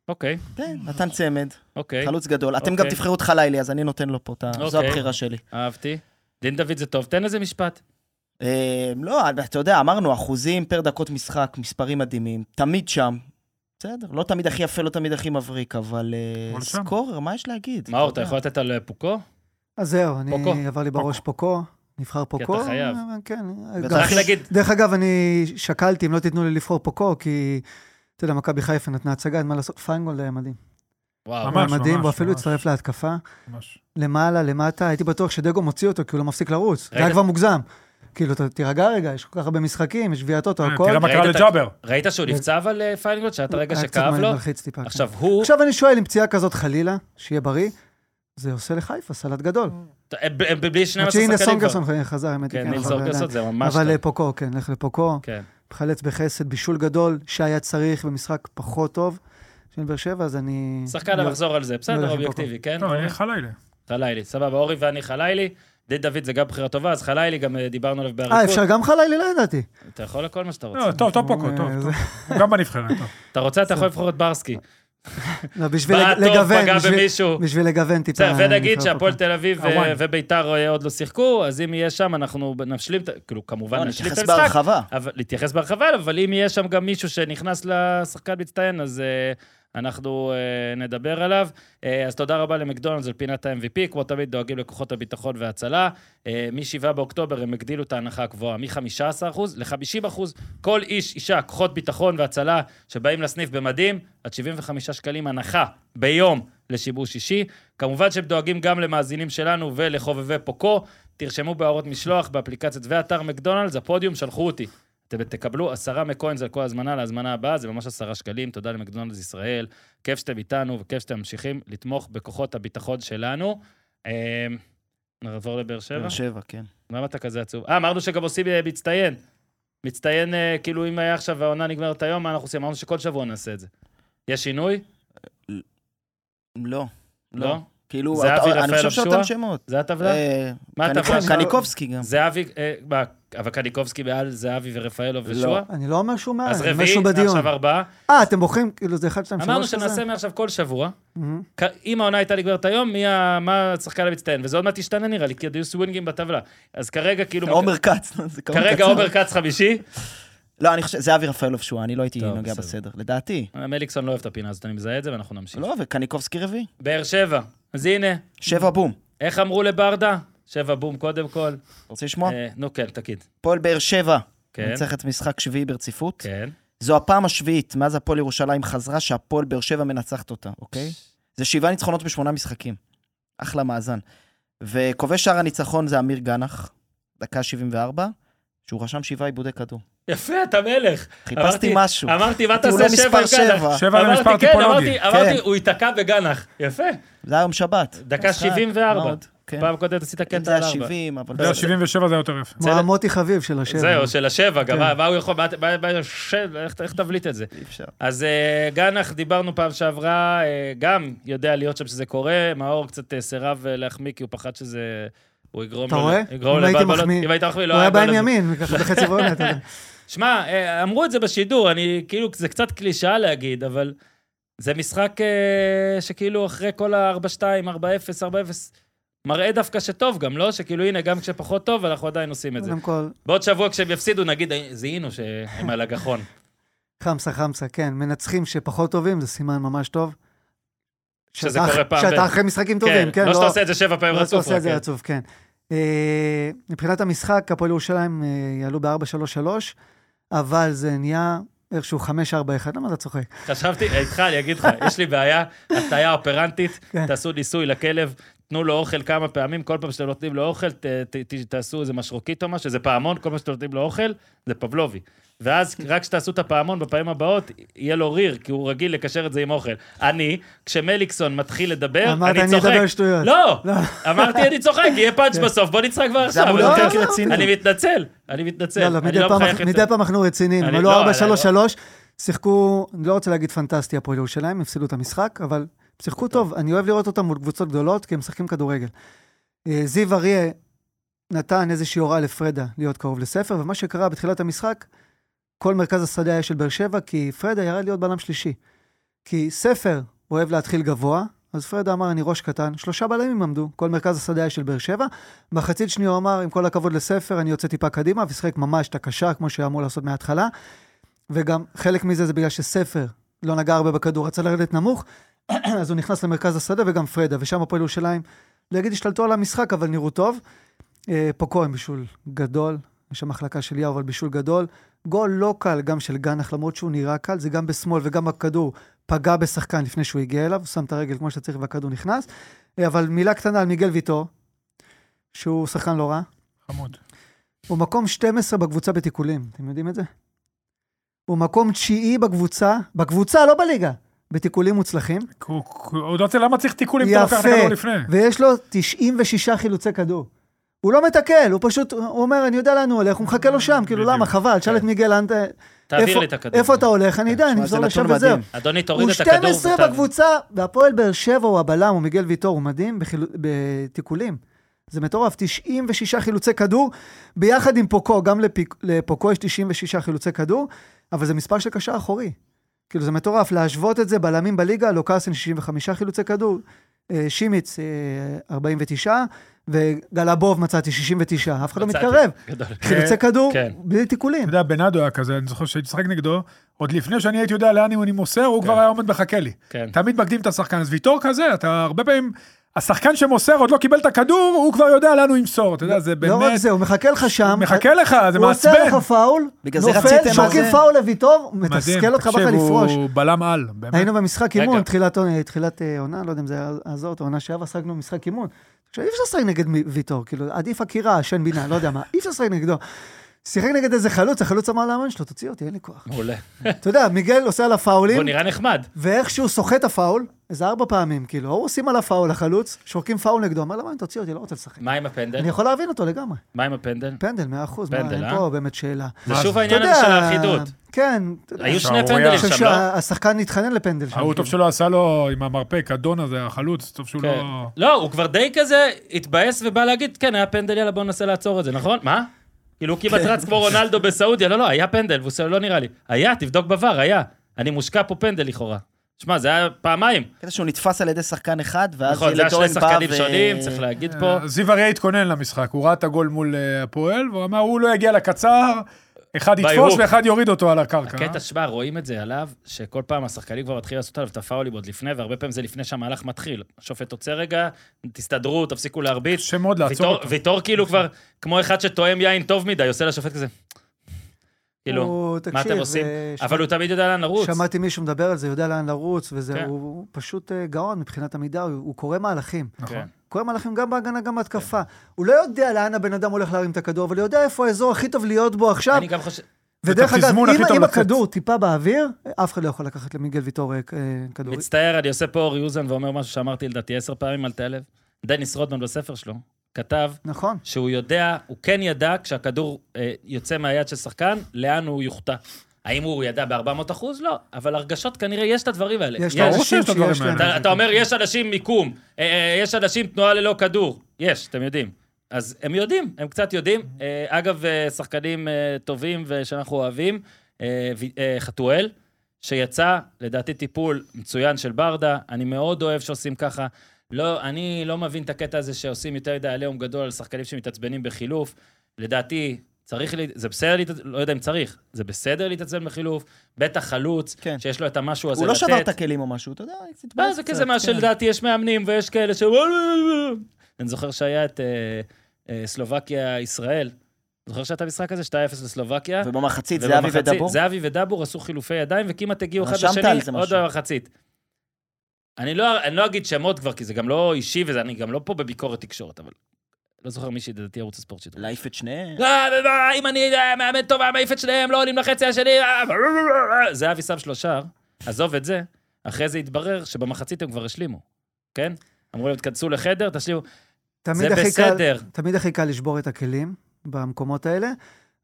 אוקיי, כן, נתן צמד, אוקיי, חלוץ גדול. אתם גם אוקיי. תבחרו את חלילי, אז אני נותן לו פה, את ה- זו אוקיי. הבחירה שלי. אהבתי. דין דוד זה טוב, תן איזה משפט. אה, לא, אתה יודע, אמרנו, אחוזים פר דקות משחק, מספרים מדהימים, תמיד שם. בסדר, לא תמיד הכי יפה, לא תמיד הכי מבריק, אבל אה, אבל שם. סקורר, מה יש להגיד? מאור, אתה יודע. יכול לתת על אה, פוקו? אז זהו, פוקו. אני עבר לי בראש פוקו, נבחר פוקו. חייב. אבל כן. ואתה גם- רק להגיד, דרך אגב, אני שקלתי אם לא תיתנו לי לבחור פוקו, כי, אתה יודע, מכבי חיפה נתנה הצגה, אין מה לעשות, פיינגולד היה מדהים. וואו, ממש, היה מדהים, ממש, הוא אפילו ממש. הצטרף להתקפה. ממש. למעלה, למטה, הייתי בטוח שדגו מוציא אותו, כי הוא לא מפסיק לרוץ. זה ראית- היה כבר מוגזם. כאילו, ת- תירגע רגע, יש כל כך הרבה משחקים, יש גביעת אוטו, אה, הכל. תראה מה קרה ראית את כן, לג'אבר. ראית שהוא נפצע אבל אה, פיינגולד, שהיה את הרגע היה קצת שכאב לו? מלחיץ טיפה, כן. עכשיו הוא, עכשיו אני שואל, אם פציעה כזאת חלילה, שיהיה בריא, זה עושה לחיפה סלט גדול. הם- הם אה, בלי 12 עד שהנה שחקנים כבר. סונגרסון חזר, האמת היא, כן, ניל אבל סונגרסון עדיין. זה ממש אבל טוב. אה, פוקו, כן, לך לפוקו. כן. מחלץ בחסד, בישול גדול, שהיה צריך במשחק פחות טוב של באר שבע, אז אני... שחקן לא- המחזור על זה, לא בסדר, הולך עם אובייקטיבי, כן? לא, איך הלילה? חלילי, סבבה, אורי ואני חלילי, דין דוד זה גם בחירה טובה, אז חלילי גם אה, דיברנו עליו אה, באריכות. אפשר גם חלילי? לא ידעתי. אתה יכול לכל מה שאתה רוצה. לא, טוב, טוב פוקו, אה, טוב, זה- טוב. הוא גם בנבחרת, טוב. אתה רוצה, אתה יכול לבחור את ברסקי. אה, לא, בשביל בעט טוב, לגוון, פגע בשביל- במישהו. בשביל לגוון טיפה. בסדר, ונגיד נבחר שהפועל פוקו. תל אביב אה, הוואן. וביתר אה, עוד לא שיחקו, אז אם יהיה שם, אנחנו נשלים, את ה- כאילו, לא, כמובן נשלים את נתייחס המשחק. בהרחבה. אבל- להתייחס בהרחבה, אבל אם יהיה שם גם מישהו שנכנס לשחקן מצטיין, אז אה, אנחנו אה, נדבר עליו. אה, אז תודה רבה למקדונלדס על פינת ה-MVP, כמו תמיד דואגים לכוחות הביטחון וההצלה. אה, מ-7 באוקטובר הם הגדילו את ההנחה הגבוהה מ-15% ל-50%. כל איש, אישה, כוחות ביטחון והצלה שבאים לסניף במדים, עד 75 שקלים הנחה ביום לשיבוש אישי. כמובן שהם דואגים גם למאזינים שלנו ולחובבי פוקו. תרשמו בהערות משלוח באפליקציות ואתר מקדונלדס, הפודיום שלחו אותי. אתם תקבלו עשרה מקוינס על כל הזמנה להזמנה הבאה, זה ממש עשרה שקלים, תודה למקדונלדס ישראל, כיף שאתם איתנו וכיף שאתם ממשיכים לתמוך בכוחות הביטחון שלנו. אה, נעבור לבאר שבע? באר שבע, כן. למה אתה כזה עצוב? אה, אמרנו שגם עושים אה, מצטיין. מצטיין, אה, כאילו אם היה עכשיו העונה נגמרת היום, מה אנחנו עושים? אמרנו שכל שבוע נעשה את זה. יש שינוי? לא. לא? לא. כאילו, זהבי, אתה- רפאל אני חושב אבשוע? שאותם שמות. זה הטבלה? אה, לא. מה קניקוב- הטבלה? שלו? קניקובסקי גם. זהבי, אה, מה, אבל קניקובסקי מעל זהבי ורפאלוב ושועה? אני לא אומר שהוא מעל, אז אני אומר רביעי, שהוא בדיון. עכשיו ארבעה. אה, אתם בוחרים, כאילו זה אחד, שתיים, אמרנו שלוש כזה? שנעשה מעכשיו כל שבוע. אמרנו כ- אם העונה הייתה נגמרת היום, מי ה... מה השחקן המצטיין? וזה עוד מעט ישתנה נראה לי, כי עוד יהיו סווינגים בטבלה. אז כרגע כאילו... עומר כץ. לא, זה כמובן כרגע קצר. עומר כץ חמישי. לא, אני חושב, זהבי רפאלוב שואה, אני לא הייתי טוב, נוגע בסדר. בסדר, לדעתי. מליקסון לא אוהב את הפינה הזאת, אני מזהה את זה ואנחנו נמשיך. לא, וקניקובסקי רביעי. באר שבע, אז הנה, שבע בום. איך אמרו לברדה? שבע בום קודם כל. רוצה לשמוע? אה, נו כן, תגיד. הפועל באר שבע. כן, ניצחת משחק שביעי ברציפות. כן. זו הפעם השביעית מאז הפועל ירושלים חזרה שהפועל באר שבע מנצחת אותה, אוקיי? זה שבעה ניצחונות בשמונה משחקים. אחלה מאזן. וכובש שער הניצחון זה אמיר גנח, דקה 74, שהוא רשם שבעה עיבודי כדור. יפה, אתה מלך. חיפשתי אמרתי- אמ- משהו. אמרתי, מה הוא לא תעשה שבע עם מספר גנח? שבע. שבע זה מספר אמרתי, כן, אמרתי, טיפולוגי. אמרתי, כן. הוא ייתקע בגנח. יפה. זה היה יום שבת. דקה משחק, 74. מה עוד? כן. פעם קודם עשית אם קטע זה על היה ארבע. 70, אבל... אה, לא, 77 זה היה יותר יפה. כמו המוטי חביב של השבע. זהו, של השבע, גם כן. מה- מה הוא יכול, מה- מה- מה- של- איך איך תבליט את זה? אי אפשר. אז אה, גנח, דיברנו פעם שעברה, אה, גם יודע להיות שם שזה קורה, מאור קצת אה, סירב אה, להחמיא כי הוא פחד שזה... הוא יגרום אתה לו... רואה? יגרום אם לו הייתי לבלבלות. מחמיא- אם היית מחמיא, לא הוא היה גול בא עם הזה. ימין, ככה *laughs* בחצי ועונה, אתה יודע. שמע, אה, אמרו את זה בשידור, אני כאילו, זה קצת קלישאה להגיד, אבל זה משחק אה, שכאילו אחרי כל ה-4-2, 4-0, 4-0, מראה דווקא שטוב גם, לא? שכאילו, הנה, גם כשפחות טוב, אנחנו עדיין עושים את זה. קודם כל, בעוד שבוע כשהם יפסידו, נגיד, "אה, זיהינו שהם על הגחון. חמסה חמסה, כן. מנצחים שפחות טובים, זה סימן ממש טוב. שזה שאתה- קורה פעם ב- שאתה אחרי משחקים טובים, כן. לא שאתה עושה את זה שבע פעמים לא שאתה רצוף. עושה את רק, זה כן. רצוף, כן. אה, מבחינת המשחק, הפועל ירושלים אה, יעלו ב-4-3-3, אבל זה נהיה איכשהו 5-4-1, למה אתה צוחק? חשבתי, אה, איתך, אני אגיד לך, יש לי בעיה, הטעיה אופרנטית, כן. תעשו ניסוי לכלב, תנו לו אוכל כמה פעמים, כל פעם שאתם נותנים לו אוכל, ת, ת, ת, תעשו איזה משרוקית או משהו, זה פעמון, כל פעם שאתם נותנים לו אוכל, זה פבלובי. ואז רק כשתעשו את הפעמון בפעמים הבאות, יהיה לו ריר, כי הוא רגיל לקשר את זה עם אוכל. אני, כשמליקסון מתחיל לדבר, אמרת, אני "אני צוחק. אדבר שטויות. כן. לא! אמרתי, אני צוחק, יהיה פאנץ' בסוף, בוא נצחק כבר זה עכשיו. אמור אבל להיות אוקיי, חלק רציני. אני מתנצל, אני מתנצל. לא, לא, אני מדי פעם- מחייך את זה. מדי פעם אנחנו רציניים, אני- אבל לא, לא אני- 4-3-3, שיחקו, אני לא רוצה להגיד פנטסטי הפועל ירושלים, הפסידו את המשחק, אבל הם שיחקו אוקיי. טוב. אני אוהב לראות אותם מול קבוצות גדולות, כי הם משחקים כדורגל. אה, זיו אריה נתן איזושהי הוראה לפרדה להיות קרוב לספר, ומה שקרה בתחילת המשחק, כל מרכז השדה היה של באר שבע, כי פרדה ירד להיות בלם שלישי. כי ספר אוהב להתחיל גבוה, אז פרדה אמר, אני ראש קטן, שלושה בלמים עמדו, כל מרכז השדה היה של באר שבע. מחצית שנייה הוא אמר, עם כל הכבוד לספר, אני יוצא טיפה קדימה, ושיחק ממש את הקשר, כמו שהיה אמור לעשות מההתחלה. וגם חלק מזה זה בגלל שספר לא נגע הרבה בכדור, רצה לרדת נמוך, *clears throat* אז הוא נכנס למרכז השדה וגם פרדה, ושם הפועל ירושלים, לא יגיד השתלטו על המשחק, אבל נראו טוב. אה, פוקו עם בישול גדול, יש שם מחלקה של יאו, אבל בישול גדול. גול לא קל גם של גנח, למרות שהוא נראה קל, זה גם בשמאל וגם הכדור פגע בשחקן לפני שהוא הגיע אליו, הוא שם את הרגל כמו שצריך והכדור נכנס. אה, אבל מילה קטנה על מיגל ויטור, שהוא שחקן לא רע. חמוד. הוא מקום 12 בקבוצה בתיקולים, אתם יודעים את זה? הוא מקום תשיעי בקבוצה, בקבוצה, לא בליגה, בתיקולים מוצלחים. הוא- הוא עוד לא יודע למה צריך תיקול אם אתה לוקח את יפה. הכדור לפני. ויש לו 96 חילוצי כדור. הוא לא מתקל, הוא פשוט, הוא אומר, אני יודע לאן הוא הולך, הוא מחכה לו שם, כאילו, בדיוק, למה? חבל, תשאל את כן. מיגל אנטה, תעביר איפה- לי את הכדור. כן. איפה אתה הולך? אני יודע, אני תשמע, זה אחזור לשם נתון וזהו. מדהים. אדוני, תוריד הוא את הכדור. 12 ותעביר. בקבוצה, והפועל באר שבע הוא הבלם, הוא מיגל ויטור, הוא מדהים בחיל... בתיקולים. זה מטורף, 96 חילוצי כדור, ביחד עם פוקו, גם לפיק... לפוקו יש 96 חילוצי כדור, אבל זה מספר של קשר אחורי. כאילו, זה מטורף, להשוות את זה, בלמים בליגה, לוקאסן 65 חילוצי כדור, אה, שימיץ אה, 49, וגלבוב מצאתי 69, אף אחד לא מצאתי. מתקרב. גדול. חילוצי כדור, כן. בלי תיקולים. אתה יודע, בנאדו היה כזה, אני זוכר שהייתי משחק נגדו, עוד לפני שאני הייתי יודע לאן אני מוסר, הוא כבר היה עומד מחכה לי. כן. תמיד מקדים את השחקן, אז ויטור כזה, אתה הרבה פעמים, השחקן שמוסר עוד לא קיבל את הכדור, הוא כבר יודע לאן הוא ימסור, אתה יודע, זה לא רק באמת, זה, הוא מחכה לך שם. אה, מחכה לך, זה הוא מעצבן. עושה לך פאול, בגלל זה נופל, רציתם, שורקים אז- פאול לויטור, מדהים. מתסכל אותך תקשיב, בכלל לפרוש. הוא בלם על, באמת. היינו במשחק רגע. אימון, תחילת עונה- תחילת אה, עונה, לא יודע אם זה היה עזור, או עונה שעברה, שחקנו משחק אימון. עכשיו, אי אפשר לשחק נגד מ- ויטור, כאילו, עדיף עקירה, עשן בינה, לא יודע מה, אי אפשר לשחק נגדו. שיחק נגד איזה חלוץ, החלוץ אמר לאמן שלו, תוציא אותי, אין לי כוח. מעולה. אתה יודע, מיגל עושה עליו הוא פאולים, נראה נחמד. ואיך שהוא סוחט הפאול, איזה ארבע פעמים, כאילו, ההוא עושים עליו פאול, החלוץ, שורקים פאול נגדו, אמר לאמן, תוציא אותי, לא רוצה לשחק. מה עם הפנדל? אני יכול להבין אותו לגמרי. מה עם הפנדל? פנדל, מאה אחוז, מה, פנדל, אין אה? פה באמת שאלה. זה מה שוב זה? העניין הזה של האחידות. כן. היו שני שערורייה. פנדלים אני חושב שם, לא? שהשחקן התחנן לפנדל שם. ההוא טוב שלא עשה לו עם המרפק, אדון הזה, החלוץ, טוב שהוא כן. לא... לא, הוא כבר די כזה התבאס ובא להגיד, כן, היה פנדל, יאללה, בוא ננסה לעצור את זה, נכון? מה? כאילו, הוא כמעט רץ כמו רונלדו בסעודיה, לא, לא, היה פנדל, והוא עושה, לא נראה לי. היה, תבדוק בVAR, היה. אני מושקע פה פנדל לכאורה. שמע, זה היה פעמיים. קטע שהוא נתפס על ידי שחקן אחד, ואז נכון, זה היה ילד שני אורן בא שחקנים ו... שונים, צריך להגיד אה, פה. זיו אריה התכונן למשחק, הוא ראה את הגול מול אה, הפועל, והוא אמר, הוא לא יגיע לקצר, אחד יתפוס בירוק. ואחד יוריד אותו על הקרקע. הקטע, שמע, רואים את זה עליו, שכל פעם השחקנים כבר מתחילים לעשות עליו את הפאולים עוד לפני, והרבה פעמים זה לפני שהמהלך מתחיל. השופט עוצר רגע, תסתדרו, תפסיקו להרביץ. קשה מאוד לעצור ויטור- אותו. ויטור כאילו כבר, כמו אחד שטועם יין טוב מדי, עושה לשופט כזה. כאילו, הוא- מה תקשיב, אתם עושים? זה- שמע- אבל הוא תמיד יודע לאן לרוץ. שמעתי מישהו מדבר על זה, יודע לאן לרוץ, וזה, כן. הוא הוא פשוט אה, גאון מבחינת עמידה, הוא הוא קורא מהלכים. אה. נכון. קורא מהלכים גם בהגנה, גם בהתקפה. הוא לא יודע לאן הבן אדם הולך להרים את הכדור, אבל הוא יודע איפה האזור הכי טוב להיות בו עכשיו. אני גם חושב... ודרך את אגב, התזמון הכי אם טוב אם לצאת. הכדור טיפה באוויר, אף אחד לא יכול לקחת למיגל ויטור אה, כדור. מצטער, אני עושה פה אורי אוזן ואומר משהו שאמרתי לדעתי עשר פעמים, אל תיעלב. דניס רודמן בספר שלו כתב נכון. שהוא יודע, הוא כן ידע כשהכדור אה, יוצא מהיד של שחקן, לאן הוא יוחטא. האם הוא ידע ב-400 אחוז? לא, אבל הרגשות כנראה יש את הדברים האלה. יש ברור לו אנשים שיש את הדברים שיש להם. כן, האלה. אתה, אתה אומר, יש אנשים מיקום, אה, אה, יש אנשים תנועה ללא כדור. יש, אתם יודעים. אז הם יודעים, הם קצת יודעים. אה, אגב, אה, שחקנים אה, טובים ושאנחנו אוהבים, אה, ו- אה, חתואל, שיצא, לדעתי, טיפול מצוין של ברדה. אני מאוד אוהב שעושים ככה. לא, אני לא מבין את הקטע הזה שעושים יותר מדי עליהום גדול על שחקנים שמתעצבנים בחילוף. לדעתי, צריך, לה... זה בסדר להתעצבן, לא יודע אם צריך, זה בסדר להתעצבן בחילוף, בטח חלוץ, כן. שיש לו את המשהו הזה הוא לא לתת. שבר את הכלים או משהו, אתה יודע, התבאס לא, זה קצת, כזה מה כן. שלדעתי יש מאמנים ויש כאלה ש... אני זוכר שהיה את אה, אה, סלובקיה-ישראל. זוכר שהיה את המשחק הזה? 2-0 לסלובקיה. ובמחצית זהבי ובמחצית- ודבור. זהבי ודבור עשו חילופי ידיים וכמעט הגיעו אחד רשמת על זה לשני, עוד משהו. במחצית. אני לא, אני לא אגיד שמות כבר, כי זה גם לא אישי ואני גם לא פה בביקורת תקשורת, אבל לא זוכר מישהי, לדעתי ערוץ הספורט שידור. להעיף את שניהם. אה, אה, אם אני אה, מאמן טוב, היה מעיף את שניהם, לא עולים לחצי השני, אה, אה, אה. זהבי שם שלושה, עזוב את זה, אחרי זה התברר שבמחצית הם כבר השלימו, כן? אמרו להם, תכנסו לחדר, תשלימו, זה תמיד הכי קל, בסדר. תמיד הכי קל לשבור את הכלים במקומות האלה,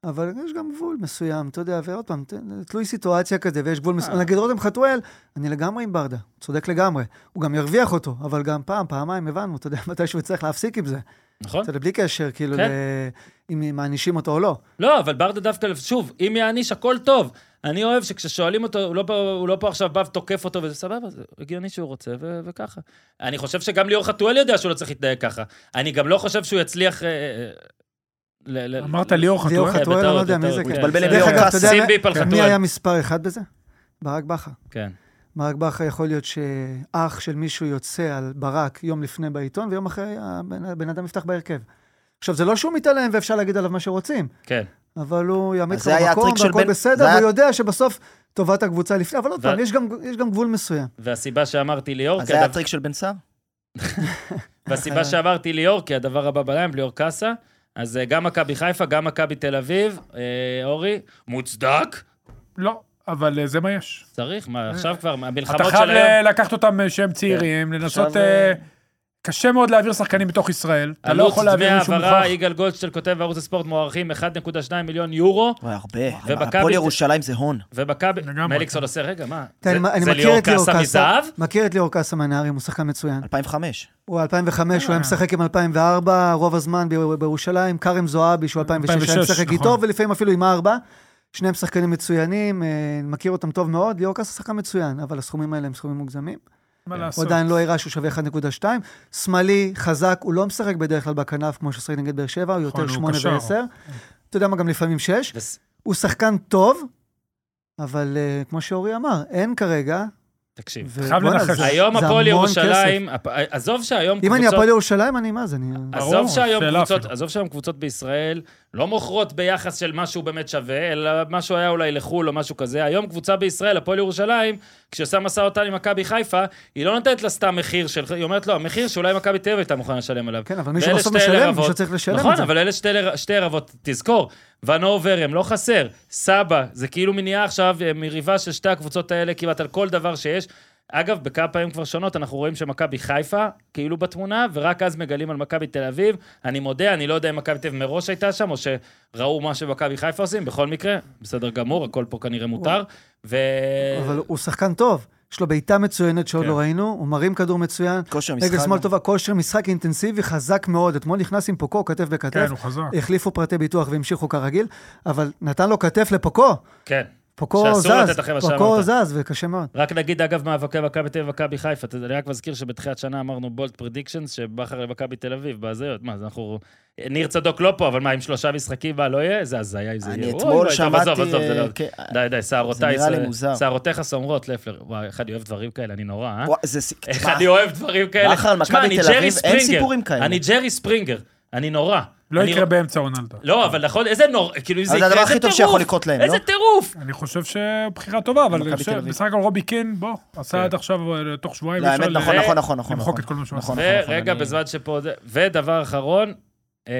אבל יש גם גבול מסוים, אתה יודע, ועוד פעם, ת- תלוי סיטואציה כזה, ויש גבול אה. מסוים. נגיד רותם חתואל, אני לגמרי עם ברדה, הוא צודק לגמרי. הוא גם ירוויח אותו, אבל גם פעם, פעמיים הבנו, אתה יודע, *laughs* מתי שהוא יצטרך להפסיק עם זה. נכון? אתה יודע, בלי קשר, כאילו, כן. ל- אם מענישים אותו או לא. לא, אבל ברדה דווקא, שוב, אם יעניש, הכל טוב. אני אוהב שכששואלים אותו, הוא לא פה, הוא לא פה עכשיו בא ותוקף אותו, וזה סבבה, זה הגיוני שהוא רוצה, ו- וככה. אני חושב שגם ליאור חתואל יודע שהוא לא צריך להתנהג ככה. אני גם לא חושב שהוא יצליח... אה, אה, ל- ל- אמרת ל- ליאור ליאור חתואל? כן, חתואל, אני בטעות, לא יודע מי בטעות, זה. הוא כן. התבלבל עם בסדר. ליאור דרך אגב, אתה יודע שים מי- ביפ על מי חתואל. היה מספר אחד בזה? ברק בכר. כן. ברק בכר יכול להיות שאח של מישהו יוצא על ברק יום לפני בעיתון, ויום אחרי הבן, הבן אדם יפתח בהרכב. עכשיו, זה לא שהוא מתעלם ואפשר להגיד עליו מה שרוצים, כן. אבל הוא יעמיד אז לך זה היה במקום, הטריק של והכל בן- זה בסדר, והוא היה- יודע שבסוף טובת הקבוצה לפני, אבל עוד ו- פעם, יש גם, יש גם גבול מסוים. והסיבה שאמרתי ליאור, כי אז זה היה הדבר- הטריק של בן סער? והסיבה אה. שאמרתי ליאור, כי הדבר הבא בליים, ליאור קאסה, אז אה, גם מכבי חיפה, גם מכבי תל אביב, אה, אורי, מוצדק, לא, אבל אה, זה מה יש. צריך, מה, עכשיו כבר, אה. אתה המלחמות חייב של היום. ל- לקחת אותם אה, כן. שהם צעירים, לנסות... עכשיו, אה, קשה מאוד להעביר שחקנים בתוך ישראל. אתה לא עלות יכול דמי להעביר מישהו מוכח. העברה, יגאל גולדשטיין כותב בערוץ הספורט, מוערכים 1.2 מיליון יורו, וואי, הרבה. ומכבי הפועל זה- ירושלים זה הון. ומכבי... לגמרי. מליקסון עושה, רגע, מה? תראה, זה- אני- אני זה מכיר ליאור את ליאור קאסה קאסה. מזהב? מכיר את ליאור קאסם מהנהרים, הוא שחקן מצוין. 2005. אה? הוא 2005, אה. הוא היה משחק עם 2004, רוב הזמן ב- בירושלים, כרם זועבי, שהוא 2006, היה 2006, משחק איתו, נכון. ולפעמים אפילו עם 4. שניהם שחקנים מצוינים, אה, מכיר אותם טוב מאוד, ליאור קאסה שחקן מצוין, אבל הסכומים האלה הם סכומים מוגזמים. כן. מה הוא לעשות? עדיין לא הראה שהוא שווה 1.2. שמאלי, חזק, הוא לא משחק בדרך כלל בכנף, כמו ששחק נגד באר שבע, הוא יותר נכון, הוא 8 קשר. ו-10. אתה יודע מה, גם לפעמים 6. וס- הוא שחקן טוב, אבל אה, כמו שאורי אמר, אין כרגע. תקשיב. ו- חייב בואנה, לנחש. זה- היום זה הפועל המון כסף. ירושלים, אה, הפ- עזוב שהיום אם אני קבוצות- הפועל ירושלים, אני מה זה, אני... עזוב ברור, שהיום, שאלה קבוצות, אפילו. עזוב שהיום קבוצות בישראל לא מוכרות ביחס של משהו באמת שווה, אלא משהו היה אולי לחו"ל או משהו כזה. היום קבוצה בישראל, הפועל ירושלים, כשעושה משא ומתן עם מכבי חיפה, היא לא נותנת לה סתם מחיר של... היא אומרת לו, המחיר שאולי מכבי תל אביב הייתה מוכנה לשלם עליו. כן, אבל מישהו ואלה בסוף שתי משלם, רבות- מישהו צריך לשלם את נכון, זה. אבל אלה שתי, ל- שתי רבות, תזכור, ונובר הם לא חסר, סבא, זה כאילו מניעה עכשיו אה, מריבה של שתי הקבוצות האלה כמעט על כל דבר שיש. אגב, בכמה פעמים כבר שונות, אנחנו רואים שמכבי חיפה כאילו בתמונה, ורק אז מגלים על מכבי תל אביב. אני מודה, אני לא יודע אם מכבי תל אביב מראש הייתה שם, או שראו מה שמכבי חיפה עושים, בכל מקרה, בסדר גמור, הכל פה כנראה מותר. ו... אבל הוא שחקן טוב, יש לו בעיטה מצוינת שעוד אה, כן. לא ראינו, הוא מרים כדור מצוין. כושר משחק. רגל שמאל טובה, כושר משחק אינטנסיבי חזק מאוד. אתמול נכנס עם פוקו, כתף כן, בכתף. הוא חזק. החליפו פרטי ביטוח והמשיכו כרגיל, אבל נתן לו כתף לפוקו. כן. פוקו שאסור זז, לתת אחרי מה פוקו שאמרת. זז, וקשה מאוד. רק נגיד, אגב, מאבקי מכבי תל אביב ומכבי חיפה. אתה יודע, אני רק מזכיר שבתחילת שנה אמרנו בולט פרדיקשנס, שבכר למכבי תל אביב, בזה, מה, אז אנחנו... ניר צדוק לא פה, אבל מה, עם שלושה משחקים, מה, לא יהיה? זה הזיה אם זה יהיה. אני אוי, אתמול אוי, טוב, שמעתי... עזוב, עזוב, זה לא- אה, כן, די, די, זה שערותיי... נראה לי זה- מוזר. שערותיך סומרות, לפלר. וואי, איך אני אוהב דברים כאלה, אני נורא, אה? *laughs* וואי, זה... ס- איך מה? אני אוהב דברים כאלה. בכר על תשמע, מכבי אני תל ג'רי אביב, אין ספרינגר. סיפורים כאלה. אני ג'רי ספרינגר, אני נורא. לא אני- יקרה באמצע העונה לדעתי. לא, אבל נכון, איזה נורא, כאילו, אם זה אבל זה יקרה, הדבר איזה הכי טוב טירוף. שיכול לקרות להם, לא? איזה טירוף. אני חושב שבחירה טובה, אבל מכבי אני חושב- תל אביב. בסך הכל רובי קין, בוא, כן. עשה עד עכשיו, אה, תוך שבועיים, לא, אי אפשר האמת, ל- נכון, ל- נכון, נכון, נכון. למחוק נכון. את כל מה שהוא נכון, עשה. נכון, נכון, ורגע, אני- בזמן שפה... זה- ודבר אחרון, אה,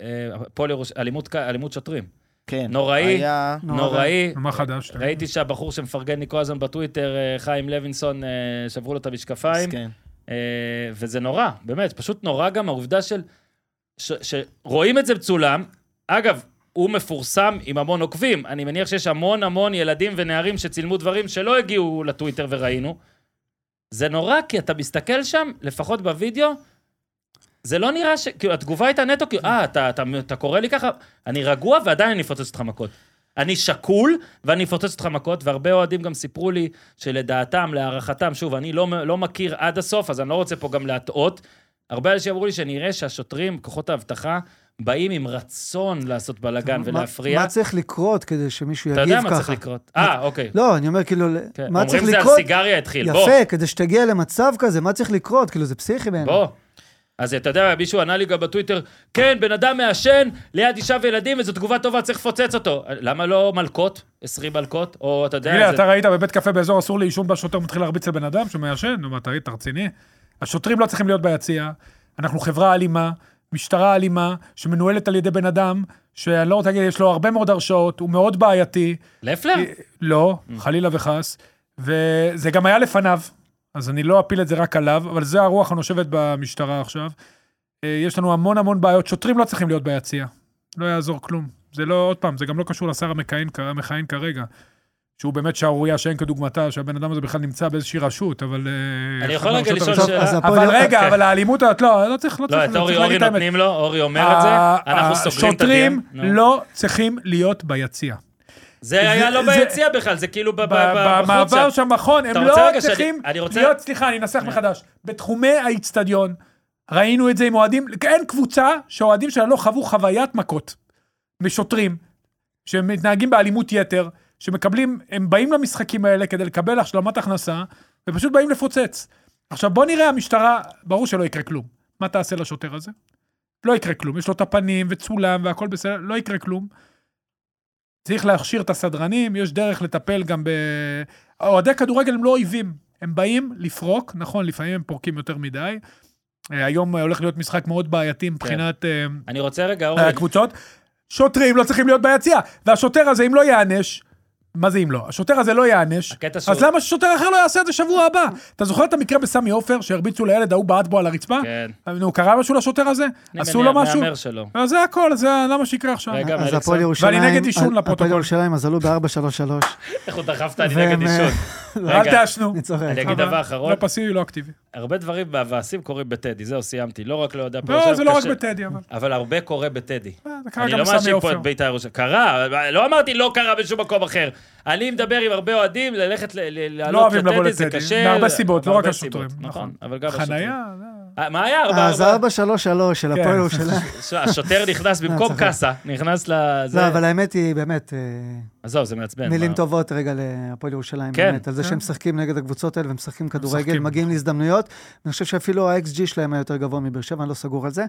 אה, הפועל ירוש... אלימות, ק- אלימות שוטרים. כן. נוראי, היה- נורא. נוראי. נכון. מה חדש? ראיתי שהבחור שמפרגן לי כל הזמן בטוויטר, אה, חיים לוינסון, אה, שברו לו את המשקפיים. מסכן. אה, וזה נורא, באמת, פשוט נורא גם העובדה של... ש, שרואים את זה מצולם. אגב, הוא מפורסם עם המון עוקבים. אני מניח שיש המון המון ילדים ונערים שצילמו דברים שלא הגיעו לטוויטר וראינו. זה נורא, כי אתה מסתכל שם, לפחות בווידאו, זה לא נראה ש... כאילו, התגובה הייתה נטו, כאילו, אה, אתה, אתה, אתה קורא לי ככה? אני רגוע ועדיין אני אפוצץ אותך מכות. אני שקול, ואני אפוצץ אותך מכות, והרבה אוהדים גם סיפרו לי שלדעתם, להערכתם, שוב, אני לא, לא מכיר עד הסוף, אז אני לא רוצה פה גם להטעות. הרבה אנשים אמרו לי שנראה שהשוטרים, כוחות האבטחה, באים עם רצון לעשות בלאגן מה- כן, ולהפריע. מה צריך לקרות כדי שמישהו אתה יגיב ככה? יודע מה צריך לקרות. אה, אוקיי. לא, אני אומר, כאילו, ל- כן. מה צריך אומרים זה על לקרות? סיגריה התחיל, בוא. יפה, כדי שתגיע למצב כזה, מה צריך לקרות? כאילו, זה פסיכי כן. בעיניי. בוא. אז אתה יודע, מישהו ענה לי גם בטוויטר, כן, בן אדם מעשן ליד אישה וילדים, וזו תגובה טובה, צריך לפוצץ אותו. למה לא מלקות? 20 מלקות? או אתה יודע... תגיד לי, זה- אתה ראית בבית קפה באזור אסור לעישון בה שוטר מתחיל להרביץ לבן אדם שהוא מעשן? נו, מה, תראי, אתה רציני? השוטרים לא צריכים להיות ביציע, אנחנו חברה אלימה, משטרה אלימה, שמנוהלת על ידי בן אדם, שאני לא רוצה להגיד, יש לו הרבה מאוד הרשעות, הוא מאוד בעייתי. לפלר? לא, חלילה וחס. וזה גם היה לפניו, אז אני לא אפיל את זה רק עליו, אבל זה הרוח הנושבת במשטרה עכשיו. אה, יש לנו המון המון בעיות, שוטרים לא צריכים להיות ביציע. לא יעזור כלום. זה לא, עוד פעם, זה גם לא קשור לשר המכהן, המכהן כרגע. שהוא באמת שערורייה שאין כדוגמתה, שהבן אדם הזה בכלל נמצא באיזושהי רשות, אבל... אה, אני אחד יכול רגע מהרשויות לשאול טוב, שאלה? אז הפועל- אבל כן. רגע, אבל האלימות, את לא, לא צריך, לא לא, צריך, את לא אורי צריך להגיד אורי את האמת. אה, נותנים לו, אורי אומר את זה, אנחנו סוגרים את הדין. השוטרים לא צריכים להיות ביציע. זה היה לא זה- ביציע בכלל, זה כאילו ב- ב- ב- בחוץ במעבר שם. של המכון, אתה הם רוצה לא רגע שאני- צריכים אני רוצה- להיות, סליחה, אני אנסח מחדש. בתחומי האיצטדיון, ראינו את זה עם אוהדים, אין קבוצה שהאוהדים שלה לא חוו חוויית מכות משוטרים, שמתנהגים באלימות יתר, שמקבלים, הם באים למשחקים האלה כדי לקבל השלמת הכנסה, ופשוט באים לפוצץ. עכשיו בוא נראה המשטרה, ברור שלא יקרה כלום. מה תעשה לשוטר הזה? לא יקרה כלום, יש לו את הפנים וצולם והכל בסדר, לא יקרה כלום. צריך להכשיר את הסדרנים, יש דרך לטפל גם ב... אוהדי כדורגל הם לא אויבים, הם באים לפרוק, נכון, לפעמים הם פורקים יותר מדי. אה, היום אה, הולך להיות משחק מאוד בעייתי מבחינת אה, אני רוצה רגע, אורי, הקבוצות. שוטרים לא צריכים להיות ביציע, והשוטר הזה, אם לא ייענש, מה זה אם לא? השוטר הזה לא ייענש, הקטע שהוא... אז למה ששוטר אחר לא יעשה את זה שבוע הבא? אתה זוכר את המקרה בסמי עופר, שהרביצו לילד ההוא בעט בו על הרצפה? כן. נו, קרה משהו לשוטר הזה? אני עשו לו מניח- משהו? מהמר שלא. אז זה הכל, זה למה שיקרה עכשיו. רגע, גם אז אלכסון. הפועל ירושלים... ואני נגד עישון על- הפועל לפרוטוקול. ירושלים, אז עלו ב-433. *laughs* איך הוא דחפת, אני והם, נגד עישון. רגע, אה, אל תעשנו. אני צוחק. אני אגיד אבל דבר אחרון. לא פסיבי, לא אקטיבי. הרבה דברים והבאסים קורים בטדי, זהו, סיימתי. לא רק לא יודע פה... לא, עכשיו זה לא רק קשה- בטדי, אבל. אבל הרבה קורה בטדי. אה, זה קרה אני גם לא בסמי מאשים פה עופר. את בית"ר ירושלים. קרה, לא אמרתי לא קרה בשום מקום אחר. אני מדבר עם הרבה אוהדים, ללכת ל- ל- לעלות לא אוהבים לבוא לטדי זה לטדי, קשה. מהרבה סיבות, לא רק מהרבה השוטרים, סיבות, נכון. נכון, אבל גם השוטרים. חנייה, זה- אה, מה היה? ארבע, אז ארבע? 433 של הפועל כן. *laughs* ירושלים. ש- השוטר נכנס במקום צחק. קאסה, נכנס לזה. אה, לא, אבל האמת היא, באמת, אה, עזוב, זה מעצבן. מילים כן, מה- טובות רגע להפועל ירושלים, כן. באמת, על זה שהם משחקים נגד הקבוצות האלה ומשחקים כדורגל, משחקים. מגיעים להזדמנויות. אני חושב שאפילו ה-XG שלהם היה יותר גבוה מבאר שבע, אני לא סגור על זה.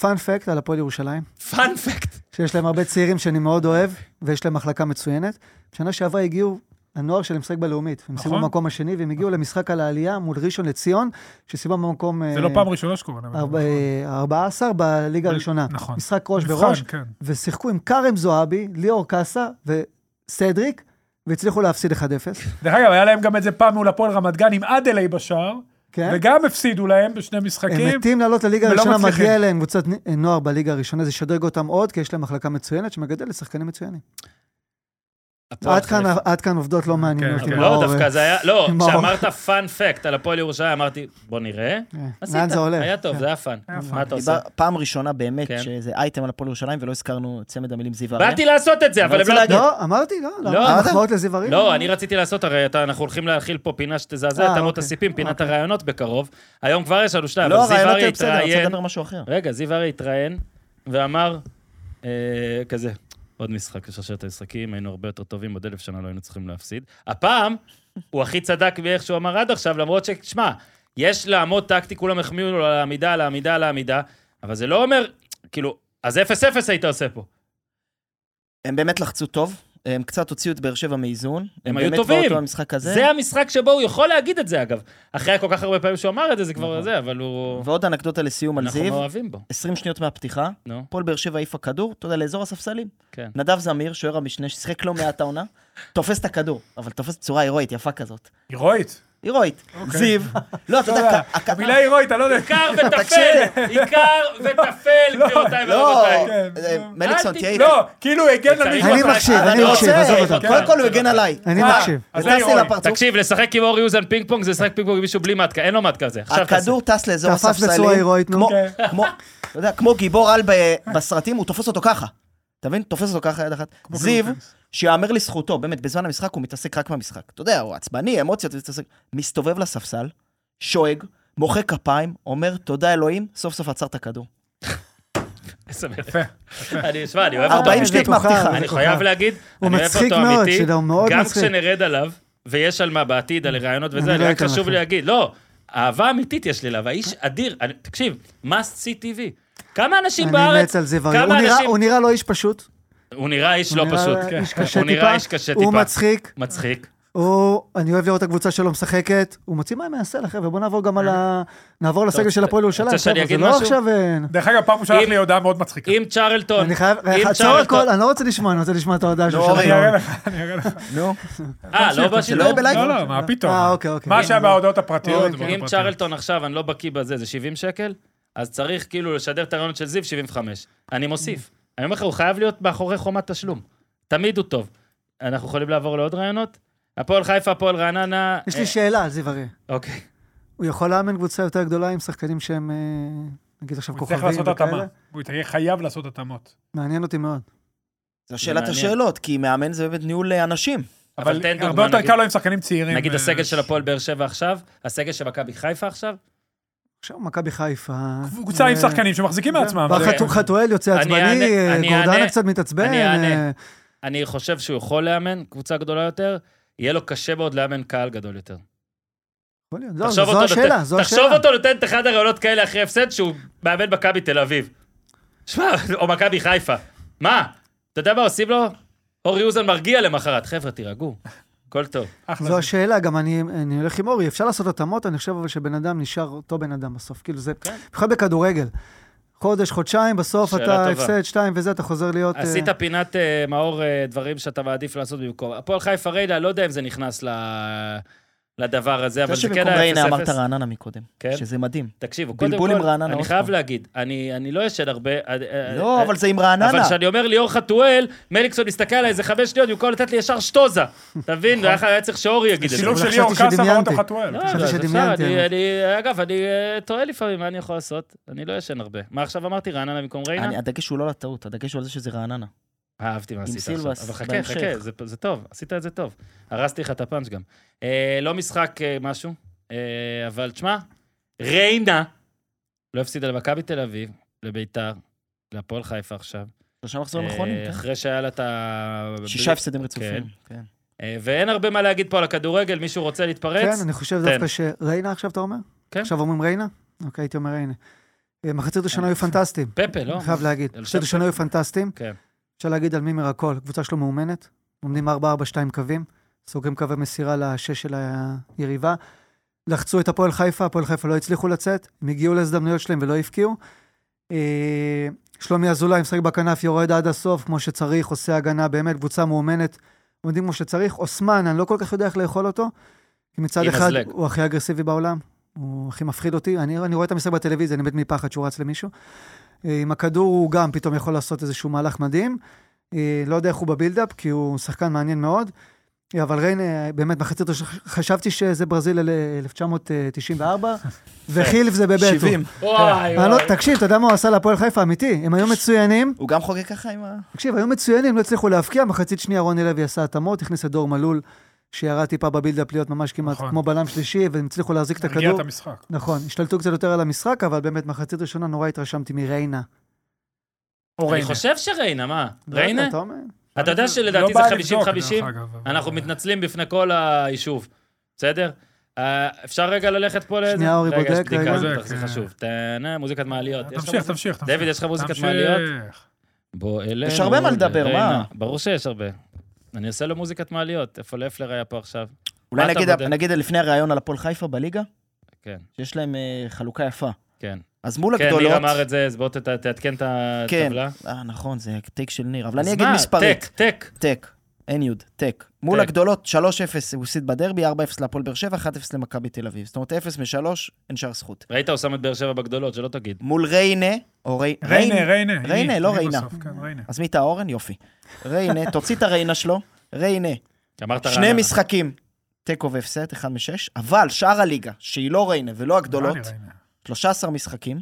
פאנפקט על הפועל ירושלים, פאנפקט. שיש להם הרבה צעירים שאני מאוד אוהב, ויש להם מחלקה מצוינת. בשנה שעברה הגיעו הנוער שלהם משחק בלאומית, הם סיימו נכון. במקום השני, והם הגיעו למשחק על העלייה מול ראשון לציון, שסיימו במקום... אה, זה לא פעם ראשונה שקורה. אבל- ה-14 בליגה הראשונה. נכון. משחק ראש מבחן, בראש. כן. ושיחקו עם כרם זועבי, ליאור קאסה וסדריק, והצליחו להפסיד 1-0. דרך אגב, היה להם גם את זה פעם מול הפועל רמת גן עם עדלי בשער, כן? וגם הפסידו להם בשני הם משחקים. מתים לעלות לליגה ולא הראשונה, מצליחים. מגיע אליהם קבוצת נ- נוער בליגה הראשונה, זה שדרג אותם עוד, כי יש להם מחלקה מצוינת שמגדלת שחקנים מצוינים. הפועל עד כאן- חיפה. עד כאן עובדות לא מעניינות. כן, עם כן. לא, האור, דווקא זה היה, לא, עם האור. כשאמרת פאנפקט על הפועל ירושלים, אמרתי, בוא נראה. אה, עשית, לאן זה הולך? היה טוב, כן. זה היה פאן. היה מה פאן. אתה עושה? דיבר- פעם ראשונה באמת כן. שזה אייטם על הפועל ירושלים ולא הזכרנו את צמד המילים זיו אריה. באתי לעשות את זה, אבל הם רוצה לא... להגיד- לא, אמרתי, לא. לא, לא, אמרת? מחמאות לזיו אריה. לא, אני רציתי לעשות, הרי אתה- אנחנו הולכים להכיל פה פינה שתזעזע אה, את אמות אוקיי. הסיפים, פינת אוקיי. הרעיונות בקרוב. היום כבר יש לנו שתיים, לא, אבל זיו הרעיונות אריה היו בסדר, אני רוצה התראיין... לדבר על משהו אחר. רגע, זיו אריה התראיין ואמר אה, כזה, עוד משחק לשרשרת המשחקים, היינו הרבה יותר טובים, עוד אלף שנה לא היינו צריכים להפסיד. הפעם, הוא הכי צדק באיך שהוא אמר עד עכשיו, למרות ש... שמע, יש לעמוד טקטי, כולם החמיאו לו על העמידה, על העמידה, על העמידה, אבל זה לא אומר, כאילו, אז 0-0 היית עושה פה. הם באמת לחצו טוב, הם קצת הוציאו את באר שבע מאיזון. הם היו באמת טובים. באותו המשחק הזה. זה המשחק שבו הוא יכול להגיד את זה, אגב. אחרי כל כך הרבה פעמים שהוא אמר את זה, זה כבר זה, אבל הוא... ועוד אנקדוטה לסיום על אנחנו זיו, מאוהבים בו, 20 שניות מהפתיחה, נו, הפועל באר שבע העיפה כדור, אתה יודע, לאזור הספסלים. כן. נדב זמיר, שוער המשנה, ששיחק לא מעט העונה, תופס את הכדור, אבל תופס בצורה הירואית, יפה כזאת. הירואית. הירואית. זיו. לא, אתה לא יודע, *laughs* יודע, כ- הכ- המילה הירואית, אני לא יודע. עיקר וטפל, עיקר וטפל, גבירותיי לא, ורבותיי. אה, כן, אה, לא. אל מליקסון, ת- תהיה איתי. לא, כאילו הוא הגן על מישהו. אני אחר. מקשיב, לא אני אני מקשיב, רוצה, עזוב אותם. כן. קודם כל הוא הגן עליי. אני אה, מקשיב. אז וטסתי זה הירואית. לפרצוף. תקשיב, לשחק עם אורי יוזן פינג פונג זה לשחק פינג פונג עם מישהו בלי מטקה, אין לו מטקה על זה. עכשיו תעשה. הכדור טס לאזור תפס הספסלים. בצורה הירואית, נו. כמו- כן. כמו, אתה יודע, כמו גיבור על ב- בסרטים, הוא תופס אותו ככה. אתה מבין? תופס אותו ככה יד אחת. כמו זיו, קלופינס. שיאמר לזכותו, באמת, בזמן המשחק הוא מתעסק רק במשחק. אתה יודע, הוא עצבני, אמוציות, הוא מתעסק... מסתובב לספסל, שואג, מוחא כפיים, אומר, תודה אלוהים, סוף סוף עצר את הכדור. *laughs* איזה מלך. יפה. אני, שמע, אני אוהב אותו 40 אמיתי. שניות מהפתיחה. אני חייב להגיד, הוא אני אוהב מצחיק אותו מאוד, אמיתי, שילה, הוא מאוד גם מצחיק. כשנרד עליו, ויש על מה בעתיד, על רעיונות וזה, אני אני לא רק אתן חשוב לי לכם. להגיד, לא, אהבה אמיתית יש לי אליו, האיש אדיר, אני- תקשיב, must see TV. כמה אנשים אני בארץ, מת על זיו אריה. הוא כמה נראה- אנשים, הוא נראה לא איש פשוט. הוא נראה איש לא הוא נראה פשוט, איש כן. קשה הוא נראה טיפה. איש קשה הוא טיפה, מצחיק, מצחיק, הוא... אני אוהב לראות את הקבוצה שלו משחקת, הוא מוציא מים מהסלע, חבר'ה, בוא נעבור גם על ה... נעבור לסגל של הפועל ירושלים. אה. רוצה שאני חבר'ה, זה אגיד לא משהו? עכשיו... אה, דרך אגב, פעם הוא אם- שלח לי הודעה מאוד מצחיקה. עם צ'רלטון, אני חייב... אם עצור את כל... צ'רלטון, אני לא רוצה לשמוע, אני רוצה לשמוע את ההודעה שלו. לא, אני אראה לך, אני אראה לך. נו. אה, לא שלא בשידור? יהיה בלייב. לא, לא, מה פתאום. אה, אוקיי, אוקיי. מה שהיה בהודעות כן, הפרטיות. אוקיי. אם צ'רלטון עכשיו, אני לא בקיא בזה, זה 70 שקל, אז צריך כאילו לשדר את הרעיון של זיו 75. אני מוסיף. אני אומר לך, הוא חייב להיות מאחורי חומת תשלום. תמיד הוא טוב. אנחנו יכולים לעבור לעוד רעיונות? הפועל חיפה, הפועל רעננה... יש אה, לי שאלה על זיו אריה. אוקיי. הוא יכול לאמן קבוצה יותר גדולה עם שחקנים שהם, אה, נגיד עכשיו הוא יצטרך כוכבים לעשות וכאלה? התאמה. הוא יהיה חייב לעשות התאמות. מעניין אותי מאוד. זו שאלת מעניין. השאלות, כי מאמן זה באמת ניהול אה, אנשים. אבל אבל תן דוגמה, הרבה יותר נגיד- קל לו עם שחקנים צעירים. נגיד אה, הסגל של הפועל באר שבע עכשיו, הסגל של מכבי חיפה עכשיו. עכשיו מכבי חיפה. קבוצה עם אה, שחקנים שמחזיקים מעצמם. בא אבל- חתום. חתו- חתואל יוצא אני עצבני, אענה- אה, אני אענה- גורדנה קצת מתעצבן. אני אענה. אה, אני חושב שהוא יכול לאמן קבוצה גדולה יותר, יהיה לו קשה מאוד לאמן קהל גדול יותר. יכול להיות. לא, תחשוב זו אותו השאלה, נותן- זו השאלה. תחשוב אותו נותן את אחד הרעיונות כאלה אחרי הפסד שהוא מאמן מכבי תל אביב. שמע, או מכבי חיפה. מה? אתה יודע מה עושים לו? אורי אוזן מרגיע למחרת. חבר'ה, תירגעו, הכל *laughs* טוב. אחלה. זו השאלה, גם אני, אני הולך עם אורי, אפשר לעשות התאמות, אני חושב אבל שבן אדם נשאר אותו בן אדם בסוף. כאילו זה, במיוחד בכדורגל. חודש, חודשיים, בסוף כן. שאלה אתה טובה. הפסד שתיים וזה, אתה חוזר להיות... אה, עשית פינת אה, מאור אה, דברים שאתה מעדיף לעשות במקום. הפועל חיפה ריינה, לא יודע אם זה נכנס ל- לדבר הזה, אבל זה זה שבמקום כן היה ריינה אמרת 0-0. רעננה מקודם, כן. שזה מדהים. תקשיבו, קודם בלבול עם כל, רעננה אני עוד חייב פעם. להגיד, אני אני לא ישן הרבה. אה, אה, לא, אה, אבל זה עם רעננה. אבל כשאני אומר ליאור חתואל, מליקסון מסתכל עליי איזה חמש שניות, במקום לתת לי ישר שטוזה. נכון. אתה מבין? ואחר היה צריך שאורי יגיד את זה. שילוב של אבל חשבתי ליאור קאסה שדמיינתי. ואוטו חתואל. לא, חשבתי אז שדמיינתי, אפשר, אני- אבל- אני- אגב, אני אה, טועה לפעמים, מה אני יכול לעשות? אני לא ישן הרבה. מה עכשיו אמרתי? רעננה במקום ריינה? אני- הדגש הוא לא לטעות, הדגש הוא על זה שזה רעננה. אהבתי מה עשית עכשיו. סילבס אבל חכה, בהמשך. חכה, זה- זה טוב, עשית את זה טוב. הרסתי לך את הפאנץ' גם. אה, לא משחק אה, משהו, אה, אבל תשמע, ריינה לא הפסידה למכבי תל אביב, לביתר, להפועל חיפה עכשיו. שלושה מחזורים אה, אחרונים, כן. אחרי שהיה לה את ה... שישה הפסדים רצופים. כן. אה, ואין הרבה מה להגיד פה על הכדורגל, מישהו רוצה להתפרץ? כן, אני חושב תן. דווקא שריינה עכשיו, אתה אומר? כן. עכשיו אומרים ריינה? אוקיי, הייתי אומר ריינה. אה, מחצית ראשונה היו פנטסטיים, פפה, לא? אני חייב להגיד. אלשב מחצית ראשונה היו פנטסטיים. כן. אפשר להגיד על מימר הכל, הקבוצה שלו מאומנת, עומדים 4-4-2 קווים, סוגרים קווי מסירה לשש של היריבה, לחצו את הפועל חיפה, הפועל חיפה לא הצליחו לצאת, הם הגיעו להזדמנויות שלהם ולא הבקיעו. אה, שלומי אזולאי משחק בכנף, יורד עד הסוף, כמו שצריך, עושה הגנה, באמת קבוצה מאומנת, עומדים כמו שצריך. אוסמן, אני לא כל כך יודע איך לאכול אותו, כי מצד עם אחד מזלג. הוא הכי אגרסיבי בעולם, הוא הכי מפחיד אותי, אני, אני רואה את המשחק בטלוויזיה, אני מת מפחד שהוא רץ למישהו. אה, עם הכדור הוא גם פתאום יכול לעשות איזשהו מהלך מדהים. אה, לא יודע איך הוא בבילדאפ, כי הוא שחקן מעניין מאוד. אה, אבל ריינה, אה, באמת, מחצית, ראשונה, חשבתי שזה ברזיל אל- *laughs* 1994, וחילף זה אה, בבטו. 70. וואי, אה, לא, תקשיב, אתה יודע מה הוא עשה להפועל חיפה? אמיתי, הם היו מצוינים. הוא גם חוגג ככה עם ה... תקשיב, היו מצוינים, לא הצליחו להבקיע. מחצית שנייה רוני לוי עשה התאמות, הכניס את דור מלול, שירד טיפה בבילדאפ להיות ממש כמעט נכון. כמו בלם שלישי, והם הצליחו להחזיק את הרגיע הכדור. את המשחק. נכון, השתלטו קצת יותר על המשחק, אבל באמת, מחצית ראשונה נורא התרשמתי מריינה. או אני ריינה. חושב שריינה, מה? לא יודע, ריינה? אתה אומר? אתה יודע שלדעתי לא בא זה לבדוק, 50-50? דרך אגב, אבל- אה, אנחנו מתנצלים בפני כל היישוב, בסדר? אה, אפשר רגע ללכת פה לאיזה? שנייה, אורי רגע, יש בודק, בדיקה, רגע. זה בטח, בודק, זה אה. חשוב. תהנה, מוזיקת מעליות. יש לך תמשיך, מוזיקה? תמשיך. דוד, יש לך מוזיקת תמשיך. מעליות? בוא אלינו. יש הרבה מה לדבר, מה? לריינה. ברור שיש הרבה. אני אעשה לו מוזיקת מעליות. איפה לפלר היה פה עכשיו? אולי מה אתה נגיד- בודק? נגיד לפני הראיון על הפועל חיפה בליגה, כן, שיש להם אה, חלוקה יפה. כן. אז מול כן, הגדולות... ניר אמר את זה, אז בוא ת- ת- תעדכן את כן. הטבלה. אה, נכון, זה טייק של ניר, אבל אז אני אגיד מה? מספרית. טק, טק. טק, אין יוד, טק. מול טק. הגדולות, 3-0 הוא הפסיד בדרבי, 4-0 להפועל באר שבע, 1-0 למכבי תל אביב. זאת אומרת, 0 מ-3, אין שער זכות. ראית, הוא שם את באר שבע בגדולות, שלא תגיד. מול ריינה, או רי- ריינה, ריינה. ריינה, היא- לא היא ריינה. בסוף, כן, אה, ריינה. אז מי אתה, אורן? יופי. ריינה, תוציא את הריינה שלו, ריינה. אמרת שני רעננה. משחקים, תיקו והפסד, 1 מ-6, אבל שאר הליגה, שהיא לא ריינה ולא הגדולות, נראה לי ריינה. 13 משחקים,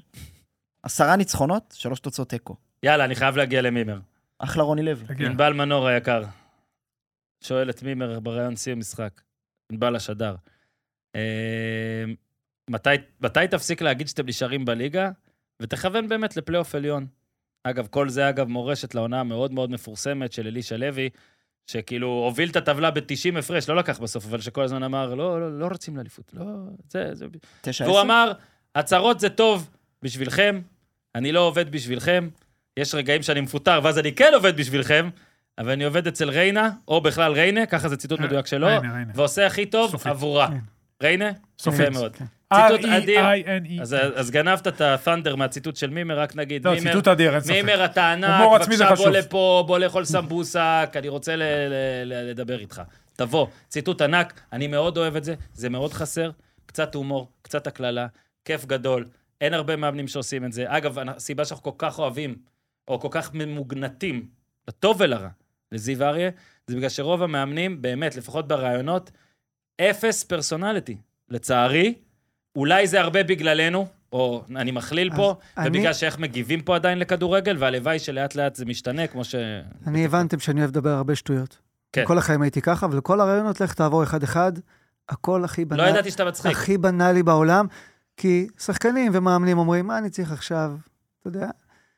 10 ניצחונות, 3 תוצאות תיקו. יאללה, אני חייב להגיע למימר. אחלה רוני לוי. תגיע. ענבל מנור היקר, שואל את מימר בריאיון שיא המשחק, ענבל השדר. אה, מתי, מתי תפסיק להגיד שאתם נשארים בליגה, ותכוון באמת לפלייאוף עליון. אגב, כל זה, אגב, מורשת לעונה המאוד מאוד מפורסמת של אלישע לוי, שכאילו הוביל את הטבלה ב-90 הפרש, לא לקח בסוף, אבל שכל הזמן אמר, לא, לא, לא רצים לאליפות, לא, זה, זה... תשע והוא עשר? אמר, הצהרות זה טוב בשבילכם, אני לא עובד בשבילכם, יש רגעים שאני מפוטר, ואז אני כן עובד בשבילכם, אבל אני עובד אצל ריינה, או בכלל ריינה, ככה זה ציטוט מדויק שלו, אה, ריינה, ריינה. ועושה הכי טוב סופית. עבורה. כן. ריינה? סופית. יפה מאוד. כן. ציטוט E אדיר. R-E-I-N-E. אז- אז גנבת את הת'אנדר מהציטוט של מימר, רק נגיד, לא, מימר, ציטוט אדיר, אין ספק. מימר אתה ענק, הומור עצמי זה בבקשה בוא חשוב. לפה, בוא לאכול סמבוסק, אני רוצה ל- ל- ל- לדבר איתך. תבוא, ציטוט ענק, אני מאוד אוהב את זה, זה מאוד חסר, קצת הומור, קצת הקללה, כיף גדול, אין הרבה מאמנים שעושים את זה. אגב, הנ- הסיבה שאנחנו כל כך אוהבים, או כל כך ממוגנטים, לטוב ולרע, לזיו אריה, זה בגלל שרוב המאמנים, באמת, לפחות ברעיונות, אפס פרסונליטי. לצערי, אולי זה הרבה בגללנו, או אני מכליל אז פה, אני- ובגלל שאיך מגיבים פה עדיין לכדורגל, והלוואי שלאט לאט זה משתנה, כמו ש... אני הבנתם שאני אוהב לדבר הרבה שטויות. כן. כל החיים הייתי ככה, ולכל הרעיונות לך תעבור אחד-אחד, הכל הכי לא בנאלי, ידעתי שאתה מצחיק. הכי בנאלי בעולם, כי שחקנים ומאמנים אומרים, מה אני צריך עכשיו? אתה יודע,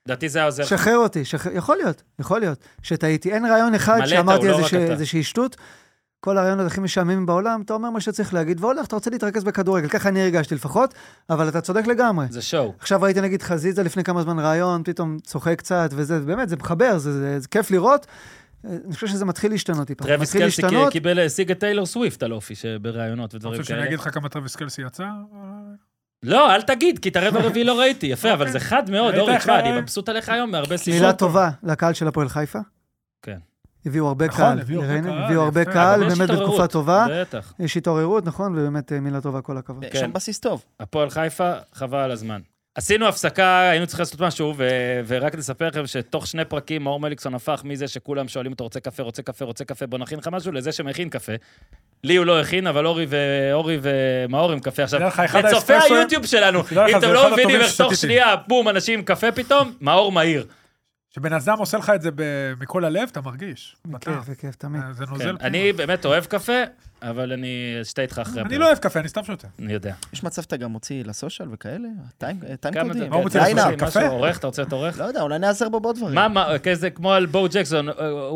לדעתי זה היה עוזר. שחרר אותי, שחרר, יכול להיות, יכול להיות, שטעיתי. אין רעיון אחד מלא אתה, שאמרתי הוא לא איזושה- רק אתה. איזושהי שטות. כל הרעיונות הכי משעממים בעולם, אתה אומר מה שצריך להגיד, והולך, אתה רוצה להתרכז בכדורגל, ככה אני הרגשתי לפחות, אבל אתה צודק לגמרי. זה שואו. עכשיו ראיתי נגיד חזיזה לפני כמה זמן רעיון, פתאום צוחק קצת, וזה באמת, זה מחבר, זה, זה, זה כיף לראות. אה, אני חושב שזה מתחיל להשתנות טיפה. טרוויס מתחיל קלסי להשתנות, קיבל, אה, השיג את טיילור סוויפט על אופי שבראיונות אתה ודברים רוצה שאני אוקיי. כאלה. אגיד לך כמה טרוויס קלסי יצא? לא, אל תגיד, כי את *laughs* הרבע הרביעי לא ראיתי. יפה, אבל זה חד מאוד, ראית אורי, איך תשמע, ה- אני מבסוט עליך היום מהרבה סיבות. מילה טובה לקהל של הפועל חיפה. כן. הביאו הרבה נכון, קהל, הביאו הרבה לראינו, קהל, הביאו הרבה יפה. קהל, אבל יש באמת התעוררות. בתקופה טובה. בטח. יש התעוררות, נכון, ובאמת אה, מילה טובה, כל הכבוד. יש כן. שם בסיס טוב. הפועל חיפה, חבל על הזמן. עשינו הפסקה, היינו צריכים לעשות משהו, ו- ורק נספר לכם שתוך שני פרקים מאור מליקסון הפך מזה שכולם שואלים אותו, רוצה קפה, רוצה קפה, רוצה קפה, בוא נכין לך משהו, לזה שמכין קפה. לי הוא לא הכין, אבל אורי ואורי ומאור עם קפה עכשיו. תדע לך, אחד לצופי האספרסואים- היוטיוב שלנו, תדע לך, אם אתם זה אחד לא הטובים מבינים איך תוך ששתיתי. שנייה, בום, אנשים עם קפה פתאום, מאור מהיר. שבן אדם עושה לך את זה ב- מכל הלב, אתה מרגיש. כיף בטעם. וכיף, תמיד. זה כן, נוזל. פנימה. אני באמת אוהב קפה, אבל אני אשתה איתך אחרי אני הפרק. לא אוהב קפה, אני סתם שותה. אני יודע. יש מצב שאתה גם מוציא לסושיאל וכאלה? טיים- כמה טיים-קודים? אתה- מה הוא רוצה אתה רוצה לעשות? ליין-אפ. משהו? קפה? עורך? אתה רוצה להיות עורך? לא יודע, אולי נעזר בו בעוד דברים. מה, מה, כזה כמו על בו ג'קסון, uh,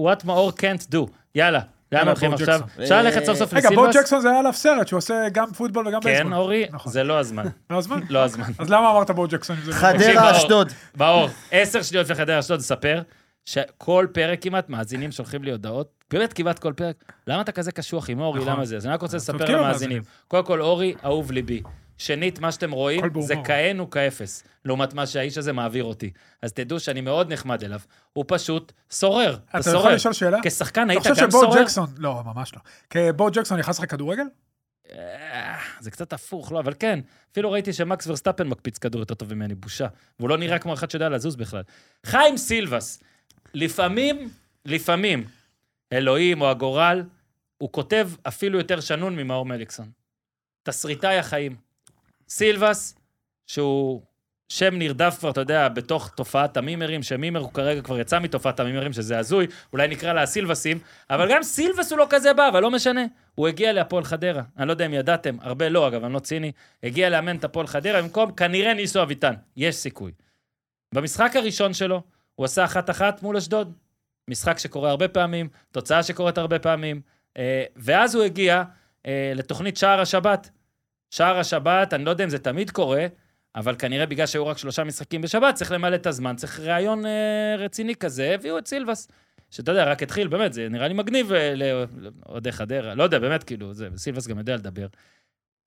what מאור can't do. יאללה, לאן יאללה, הולכים בו עכשיו? ג'קסון. אה, אפשר ללכת סוף סוף רגע, בו לסילבס? ג'קסון זה היה עליו סרט, שהוא עושה גם פוטבול וגם בייסבול. כן, אורי? נכון. זה לא הזמן. לא הזמן? *laughs* לא *laughs* הזמן. אז למה אמרת בו ג'קסון? אם זה לא- תקשיב, חדרה, מאור. אשדוד. מאור, עשר שניות לחדר אשדוד, ספר שכל פרק כמעט מאזינים שולחים לי הודעות, באמת כמעט כל פרק, למה אתה כזה קשוח עם אורי, נכון. למה זה? אז אני רק רוצה לספר צודקים למאזינים. המאזינים. קודם כל, אורי, אהוב ליבי. שנית, מה שאתם רואים הכל בהומור. זה כהנו כאפס, לעומת מה שהאיש הזה מעביר אותי. אז תדעו שאני מאוד נחמד אליו. הוא פשוט סורר. אתה סורר. יכול לשאול שאלה? כשחקן אה? אתה היית חושב גם שבו סורר? ג'קסון, לא, ממש לא. כי בו ג'קסון נכנס לך כדורגל? אה, זה קצת הפוך, לא, אבל כן. אפילו ראיתי שמקס ורסטפן מקפיץ כדור יותר טוב ממני, בושה. והוא לא כן. נראה כמו אחד שיודע לזוז בכלל. חיים סילבס, לפעמים, לפעמים, אלוהים או הגורל, הוא כותב אפילו יותר שנון ממאור מליקסון. תסריטאי החיים. סילבס, שהוא שם נרדף כבר, אתה יודע, בתוך תופעת המימרים, שמימר הוא כרגע כבר יצא מתופעת המימרים, שזה הזוי, אולי נקרא לה הסילבסים, אבל גם סילבס הוא לא כזה בא, אבל לא משנה. הוא הגיע להפועל חדרה, אני לא יודע אם ידעתם, הרבה לא, אגב, אני לא ציני, הגיע לאמן את הפועל חדרה במקום כנראה ניסו אביטן, יש סיכוי. במשחק הראשון שלו, הוא עשה אחת-אחת מול אשדוד. משחק שקורה הרבה פעמים, תוצאה שקורית הרבה פעמים, אה, ואז הוא הגיע אה, לתוכנית שער השבת. שער השבת, אני לא יודע אם זה תמיד קורה, אבל כנראה בגלל שהיו רק שלושה משחקים בשבת, צריך למלא את הזמן, צריך ראיון אה, רציני כזה, הביאו את סילבס. שאתה יודע, רק התחיל, באמת, זה נראה לי מגניב אה, ל- לאוהדי חדרה, לא יודע, באמת, כאילו, זה, סילבס גם יודע לדבר.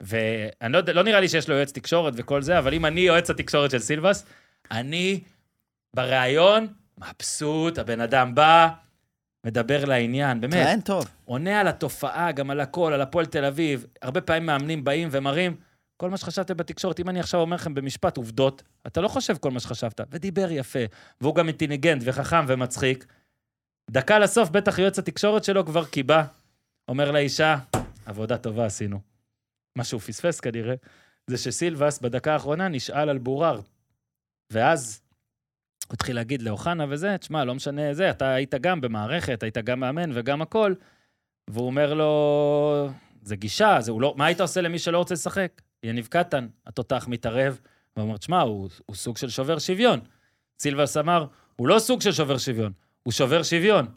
ואני לא יודע, לא נראה לי שיש לו יועץ תקשורת וכל זה, אבל אם אני יועץ התקשורת של סילבס, אני בריאיון מבסוט, הבן אדם בא, מדבר לעניין, באמת. אין טוב. עונה על התופעה, גם על הכל, על הפועל תל אביב. הרבה פעמים מאמנים באים ומראים, כל מה שחשבתם בתקשורת, אם אני עכשיו אומר לכם במשפט עובדות, אתה לא חושב כל מה שחשבת, ודיבר יפה, והוא גם אינטליגנט וחכם ומצחיק. דקה לסוף, בטח יועץ התקשורת שלו כבר קיבה. אומר לאישה, עבודה טובה עשינו. מה שהוא פספס כנראה, זה שסילבס בדקה האחרונה נשאל על בורר. ואז הוא התחיל להגיד לאוחנה וזה, תשמע, לא משנה זה, אתה היית גם במערכת, היית גם מאמן וגם הכל. והוא אומר לו, זה גישה, זה הוא לא... מה היית עושה למי שלא רוצה לשחק? יניב קטן, התותח מתערב, ואומר, תשמע, הוא, הוא סוג של שובר שוויון. סילבס אמר, הוא לא סוג של שובר שוויון, הוא שובר שוויון.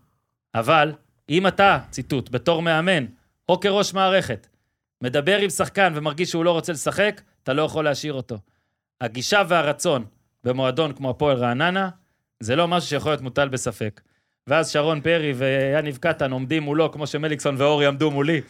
אבל אם אתה, ציטוט, בתור מאמן, או כראש מערכת, מדבר עם שחקן ומרגיש שהוא לא רוצה לשחק, אתה לא יכול להשאיר אותו. הגישה והרצון במועדון כמו הפועל רעננה, זה לא משהו שיכול להיות מוטל בספק. ואז שרון פרי ויניב קטן עומדים מולו, כמו שמליקסון ואורי עמדו מולי,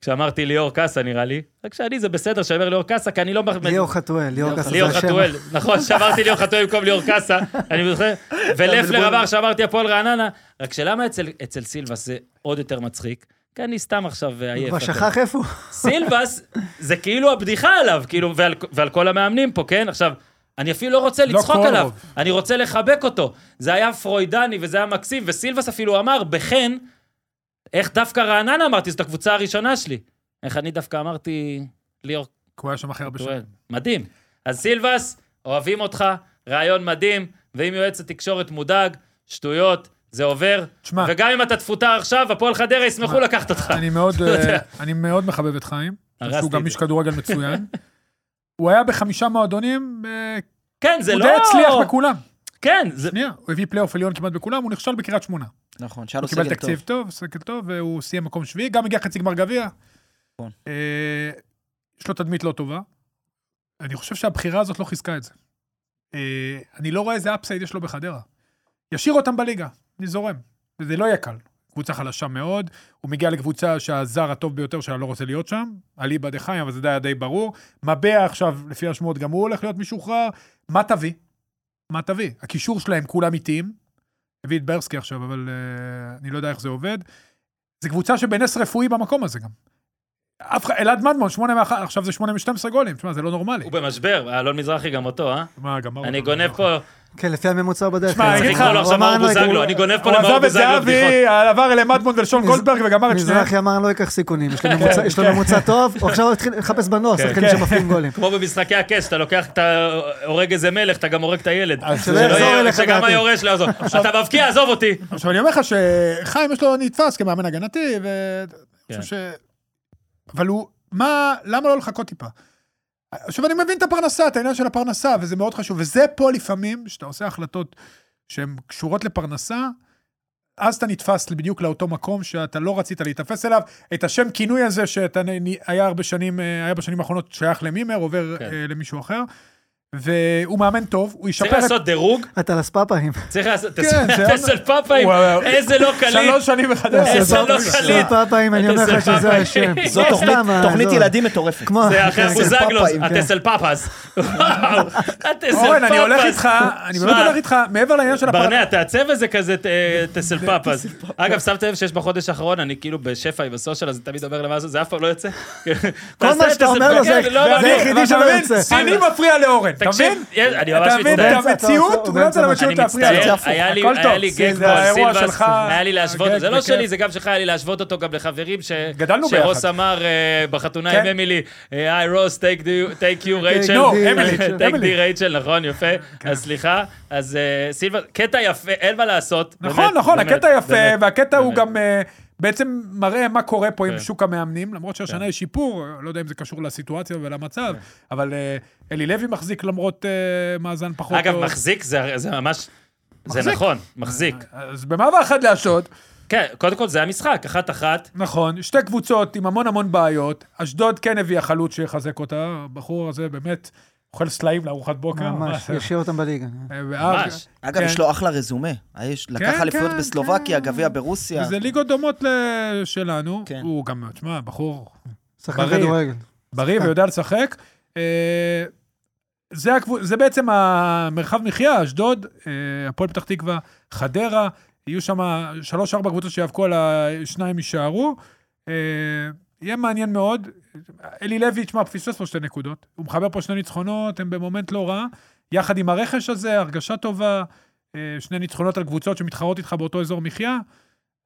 כשאמרתי ליאור קאסה, נראה לי. רק שאני, זה בסדר שאני אומר ליאור קאסה, כי אני לא... ליאור חתואל, ליאור קאסה זה ליאור השם. חתואל, נכון, שאמרתי ליאור חתואל במקום ליאור קאסה, אני זוכר, ולפלר אמר שאמרתי הפועל רעננה, רק שלמה אצל- אצל סילבס זה עוד יותר מצחיק? כי אני סתם עכשיו אה, עייף. כבר אתה יודע. שכח איפה הוא. *laughs* סילבס, זה כאילו הבדיחה עליו, כאילו, ועל, ועל כל המאמנים פה, כן? עכשיו, אני אפילו לא רוצה לא לצחוק כל עליו, רוב. אני רוצה לחבק אותו. זה היה פרוידני וזה היה מקסים, וסילבס אפילו אמר, בחן, איך דווקא רעננה אמרתי, זאת הקבוצה הראשונה שלי. איך אני דווקא אמרתי, ליאור כי הוא היה שם הכי הרבה טוען. שנים. מדהים. אז סילבס, אוהבים אותך, רעיון מדהים, ואם יועץ התקשורת מודאג, שטויות, זה עובר. תשמע. וגם אם אתה תפוטר עכשיו, הפועל חדרה ישמחו לקחת אותך. אני *laughs* מאוד, אתה יודע. אה, אני מאוד מחבב את חיים. הרסתי שהוא את גם זה. איש כדורגל מצוין. *laughs* הוא היה בחמישה מועדונים, אה, כן, זה הוא לא... די הצליח בכולם. כן, זה... שנייה, הוא הביא פלייאוף עליון כמעט בכולם, הוא נכשל בקריית שמונה. נכון, שהיה לו הוא קיבל סגל טוב. תקציב טוב, סגל טוב, והוא סיים מקום שביעי, גם הגיע חצי גמר גביע. נכון. אה, יש לו תדמית לא טובה. אני חושב שהבחירה הזאת לא חיזקה את זה. אה, אני לא רואה איזה אפסייד יש לו בחדרה. ישאיר אותם בליגה, אני זורם. וזה לא יהיה קל. קבוצה חלשה מאוד, הוא מגיע לקבוצה שהזר הטוב ביותר שלה לא רוצה להיות שם, אליבא דחיים, אבל זה די, די ברור. מביע עכשיו, לפי השמועות, גם הוא הולך להיות משוחרר. מה תביא? מה תביא? הקישור שלהם כולם איטיים. הביא את ברסקי עכשיו, אבל אה, אני לא יודע איך זה עובד. זו קבוצה שבנס רפואי במקום הזה גם. אף אחד, אלעד מדמון, 8 מ-1, עכשיו זה 8 מ-12 גולים, תשמע, זה לא נורמלי. הוא במשבר, אלון מזרחי גם אותו, אה? מה, גמר אני אותו. גונב פה, כן, לפי הממוצע בדרך. תשמע, אה, אני צריך אגיד לך, לקרוא לו הוא עכשיו אמר, מאור אני לא אקח- בוזגלו, אני גונב פה הוא למאור עזב את בוזגלו בדיחות. זהבי, עבר למדמון ולשון מז- גולדברג וגמר את שניהם. מזרחי אמר, אני לא אקח סיכונים, *laughs* יש לו ממוצע- יש לו ממוצע טוב, הוא עכשיו התחיל לחפש בנוער, כן, שחקנים כן. שמפנים *laughs* גולים. כמו במשחקי הכס, אתה לוקח, אתה הורג איזה מלך, אתה גם הורג את הילד. אז שלא לא זה יהיה- יחזור אליך שגם בעתיד. היורש לא יעזוב. אתה מבקיע, עזוב אותי. עכשיו אני אומר לך שחיים יש לו נתפס כמאמן הגנתי, ו... כן. כן. ש... אבל הוא, מה, למה לא לחכות טיפה? עכשיו אני מבין את הפרנסה, את העניין של הפרנסה, וזה מאוד חשוב, וזה פה לפעמים, שאתה עושה החלטות שהן קשורות לפרנסה, אז אתה נתפס בדיוק לאותו מקום שאתה לא רצית להיתפס אליו. את השם כינוי הזה שאתה נ- נ- היה הרבה שנים, אה, היה בשנים האחרונות שייך למימר, עובר כן. אה, למישהו אחר, והוא מאמן טוב, הוא צריך ישפר את... לעשות דירוג, אתה לספאפאים. צריך לעשות... כן, זה היה- אצל פאפאים, וואו, איזה לא קליט. שלוש שנים מחדש. *laughs* איזה לא קליט. ספאפאים, אני אומר לך שזה ספאפאים. השם. זו סתם, תוכנית- אה, תוכנית לא. ילדים מטורפת. כמו- זה אחרי כן, בוזגלו, פאפאים, את כן. אצל פאפס. וואו, את אצל פאפס. אורן, אני הולך איתך, אני באמת שמע, הולך איתך, מעבר לעניין של הפרנסה. ברנע, תעצב איזה כזה אה, *laughs* טסל פאפז. אגב, שמת לב שיש בחודש האחרון, אני כאילו בשפע עם הסושיאל, אז אני תמיד אומר למה זה, זה אף פעם לא יוצא. כל מה שאתה אומר לו זה כן, לא, זה לא, היחידי לא, אתה שלא מבין? יוצא. אני מפריע לאורן, אתה תקשיב, מבין? יש- אני ממש אתה מבין את מצטער. באמצע, אתה המציאות, עושה- הוא לא נותן באמצע אני למציאות להפריע מצטער, לו. היה לי הכל טוב. היה לי זה- גג זה פה על האירוע סילבס, שלך, היה לי להשוות, הגג, זה לא בכיף. שלי, זה גם שלך, היה לי להשוות אותו גם לחברים ש- גדלנו שרוס ביחד. אמר אה, בחתונה עם כן. אמילי, אה, היי רוס, טייק *laughs* יו רייצ'ל. no, אמילי, *laughs* טייק די אמילי. כן. רייצ'ל, נכון, יפה. אז סליחה, אז אה, סילבס, קטע יפה, אין מה לעשות. נכון, באמת, נכון, באמת, הקטע יפה, באמת. והקטע הוא באמת. גם אה, בעצם מראה מה קורה פה כן. עם שוק המאמנים, למרות שהשנה יש שיפור, לא יודע אם זה קשור לסיטואציה ולמצב, כן. אבל אה, אלי לוי מחזיק למרות אה, מאזן פחות. אגב, טוב. מחזיק זה זה ממש... זה מחזיק. אה. נכון, מחזיק. אז במעבר אחד לאשדוד, כן, קודם כל זה המשחק, אחת-אחת. נכון, שתי קבוצות עם המון המון בעיות. אשדוד כן הביאה חלוץ שיחזק אותה, הבחור הזה באמת אוכל סלעים לארוחת *laughs* בוקר. כן. ממש, מה- ישאיר אותם בליגה. אה, ואז- ממש. אגב, כן. יש לו אחלה רזומה. יש- לקח כן, אליפויות כן, בסלובקיה, כן. גביע ברוסיה. וזה ליגות דומות לשלנו. כן. הוא גם, תשמע, בחור שחקן בריא. כדורגל. בריא ויודע לשחק. אה, זה, הקבוצ... זה בעצם המרחב מחיה, אשדוד, אה, הפועל פתח תקווה, חדרה, יהיו שם שלוש-ארבע קבוצות שיאבקו על השניים יישארו. אה, יהיה מעניין מאוד. אלי לוי, תשמע, פספס פה שתי נקודות. הוא מחבר פה שני ניצחונות, הם במומנט לא רע. יחד עם הרכש הזה, הרגשה טובה, אה, שני ניצחונות על קבוצות שמתחרות איתך באותו אזור מחיה.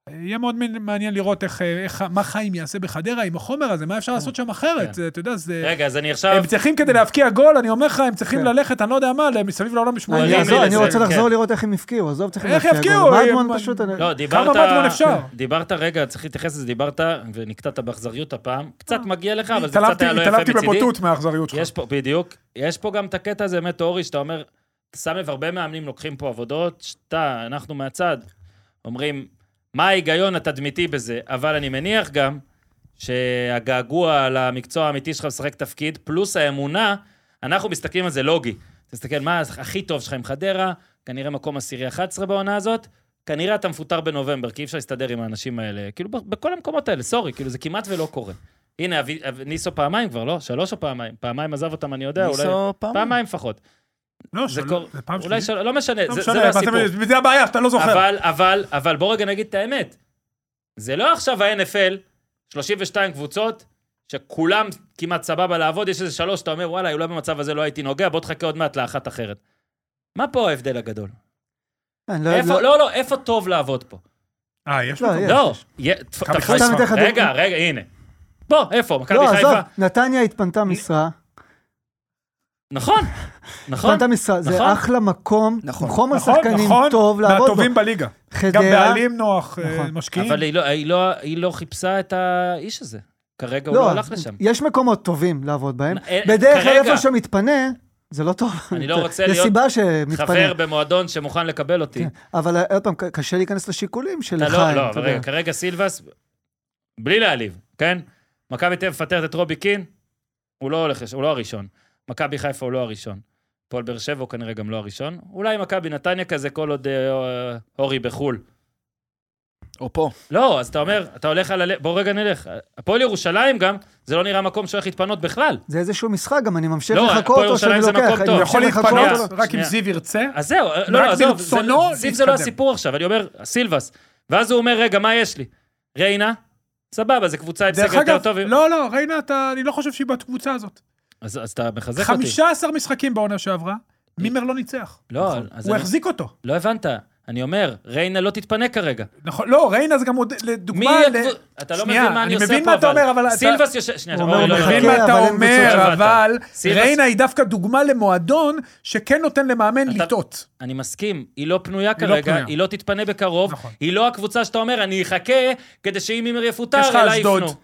יהיה מאוד מעניין לראות איך, אה, איך, מה חיים יעשה בחדרה עם החומר הזה, מה אפשר לעשות שם אחרת. אתה יודע, זה... רגע, אז אני עכשיו... אה. הם צריכים כדי להבקיע גול, אני אומר לך, הם צריכים כן. ללכת, אני לא יודע מה, מסביב לעולם בשמונה. אני- אני יעזור, אחזור- אני לזה, רוצה כן. לחזור לראות איך הם הפקיעו, עזוב, צריכים איך להפקיע יפקיעו? גול. הם- מדמון פשוט... אני- לא, דיברת... מטמון אפשר? דיברת, רגע, צריך להתייחס לזה, דיברת, ונקטעת באכזריות הפעם. קצת מגיע לך, אבל זה קצת התעלמתי היה לא יפה התעלמתי מצידי. בבוטות מהאכזריות שלך. יש פה, בדיוק. יש פה גם את הקטע הזה, באמת, אורי, שאתה אומר, אתה שם לב, הרבה מאמנים לוקחים פה עבודות, שאתה, אנחנו מהצד, אומרים, מה ההיגיון התדמיתי בזה? אבל אני מניח גם שהגעגוע למקצוע האמיתי שלך לשחק תפקיד, פלוס האמונה, אנחנו מסתכלים על זה לוגי. תסתכל, מה הכי טוב שלך עם חדרה, כנראה מקום עשירי 11 בעונה הזאת, כנראה אתה מפוטר בנובמבר, כי אי אפשר להסתדר עם האנשים האלה. כאילו, ב- בכל המקומות האלה, סורי, כאילו, זה כמעט ולא קורה. הנה, אבי, אב- ניסו פעמיים כבר, לא? שלוש או פעמיים? פעמיים עזב אותם, אני יודע, אולי... ניסו פעמיים. פעמיים לפחות. לא, זה של- קור- זה פעם אולי שלישית. שלוש, לא משנה, לא זה- משנה, זה לא מה הסיפור. אתם- זה הבעיה, אתה לא זוכר. אבל, אבל, אבל בוא רגע נגיד את האמת. זה לא עכשיו ה-NFL, 32 קבוצות, שכולם כמעט סבבה לעבוד, יש איזה שלוש, אתה אומר, וואלה, אולי במצב הזה לא הייתי נוגע, בוא תחכה עוד מעט לאחת אחרת. מה פה ההבדל הגדול? אני איפה, לא, לא, איפה טוב לעבוד פה? אה, יש לא, מקום. יש. לא, יה- תפ- מכבי תפ- חיפה. סתם אתן לך רגע, דוגמה. רגע, הנה. פה, איפה? מכבי לא, חיפה. עזוב, נתניה התפנתה משרה. נכון, נכון. התפנתה משרה, נכון. זה אחלה מקום. נכון. נכון, חומר נכון, שחקנים נכון, טוב לעבוד בו. מהטובים בליגה. גם חדרה, בעלים נוח, אה, נכון. משקיעים. אבל היא לא- היא לא- היא לא חיפשה את האיש הזה. כרגע הוא לא הלך לשם. יש מקומות טובים לעבוד בהם. אין- בדרך כלל כרגע. איפה שמתפנה, זה לא טוב. אני לא רוצה להיות יש סיבה שמתפנה. חבר במועדון שמוכן לקבל אותי. אבל אה, עוד פעם, ק- קשה להיכנס לשיקולים של אתה חיים. לא, לא, אתה אבל יודע. רגע, כרגע סילבס, בלי להעליב, כן? מכבי תל אביב מפטרת את רובי קין, הוא לא הולך, לש- הוא לא הראשון. מכבי חיפה הוא לא הראשון. פועל באר שבע הוא כנראה גם לא הראשון. אולי מכבי נתניה כזה, כל עוד אה, אורי בחו"ל. או פה. לא, אז אתה אומר, אתה הולך על הלב, בוא רגע נלך. הפועל ירושלים גם, זה לא נראה מקום שהולך להתפנות בכלל. זה איזשהו משחק, גם אני ממשיך לא, לחכות הפועל או שאני ירושלים זה לוקח. מקום אני טוב. הוא לא, יכול ממשיך להתפנות לחכות או לא. רק אם שנייה. זיו ירצה. אז זהו, לא, רק עזוב, זה- ברצונו זיו זה לא להתקדם. הסיפור עכשיו, אני אומר, סילבס. ואז הוא אומר, רגע, מה יש לי? ריינה, סבבה, זו קבוצה עם דרך סגל יותר אגב, טוב. לא, לא, ריינה, אתה- אני לא חושב שהיא בקבוצה הזאת. אז אז אתה מחזק אותי. 15 משחקים בעונה שעברה, מימר לא ניצח. לא, אז הוא אני- החזיק אותו. לא הבנת. אני אומר, ריינה לא תתפנה כרגע. נכון, לא, ריינה זה גם עוד, מי... לדוגמה... ל- הקבוצ- אתה לא שנייה, מבין מה אני עושה פה, אבל... מבין מה אתה אומר, אבל... אתה- סילבס יושב... שנייה, הוא אורי, אומר, לא, אני לא, מבין לא. חכה, מה אתה אבל הם אומר, בצורה- אבל סילבס- ריינה היא דווקא דוגמה למועדון שכן נותן למאמן אתה- לטעות. אני מסכים, היא לא פנויה לא כרגע, פנויה. היא לא תתפנה בקרוב, נכון. היא לא הקבוצה שאתה אומר, אני אחכה כדי שאם מימר יפוטר, יש לך אליי אשדוד, יפנו.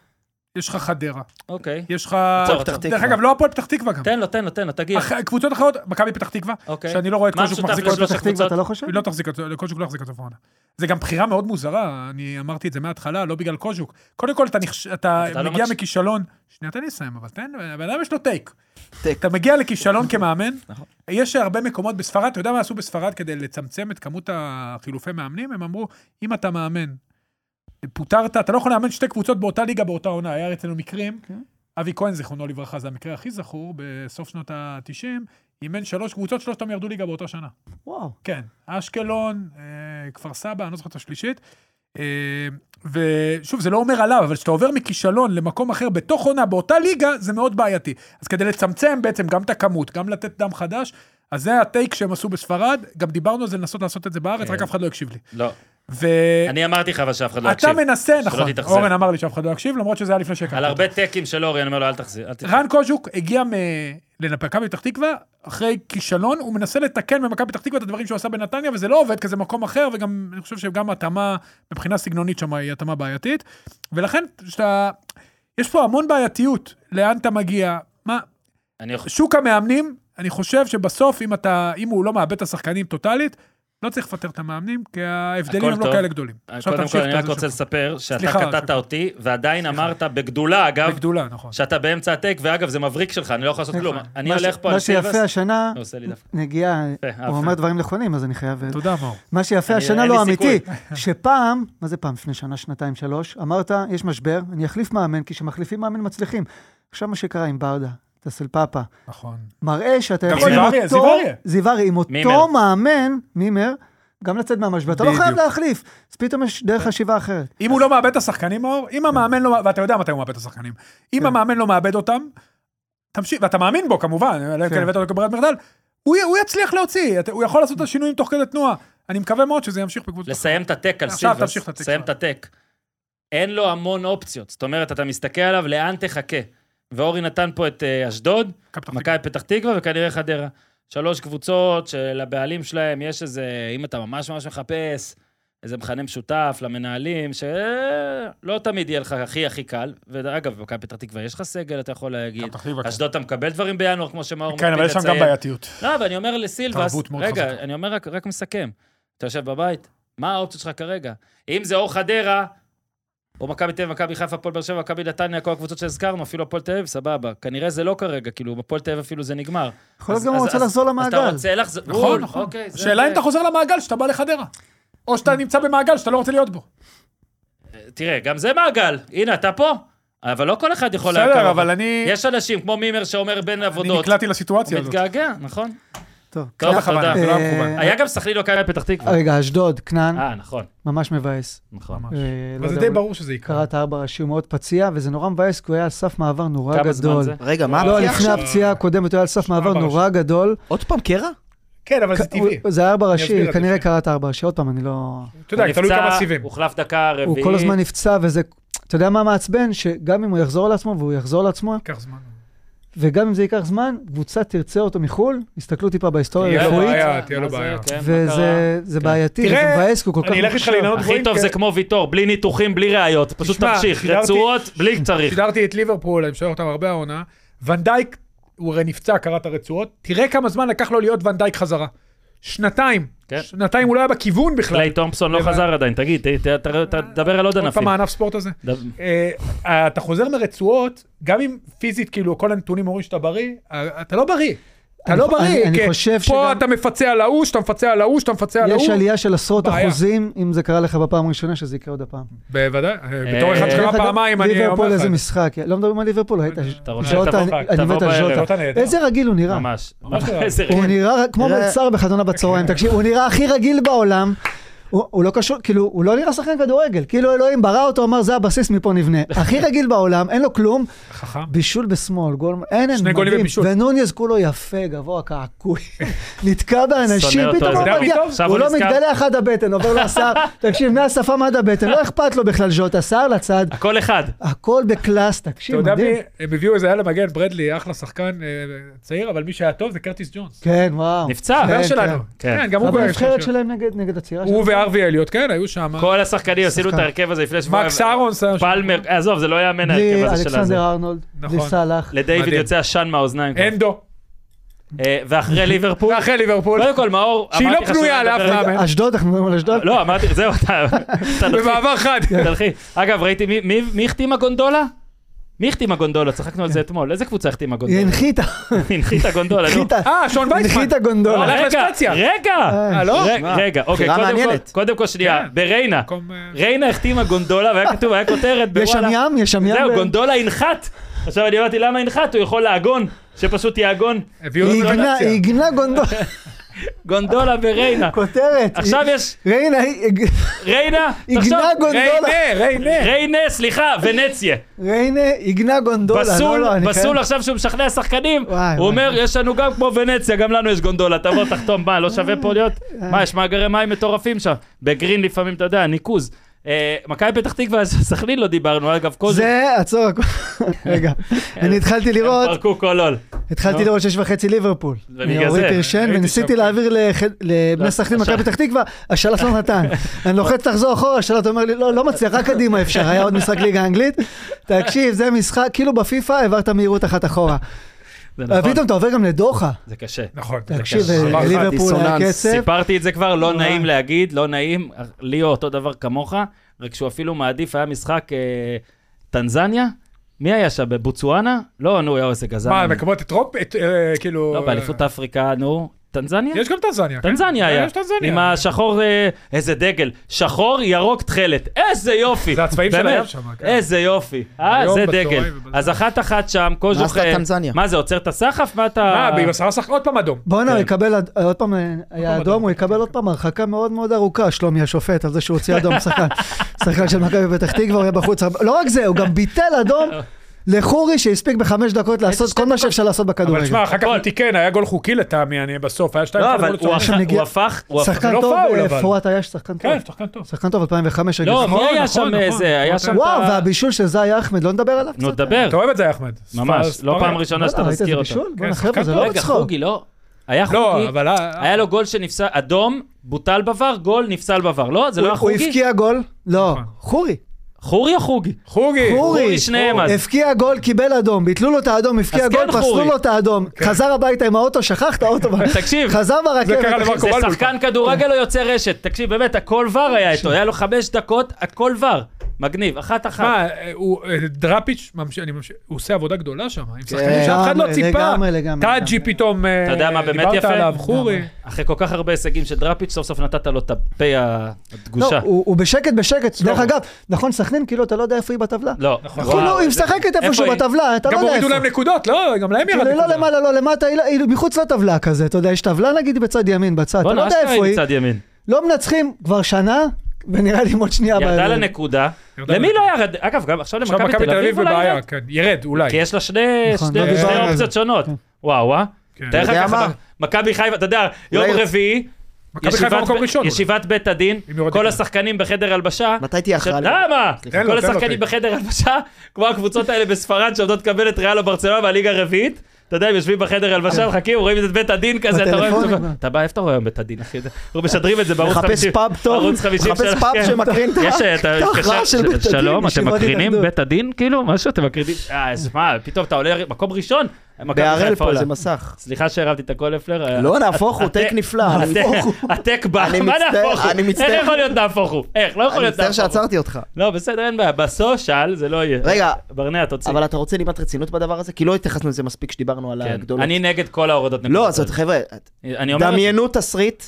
יש לך חדרה, אוקיי. יש לך... עצור, פתח עצור. דרך תקווה. אגב, לא הפועל פתח תקווה גם. תן לו, תן לו, תן לו, תגיע. אח- קבוצות אחרות, מכבי פתח תקווה, אוקיי. שאני לא רואה את מה קוז'וק המשותף מחזיק לשלוש אותו. הקבוצות? פתח תקווה, אתה לא חושב? היא לא תחזיק אותו, קוז'וק לא יחזיק אותו בעונה. זה גם בחירה מאוד מוזרה, אני אמרתי את זה מההתחלה, לא בגלל קוז'וק. קודם כל, אתה, נכש... אתה אתה לא מגיע מקש- מכישלון... שנייה, תן לי לסיים, אבל תן, הבן אדם יש לו טייק. טייק. אתה מגיע לכישלון *laughs* כמאמן, נכון. יש הרבה מקומות בספרד, אתה יודע מה עשו בספרד כדי לצמצם את כמות החילופי מאמנים? הם אמרו, אם אתה מאמן, פוטרת, אתה לא יכול לאמן שתי קבוצות באותה ליגה באותה עונה, היה אצלנו מקרים. כן. אבי כהן, זיכרונו לברכה, זה המקרה הכי זכור, בסוף שנות ה-90, אימן שלוש קבוצות, שלושתם ירדו ליגה באותה שנה. וואו. כן, אשקלון, אה, כפר סבא, אני לא זוכר את השלישית. אה, ושוב, זה לא אומר עליו, אבל כשאתה עובר מכישלון למקום אחר בתוך עונה, באותה ליגה, זה מאוד בעייתי. אז כדי לצמצם בעצם גם את הכמות, גם לתת דם חדש, אז זה הטייק שהם עשו בספרד, גם דיברנו על זה, לנסות לעשות את זה בארץ, כן. רק אף אחד לא הקשיב לי. לא, ואתה אני אמרתי לך אבל שאף אחד לא יקשיב. מנסה, שלא נכון, תתאכזב. אורן אמר לי שאף אחד לא יקשיב, למרות שזה היה לפני שהכרתי. על אותו. הרבה טקים של אורי, אני אומר לו, אל תחזיר. אל תחזיר." רן קוז'וק הגיע מ... למכבי פתח תקווה, אחרי כישלון, הוא מנסה לתקן במכבי פתח תקווה את הדברים שהוא עשה בנתניה, וזה לא עובד, כי זה מקום אחר, וגם, אני חושב שגם התאמה, מבחינה סגנונית שם היא התאמה בעייתית. ולכן, שאתה... יש פה המון בעייתיות, לאן אתה מגיע, מה... אני יכול- שוק המאמנים, אני חושב שבסוף, אם אתה... אם הוא לא מאבד את השחקנים טוטאלית, לא צריך לפטר את המאמנים, כי ההבדלים הכל הם לא טוב. אה, כאלה גדולים. עכשיו קודם כל, תמשיך את אני רק הזה רוצה שלך. לספר שאתה סליחה, קטעת סליחה. אותי, ועדיין אמרת, בגדולה אגב, בגדולה, נכון. שאתה באמצע הטק, ואגב, זה מבריק שלך, אני לא יכול לעשות כלום. נכון. אני מה ש- הולך פה על מה סילבס, שיפה השנה, הוא עושה לי דווקא. נגיעה, יפה, הוא אף אומר אחד. דברים נכונים, אז אני חייב... תודה, מאור. מה שיפה אני- השנה אין לא לי אמיתי, סיכוי. *laughs* שפעם, מה זה פעם? לפני שנה, שנתיים, שלוש, אמרת, יש משבר, אני אחליף מאמן, כי כשמחליפים מאמן מצליחים. עכשיו מה שקרה עם ברדה, טסל פאפה, נכון. מראה שאתה גם יכול עם זיו אותו... אריה, זיו אריה. זיו אריה, עם מימר. אותו מאמן, מימר, גם לצאת מהמשבר. אתה לא בדיוק. חייב להחליף, אז פתאום יש דרך חשיבה אחרת. אם הוא לא מאבד את השחקנים, מאור, אם המאמן לא... ואתה יודע מתי הוא מאבד את השחקנים. אם כן. המאמן לא מאבד אותם, תמשיך, ואתה מאמין בו כמובן, אלא אם כן כן. הבאת אותו כברירת מחדל, הוא י- הוא יצליח להוציא, אתה- הוא יכול לעשות את השינויים תוך כדי תנועה. אני מקווה מאוד שזה ימשיך בקבוצות. לסיים את הטק על עכשיו סילבס, תמשיך את הטק לסיים את שלו. הטק. אין לו המון אופציות. זאת אומרת, אתה מסתכל עליו, לאן תחכה? ואורי נתן פה את אה, אשדוד, מכבי פתח תקווה. מכבי פתח תקווה וכנראה חדרה. שלוש קבוצות שלבעלים שלהם יש איזה, אם אתה ממש ממש מחפש, איזה מכנה משותף למנהלים, שלא תמיד יהיה לך הכי הכי קל. ואגב, במכבי פתח תקווה יש לך סגל, אתה יכול מכבי להגיד. פתח תקווה, כן. אשדוד אתה מקבל דברים בינואר, כמו שמאור כן, אבל יש שם גם בעייתיות. לא, אבל אני אומר לסילבס, תרבות מאוד רגע, חזקה. אני אומר רק, רק מסכם. אתה יושב בבית, מה האופציות שלך כרגע? אם זה או חדרה, או מכבי תל אביב, מכבי חיפה, הפועל באר שבע, מכבי נתניה, כל הקבוצות שהזכרנו, אפילו הפועל תל אביב, סבבה. כנראה זה לא כרגע, כאילו, בפועל תל אביב אפילו זה נגמר. יכול להיות אז- גם הוא אז- רוצה אז- לחזור אז אתה למעגל. רוצה לחזור... נכון, נכון. אוקיי, זה- השאלה אם אתה חוזר למעגל שאתה בא לחדרה. או שאתה נמצא במעגל שאתה לא רוצה להיות בו. תראה, גם זה מעגל. הנה, אתה פה. אבל לא כל אחד יכול להכיר בסדר, אותו. אבל אני יש אנשים, כמו מימר שאומר בין אני עבודות. נקלעתי לסיטואציה הוא הזאת. מתגעגע, נכון? טוב. טוב, לא בכוונה, תודה. זה לא היה אה, מכוון. היה גם סכנין לא קיים בפתח תקווה. רגע, אשדוד, כנען, אה, נכון, ממש מבאס. נכון. ממש. אה, לא אבל זה יודע, די הוא ברור שזה יקרה. קרע את הארבע ראשי, הוא מאוד פציע, וזה נורא מבאס, כי הוא היה על סף מעבר נורא גדול. כמה זמן זה? רגע, מה לא, הפציעה לפני עכשיו? הפציעה הקודמת, הוא היה על סף מעבר ארבע נורא גדול. עוד פעם קרע? כן, אבל זה הוא- טבעי. זה היה ארבע אסביר את ראשי, זה כנראה לפני. קרע את הארבע ראשי, עוד פעם, אני לא... אתה יודע, תלוי כמה סיבים. הוחלף דקה רביעית. הוא כל הזמן נפצע, וזה... אתה יודע מה מעצבן? שגם אם הוא יחזור על עצמו, והוא יחזור על עצמו, ייקח זמן. וגם אם זה ייקח זמן, קבוצה תרצה אותו מחו"ל, הסתכלו טיפה בהיסטוריה תהיה לו הרפואית, בעיה. לא מה זה, כן, מה קרה? וזה זה כן. בעייתי, וזה תראה, מבאס, כי הוא כל כך... אני אלך איתך מוכשר. לעניין הכי טוב זה כמו ויטור, בלי ניתוחים, בלי ראיות. פשוט כן. תשמע, תמשיך, שידרתי- רצועות, בלי צריך. שידרתי את ליברפול, אני משוער אותם הרבה העונה. ונדייק, הוא הרי נפצע, קרע את הרצועות. תראה כמה זמן לקח לו להיות ונדייק חזרה. שנתיים. כן. שנתיים הוא לא היה בכיוון בכלל. קליי תומפסון לא לבד. חזר עדיין, תגיד, ת- ת- ת- ת- תדבר על עוד עוד ענפים. פעם הענף ספורט הזה. ד- אה, אתה חוזר מרצועות, גם אם פיזית, כאילו, כל הנתונים אומרים שאתה בריא, אה, אתה לא בריא. אתה אני- לא בריא, אני- אני כי פה חושב שגם- אתה מפצה על ההוא, שאתה מפצה על ההוא, שאתה מפצה על ההוא. יש עלייה של עשרות בעיה. אחוזים, אם זה קרה לך בפעם הראשונה, שזה יקרה עוד הפעם. בוודאי, אה, בתור אחד שקרה דרך אגב, פעמיים, אני אומר ליברפול לך. איזה משחק, לא מדברים על ליברפול, ראית? אתה רוצה, ז'וטה, תבוא- אני- תבוא לא אני מת על בערב. ז'וטה. ז'וטה נהדר. איזה רגיל הוא נראה. ממש. ממש אה. כן. *laughs* לא. איזה הוא רגע. נראה כמו נראה- מלצר בחתונה בצהריים, תקשיב, הוא נראה הכי רגיל בעולם. הוא הוא לא קשור, כאילו, הוא לא נראה שחקן כדורגל. כאילו אלוהים ברא אותו, אמר, זה הבסיס, *laughs* מפה נבנה. הכי רגיל בעולם, אין לו כלום, חכם. בישול בשמאל, גול, אין, אין, שני גולים מדהים. ובישול. ונוניז כולו יפה, גבוה, קעקוי, *laughs* נתקע באנשים, שונא אותו, פתאום אז הוא דוד מגיע, טוב. עכשיו הוא הוא לא נזכר. מתגלח עד הבטן, עובר לו *laughs* השיער, תקשיב, מהשפם עד הבטן, לא אכפת לו בכלל ז'וטה, שיער לצד, הכל אחד. הכל בקלאס, אתה תקשיב, יודע מי, מדהים. הם הביאו איזה היה מגן, ברדלי, אחלה שחקן אה, צעיר, אבל מי שהיה טוב זה קרטיס ג'ונס. כן, וואו. נפצע. חבר כן, שלנו. כן. כן, גם הוא גורם. הנבחרת שלהם נגד- נגד עצירה הוא וארווי אליוט, כן, היו שם. כל השחקנים עשינו את שחקן. ההרכב הזה לפני שבועיים. מקס אה, אהרונס היה שם. פלמר, עזוב, זה לא יאמן בלי ההרכב הזה של הזה. אלכסנדר ארנולד, בלי נכון. סאלח. לדיוויד מדהים. יוצא עשן מהאוזניים. כבר. אנדו. אה, ואחרי ליברפול, ואחרי ליברפול. קודם כל, מאור, שהיא אמרתי לא לך פנויה שלא לאף נדבר- מאמן. אה, אשדוד, אנחנו מדברים על אשדוד? לא, אמרתי, זהו, אתה... אתה נתחיל. במעבר חד. כן. תלכי. אגב, ראיתי, מי- מי מי החתימה גונדולה? מי החתימה גונדולה? צחקנו על זה אתמול. איזה קבוצה החתימה היא גונדולה? הנחיתה, הנחיתה גונדולה, נו. הנחיתה, אה, לא, שון וייסמן. הנחיתה גונדולה. הלך רגע, לסקציה. רגע! אה, לא? ר- רגע, אוקיי, בחירה קודם כל, מעניינת. קודם כל שנייה, כן. בריינה. מקום, אה, ריינה החתימה גונדולה, והיה כתוב, היה כותרת יש שם בוואלה. ים, יש שם ים. אה, זהו, ב- גונדולה ינחת. עכשיו אני אמרתי, למה ינחת? הוא יכול לעגון, שפשוט יעגון. הביאו היא אותו עיגנה, לרולציה. היא עיגנה *laughs* גונדולה, גונדולה *laughs* וריינה. כותרת. עכשיו היא- יש ריינה, היא עיג- ריינה, תחשוב, עיגנה גונדולה. ריינה, ריינה. ריינה, סליחה, ונציה. ריינה, עיגנה גונדולה. לא, בסול, לא, אני חייב- בסול עכשיו שהוא משכנע שחקנים, וואי, הוא וואי. אומר, יש לנו גם כמו ונציה, גם לנו יש גונדולה, תבוא תחתום, מה, לא שווה פה להיות? מה, יש מאגרי מים מטורפים שם. בגרין לפעמים, אתה יודע, ניקוז. אה, מכבי פתח תקווה, *laughs* סכנין לא דיברנו, אגב, כל זה, זה, עצור, הכל. רגע, אני התחלתי הם לראות, פרקו כל עול. התחלתי נו. לראות שש וחצי ליברפול. ובגלל מאורי זה, לא, פרשן, הייתי וניסיתי שם. להעביר לח- לבני סכנין, מכבי פתח תקווה, השלט לא *laughs* נתן. אני לוחץ תחזור אחורה, השלט אומר לי, לא, לא מצליח, רק קדימה אפשר, היה עוד משחק ליגה אנגלית. תקשיב, זה משחק, כאילו בפיפ"א העברת מהירות אחת אחורה. זה נכון, פתאום אתה עובר גם לדוחה. זה קשה. נכון. תקשיב, קשה. אה, אמר לך, ליברפול היה דיסוננס. קצב. סיפרתי את זה כבר, לא וואי. נעים להגיד, לא נעים, לי או אותו דבר כמוך, רק שהוא אפילו מעדיף, היה משחק אה, טנזניה? מי היה שם? בבוצואנה? לא, נו, יאו, איזה גזען. מה, אני. מקומות את רופ... את, אה, כאילו... לא, באליפות אפריקה, נו, טנזניה? יש גם טנזניה. כן? טנזניה היה. יש טנזניה. עם השחור, אה, איזה דגל. שחור, ירוק, תכלת. איזה יופי. זה הצבעים של באמת. הים שם, כן. איזה יופי. אה, היום זה בצהריים דגל. ובזה. אז אחת-אחת שם, קוז'ו... מה עשתה טנזניה? מה זה, עוצר את הסחף? מה אתה... מה, עם עשרה שחקנים? עוד פעם אדום. בואנה, הוא כן. יקבל עד- עוד פעם, אה, היה אדום. אדום, הוא יקבל עוד פעם הרחקה מאוד מאוד ארוכה, שלומי השופט, על *laughs* זה שהוא הוציא אדום שחקן. שחקן של מכבי פתח תקווה, הוא היה בחוץ. הרבה- לא רק זה, הוא גם ביטל אדום. לחורי שהספיק בחמש דקות לעשות כל מה שאפשר לעשות אבל בכדורגל. שמע, אחר כך הוא תיקן, היה גול חוקי לטעמי, אני בסוף, היה שתיים לא, אחד אבל מול הוא צרפת. הפך- הוא שמגיע- הפך, הוא הפך... שחקן לא טוב, פאול, אה, אבל. פואט היה שחקן טוב. כן, שחקן טוב. שחקן טוב, 2005. רגע, לא, זכור. נכון, מי היה נכון, שם נכון. איזה? היה שם... את וואו, ה- והבישול של זאי אחמד, לא נדבר עליו נו, קצת? דבר. אתה אוהב את זה, אחמד. ממש, לא ספרד. פעם ראשונה שאתה וואלה, ראית איזה מזכיר אותו. בישול? בואנה, כן, חבר'ה, שחקן זה טוב. לא רגע, בצחוק. חוגי, לא. היה לא, חוגי, אבל... היה לו גול שנפסל, אדום, בוטל בVAR, גול, נפסל בVAR. לא, זה לא היה הוא- הוא חוגי? הבקיע גול? לא, נכון. חורי. חורי או חוגי? חוגי. חורי. חורי, שניהם אז. הבקיע גול, קיבל אדום, ביטלו לו את האדום, הבקיע אז גול, כן, פסלו חורי. כן. לו את האדום, חזר הביתה עם האוטו, שכח את האוטו, *laughs* תקשיב, חזר זה קרה ברכבת. למרקו זה בלבול. שחקן כדורגל או יוצא רשת? תקשיב, באמת, הכל VAR היה איתו, היה לו חמש דקות, הכל VAR. מגניב, אחת-אחת. מה, הוא- אה, דראפיץ', ממשיך- אני ממשיך- הוא עושה עבודה גדולה שם, עם שחקנים לגמרי, שאף אחד לא ציפה. לגמרי, לגמרי, טאג'י פתאום, אה, אתה יודע מה באמת דיברת יפה? עליו, חורי. אחרי כל כך הרבה הישגים של דראפיץ', סוף סוף נתת לו את הפה לא, הדגושה. הוא הוא בשקט, בשקט. דרך אגב, נכון, סכנין, כאילו, אתה לא יודע איפה היא בטבלה. לא. נכון, וואו, לא, היא זה- משחקת איפה איפשהו היא? בטבלה, אתה לא גם יודע הורידו איפה. להם נקודות, לא, גם להם ירד כאילו, היא לא נקודה. למעלה, לא למטה, היא לא- היא מחוץ לטבלה כזה, אתה יודע, יש טבלה נגיד בצד ימין, בצד, אתה לא בואנה, יודע אשכרה איפה היא היא. מצד ימין. לא מנצחים כבר שנה, ונראה לי עוד שנייה. ירדה בערב. לנקודה. ירדה למי לנקודה. לא ירד? אגב, גם עכשיו עכשיו למכבי תל אביב אולי בבעיה, ירד? כן, ירד, אולי. כי יש לה שני נכון, שני- לא שתי דיברנו על אופציות שונות. וואו, וואו. כן. תאר אתה יודע לך מה? ככה, מכבי חיפה, אתה יודע, יום אולי- רביעי, מכבי חיפה ישיבת במקום ב- ראשון, אולי. ישיבת בית הדין, אם יורדת כל לה. השחקנים בחדר הלבשה. מתי תהיה עכשיו- הכרעה? למה? תן לו, כל תן לו השחקנים פייק. בחדר הלבשה, כמו הקבוצות האלה בספרד שעומדות לקבל את ריאל או ברצלונה והליגה הרביעית. אתה יודע, הם יושבים בחדר הלבשה, מחכים, רואים את בית הדין כזה, אתה רואה... כן. בטלפונים, את זה- אתה בא, איפה אתה רואה היום בית הדין, אחי? אנחנו משדרים את זה בערוץ 50. מחפש פאב טוב, ערוץ 50 מחפש של- פאב כן. שמקרין את ה- יש, אתה- את ההכרעה קשר- של בית הדין, שלום, אתם ישיבת מקרינים התנגדות. בית הדין, כאילו, משהו, אתם מקרינים, אה, אז מה, פתאום אתה עולה מקום ראשון, מכבי בהראל חיפה פה עולה. זה מסך. סליחה שהרמתי את הכל, לפלר. לא, נהפוך הוא, טייק *laughs* נפלא. הטק- הטק בא, אני מה מצטער, נהפוך הוא? אני מצטער. איך יכול להיות נהפוך הוא? איך? לא יכול אני להיות מצטער נהפוך הוא. שעצרתי אותך. לא, בסדר, אין בעיה, בסושיאל זה לא יהיה. רגע, ברנע, תוציא. אבל אתה רוצה נימת רצינות בדבר הזה? כי לא התייחסנו לזה מספיק כשדיברנו על כן. הגדולות. אני נגד כל ההורדות נקודות. לא, אז עוד, חבר'ה, אני אומר, דמיינו תסריט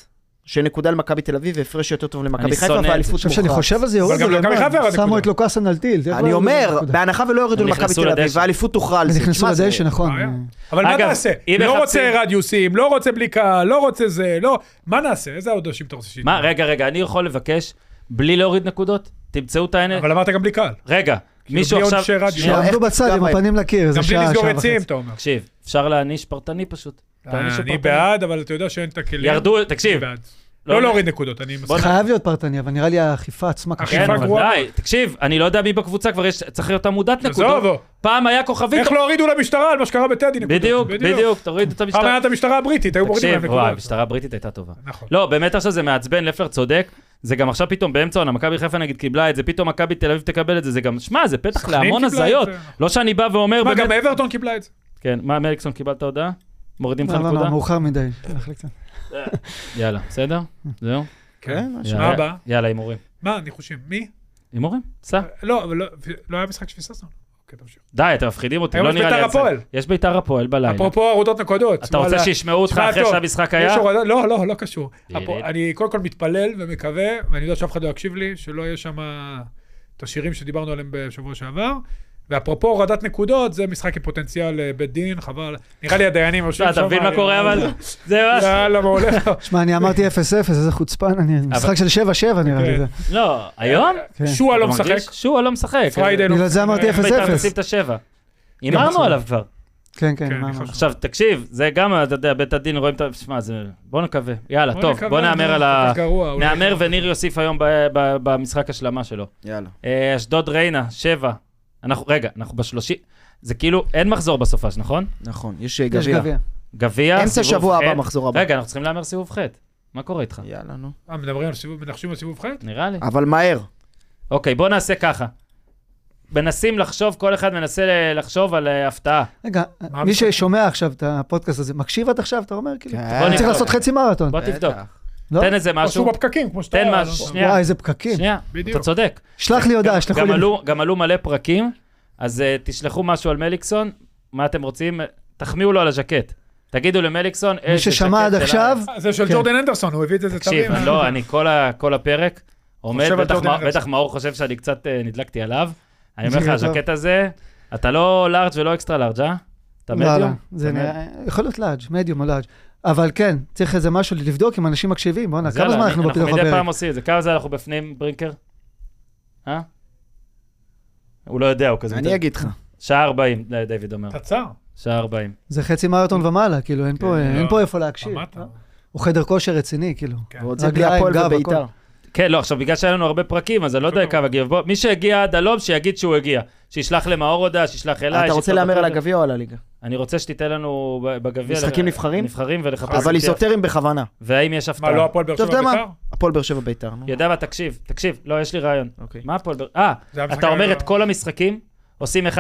שנקודה למכבי תל אביב והפרש יותר טוב למכבי אני חיפה שונא את זה. אני ואליפות חושב שאני מוכרעת. חושב על זה, יורידו גם לו, למכבי מה, חיפה ירד שמו נקודה. את לוקאסן על טיל. זה אני לא- אומר, נקודה. בהנחה ולא יורידו הם למכבי נכנסו תל אביב, לדשא. האליפות תוכרע על הם זה. נכנסו תשמע, זה- לדשא, נכון. בעיה. אבל מה אגב, נעשה? אם לא מחפשים- רוצה רדיוסים, לא רוצה בלי קהל, לא רוצה זה, לא... מה נעשה? איזה עודשים אתה רוצה שייתנו? מה, רגע, רגע, אני יכול לבקש בלי להוריד נקודות? תמצאו את העניין. אבל כאילו, אמרת גם בלי קהל. רגע, מישהו בלי עכשיו... עונשי רדיו. שנייה, איך- שיעמדו בצד עם כמה- הפנים לקיר, איזה גם בלי שעה, לסגור שעה עצים, וחצי. אתה אומר. תקשיב, אפשר להעניש פרטני פשוט. להעניש אה, אני פרטני. בעד, אבל אתה יודע שאין את הכלים. ירדו, אני תקשיב. בעד. לא, לא לא. להוריד נקודות, אני מסכים. חייב להיות פרטני, אבל נראה לי האכיפה עצמה אכיפה כן, אכיפה מאוד. אבל גרועה. די, תקשיב, אני לא יודע מי בקבוצה כבר יש, צריך להיות עמודת נקודות. עזוב, פעם היה כוכבית. איך לא הורידו למשטרה על מה שקרה בטדי נקודות? בדיוק, בדיוק, תוריד את פעם המשטרה. היה את המשטרה הבריטית, היו מורידים להם תקשיב, וואי, נקודות. המשטרה הבריטית הייתה טובה. נכון. לא, באמת עכשיו זה מעצבן, לפלר צודק. זה גם עכשיו פתאום באמצע העונה, מכבי חיפה נגיד קיבלה את זה, פתאום מכבי תל אביב תקבל את זה, זה גם, שמע, זה פתח סכנין להמון קיבלה את הזיות. זה. לא שאני בא ואומר, מה, גם באמת... אברטון קיבלה את זה. כן, מה, מליקסון קיבלת הודעה? מורידים לך לא, לא, נקודה? לא, מאוחר מדי. הלך לי קצת. יאללה, בסדר? זהו? כן? יאללה. מה הבא? יאללה, הימורים. מה, ניחושים? מי? הימורים? סע. לא, אבל לא- לא היה משחק שפספסנו. אוקיי, תמשיך. די, אתם מפחידים אותי, היום לא יש נראה לי... בית"ר על זה. הפועל. יש בית"ר הפועל בלילה. אפרופו הורדות נקודות. אתה רוצה וואלה. שישמעו אותך תשמע, אחרי טוב. שהמשחק היה? יש הורדה, לא, לא, לא קשור. דידי. הפו- אני קודם כל מתפלל ומקווה, ואני יודע שאף אחד לא יקשיב לי, שלא יהיה שם את השירים שדיברנו עליהם בשבוע שעבר. ואפרופו הורדת נקודות, זה משחק עם פוטנציאל אה, בית דין, חבל. נראה לי הדיינים יושבים אה, אתה מבין מה קורה אבל? *laughs* זה מה... יאללה, מעולה. שמע, אני אמרתי 0-0, איזה חוצפן, אני... משחק של 7-7 נראה לי. כן. זה. לא, היום? כן. *laughs* שועה לא אתה משחק. מרגיש? שועה לא משחק. פריידי לא בגלל זה אמרתי איך איך בית"ר 0-0. תשים את השבע? הימרנו בסדר. עליו כבר. כן, כן, כן, מה אני אמרת? חושב. עכשיו, תקשיב, זה גם, אתה יודע, בית הדין רואים את ה... שמע, זה... בוא נקווה. יאללה, בוא טוב, נקווה, בוא נהמר זה על ה... כל כך גרוע, אולי. נהמר וניר יוסיף היום ב- ב- במשחק השלמה שלו. יאללה. אה, אשדוד ריינה, שבע. אנחנו, רגע, אנחנו בשלושים... זה כאילו, אין מחזור בסופש, נכון? נכון, יש יש גביע. גביע. גביע, אמצע סיבוב שבוע ח'. הבא, מחזור הבא. רגע, אנחנו צריכים להמר סיבוב ח'. מה קורה איתך? יאללה, נו. אה, מדברים על סיבוב, מנחשים על סיבוב ח'? נראה לי. אבל מהר. כן. אוקיי, בוא נעשה ככה. מנסים לחשוב, כל אחד מנסה ל- לחשוב על אה, הפתעה. רגע, מה מי המשחק? ששומע עכשיו את הפודקאסט הזה, מקשיב עד עכשיו, אתה אומר, כאילו, כן. בוא צריך נבדוק. לעשות חצי מרתון. בוא תבדוק. בטח. לא? תן איזה משהו משהו. בפקקים, כמו שאתה... תן לא- משהו, שנייה. וואי, איזה פקקים. שנייה, בדיוק. אתה צודק. שלח לי הודעה, שלחו גם לי. עלו, גם עלו מלא פרקים, אז uh, תשלחו משהו על מליקסון, מה אתם רוצים? תחמיאו לו על הז'קט. תגידו למליקסון, מי איזה ששמע עד ז'קט עכשיו, אליי. אה, זה של כן. ג'ורדן אנדרסון, הוא הביא את זה, זה תקשיב, אני לא, אני כל, ה, כל הפרק עומד, חושב על בטח, ג'ורדן מה, אנדרסון. בטח מאור חושב שאני קצת uh, נדלקתי עליו. אני אומר לך, זה הז'קט הזה, אתה לא לארג' ולא אקסטרה לארג', אה? אתה לא, לא, מדיום? זה אתה נראה, יכול להיות לאג', מדיום או לאג', אבל כן, צריך איזה משהו לבדוק אם אנשים מקשיבים, בואנה, אז כמה יאללה, זמן אני- אנחנו בפתח אנחנו מדי פעם הפרק? עושים את זה. כמה זה אנחנו בפנים, ברינקר? אה? הוא לא יודע, הוא כזה... כן. אני אגיד לך. שעה 40, דיוויד אומר. קצר. שעה 40. זה חצי מרתון ומעלה, כאילו, אין פה- כן, אין לא. פה איפה להקשיב. אמרת? הוא חדר כושר רציני, כאילו. כן. ועוד זה בלי רגליים, הפועל גב, הכל. וביתר. כן, לא, עכשיו, בגלל שהיה לנו הרבה פרקים, אז אני לא יודע כמה הגיע. בוא, מי שהגיע עד הלום, שיגיד שהוא הגיע. שישלח למאור הודעה, שישלח אליי. אתה רוצה שיכתוב להמר על בטוויטר. הגביע או על הליגה? אני רוצה שתיתן לנו ב- בגביע... משחקים ל- נבחרים? נבחרים ולחפש... אבל את זה. איזוטרים בכוונה. והאם יש מה, הפתעה? לא הפועל באר אתה שבע יודע מה? בית"ר? הפועל באר שבע ביתר, נו. יודע מה, תקשיב, תקשיב, לא, יש לי רעיון. אוקיי. מה הפועל באר... אה, זה המשחק אתה אומר הגדול. את כל המשחקים, עושים 1x2,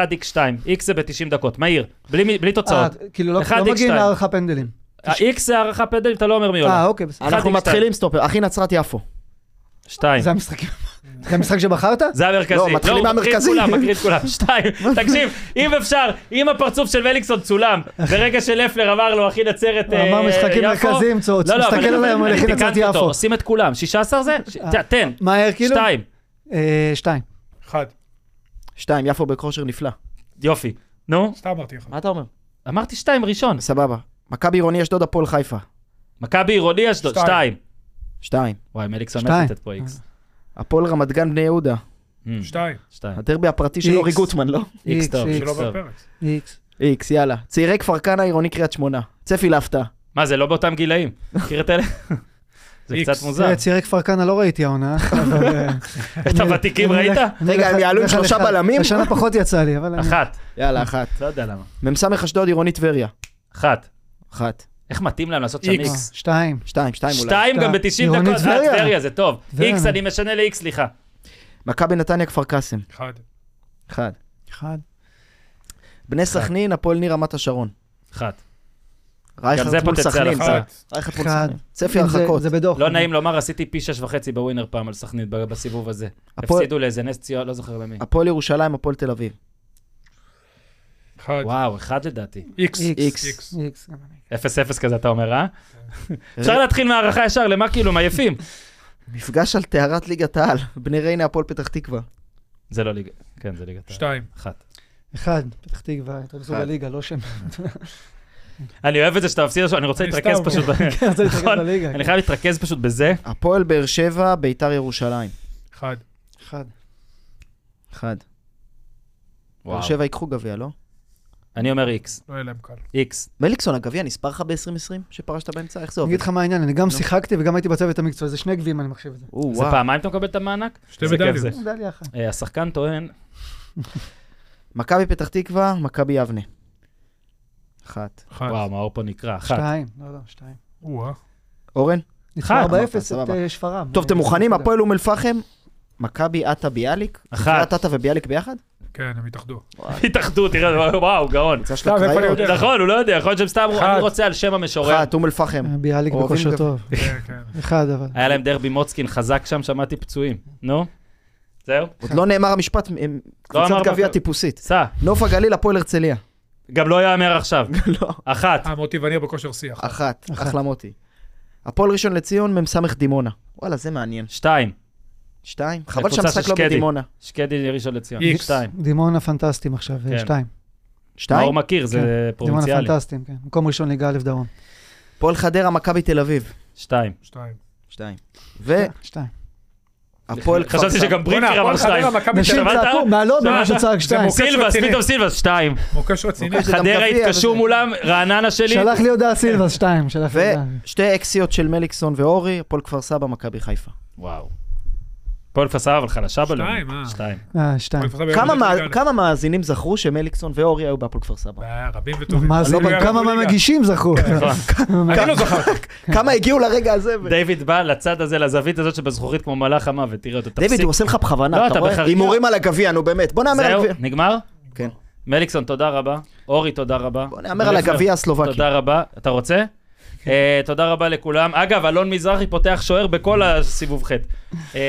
x זה ב-90 דקות, מהיר, בלי בלי תוצאות. אה, כאילו, לא אחד לא X מגיעים שתיים. להערכה פנדלים. ה-x זה הערכה פנדלים, אתה לא אומר מי אה, עולה. אוקיי, בסדר. אנחנו עם מתחילים סטופר. אחי נצרת יפו. 2. אוקיי. זה המשחק. זה המשחק שבחרת? *laughs* זה המרכזי. לא, מתחילים הוא מקריא את מהמרכזי. כולם, מקריא את *laughs* כולם. שתיים, תקשיב, אם אפשר, אם הפרצוף של וליקסון *laughs* צולם, ברגע שלפלר אמר לו, אחי נצרת הוא אה, אמר משחקים יפו", מרכזיים, צוץ. לא, לא, אבל מסתכל אני- עליהם, אני הולך לצאת תיקנתי אותו, יפו. עושים את כולם, 16 זה? ש- אה. תן, מהר, כאילו? שתיים, אה, שתיים. אחד. שתיים, יפו בכושר נפלא. יופי. נו, סתם אמרתי אחד. Hmm. מה אתה אומר? אמרתי שתיים ראשון. סבבה. מכבי עירוני אשדוד הפועל חיפה. מכבי עירוני אשדוד, שתיים. שתיים. שתיים. וואי, מליקסון שתיים. אה. מצטט פה איקס. הפועל רמת גן בני יהודה. שתיים. שתיים. הדרבי הפרטי של אורי איקס. גוטמן, לא? איקס איקס, טוב. איקס. שלא טוב. בפרץ. איקס. איקס, יאללה. צעירי כפר כנא, עירוני קריית שמונה. צפי להפתעה. מה, זה לא באותם גילאים? מכיר *laughs* את אלה? זה איקס. קצת מוזר. תראה, צעירי כפר כנא לא ראיתי העונה. *laughs* אבל, אה, את הוותיקים אני ראית? הולך- אני רגע, הולך- הם יעלו עם הולך שלושה עליך. בלמים? השנה פחות יצא לי, אבל... אני- אחת. יאללה, אחת. לא יודע למה. מ"ס אשדוד עירוני טבריה. אחת. אחת. איך מתאים להם לעשות שם איקס. איקס? לא, שתיים. שתיים, שתיים אולי. שתיים גם שתיים. ב-90 עירוני דקות. אה, טבריה. טבריה זה טוב. טבריה. איקס, אני משנה לאיקס, סליחה. מכבי נתניה כפר קאסם. אחד. אחד. אחד. בני סכנין, הפועל ניר רמת השרון. אחת. גם זה רייכרד מול פוטנציאל סכנין. אחת. אחד. רייכרד מול אחד. סכנין. צפי כן, זה- הרחקות. זה בדוח. לא נעים לומר, עשיתי פי שש וחצי בווינר פעם על סכנין ב- בסיבוב הזה. הפועל- הפסידו לאיזה נס ציון, לא זוכר למי. הפועל ירושלים, הפועל תל אביב. אחד. וואו, אחד לדעתי. איקס. איקס. איקס. איקס. גם אני. אפס אפס כזה אתה אומר, אה? אפשר להתחיל מהערכה ישר, למה כאילו, הם עייפים? מפגש על טהרת ליגת העל. בני ריינה, הפועל פתח תקווה. זה לא ליגה. כן, זה ליגת העל. שתיים. אחת. אחד. פתח תקווה, התרכזו אחד. בליגה, לא שם. אני אוהב את זה שאתה מפסיד עכשיו, אני רוצה אני להתרכז סתם- פשוט. *laughs* כן, אז זה התרכז נכון. בליגה. אני חייב להתרכז פשוט בזה. הפועל באר שבע, ביתר ירושלים. אחד. אחד. אחד. באר וואו. שבע ייקחו גביע, לא? אני אומר איקס. לא יהיה להם קל. איקס. מליקסון, הגביע נספר לך ב-2020 שפרשת באמצע? איך זה אני עובד? אגיד לך מה העניין, אני גם שיחקתי וגם הייתי בצוות המקצועי, זה שני גביעים, אני מחשיב את זה. או, זה וואו. פעמיים אתה מקבל את המענק? שתי זה מדליות. כזה. מדליה אחת. אה, השחקן טוען, מכבי פתח תקווה, מכבי יבנה. אחת. אחד. אה? וואו, מאור פה נקרע, אחת. שתיים. לא, לא, שתיים. וואו. אורן? ניצחו אחד. 4-0 את סבבה. אה, שפרעם. טוב, אתם אה, מוכנים? אתה יודע. הפועל אום אל-פחם, מכבי עטה ביאליק? אחת. מכירת עטה וביאליק ביחד? כן, הם התאחדו. התאחדו, תראה, וואו, גאון. קבוצה של סתם, איפה אני הקריות. יודע? נכון, הוא לא יודע, יכול להיות שהם סתם, אחת. אני רוצה על שם המשורר. אחת, אום אל-פחם. אה, ביאליק אוהבים בכושר גב- טוב. כן, כן. אחד, אבל. היה להם דרבי מוצקין חזק שם, שמעתי פצועים. נו, זהו, עוד לא נאמר המשפט, הם- קבוצת אמר גביע מכבי. טיפוסית. סע. נוף הגליל, הפועל הרצליה. גם לא יאמר עכשיו. *laughs* לא. אחת. אה, מוטי וניר בכושר שיח. אחת, אחלה מוטי. הפועל ראשון לציון, מ"ס דימונה. וואלה, זה מעניין. שתיים. שתיים. חבל קבוצה של שהמשחק לא שקדי. בדימונה. שקדי ראשון לציון. איקס. שתיים. דימונה פנטסטים עכשיו, אה, כן. שתיים. שתיים. מאור מכיר, זה דימונה פרובינציאלי. פנטסטים, כן. מקום ראשון ליגה א' דרום. הפועל חדרה, מכבי תל אביב. שתיים. שתיים. שתיים. והפועל שתיים. כפר סבא. חשבתי שגם ברינקר אמר בואנה, הפועל שתיים. חדרה, מכבי נשים תל אביב. כן, שמעת? צעקו, מהלום, שמעת? ממש צעק שתיים. מוקש סילבס, רציני. פתאום סילבס, שתיים. מוקש רציני. מוקש. זה גם חדרה גביע התקשו וזה. מולם, רעננה שלי. שלח לי הודעה סילבס, שתיים. שלח לי הודעה. ושתי אקסיות של מליקסון ואורי, הפועל כפר סבא, מכבי חיפה. וואו. פועל כפר סבא, אבל חלשה בלום. שתיים, אה. שתיים. אה, שתיים. הפועל כפר לא סבא כמה יורדת מה- ליגה. כמה מאזינים זכרו שמליקסון ואורי היו בהפועל כפר סבא? אה, רבים וטובים. מה זה, אני לא כמה יודע, מהמגישים זכו. נכון. אני לא זכרתי. כמה הגיעו לרגע הזה? ו- דיוויד בא לצד הזה, לזווית הזאת שבזכוכית כמו מלאך המוות, תראה אותו, דיוויד, תפסיק. הוא עושה לך לא, בכוונה, אתה אתה רואה? בחריגה. הימורים על הגביע, נו באמת. בוא נאמר על זהו, הגביע. נגמר? כן. מליקסון, תודה רבה. אורי, תודה רבה. בוא נאמר על הגביע הסלובקי. כן. תודה רבה. אתה רוצה? אה, תודה רבה לכולם. אגב, אלון מזרחי פותח שוער בכל הסיבוב ח'. אה,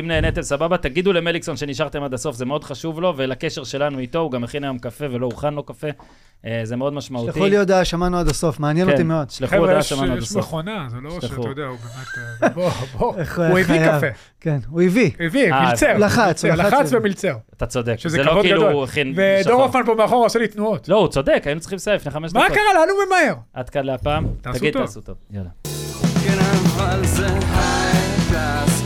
אם נהניתם, סבבה. תגידו למליקסון שנשארתם עד הסוף, זה מאוד חשוב לו, ולקשר שלנו איתו, הוא גם הכין היום קפה ולא הוכן לו קפה. אה, זה מאוד משמעותי. שלחו לי הודעה, שמענו עד הסוף, מעניין כן, אותי מאוד. שלחו חבר'ה, הודעה, יש- שמענו עד יש הסוף. מכונה, זה לא תשלחו. שאתה יודע, הוא באמת... אה, בוא, בוא. איך הוא הביא חייב. קפה. כן, הוא הביא. הביא, אה, מלצר. לחץ, הוא מלצר, לחץ לחץ ו- ומלצר. אתה צודק. שזה זה לא כבוד כאילו גדול. הוא הכין... ודור שחור. הופמן פה מאחור עושה לי תנועות. לא, הוא צודק, היינו צריכים לסיים לפני חמש מה דקות. קרה לנו ממהר? עד כאן להפעם. תעשו תגיד, טוב. תעשו טוב. יאללה. כן, אבל זה היי קלאס.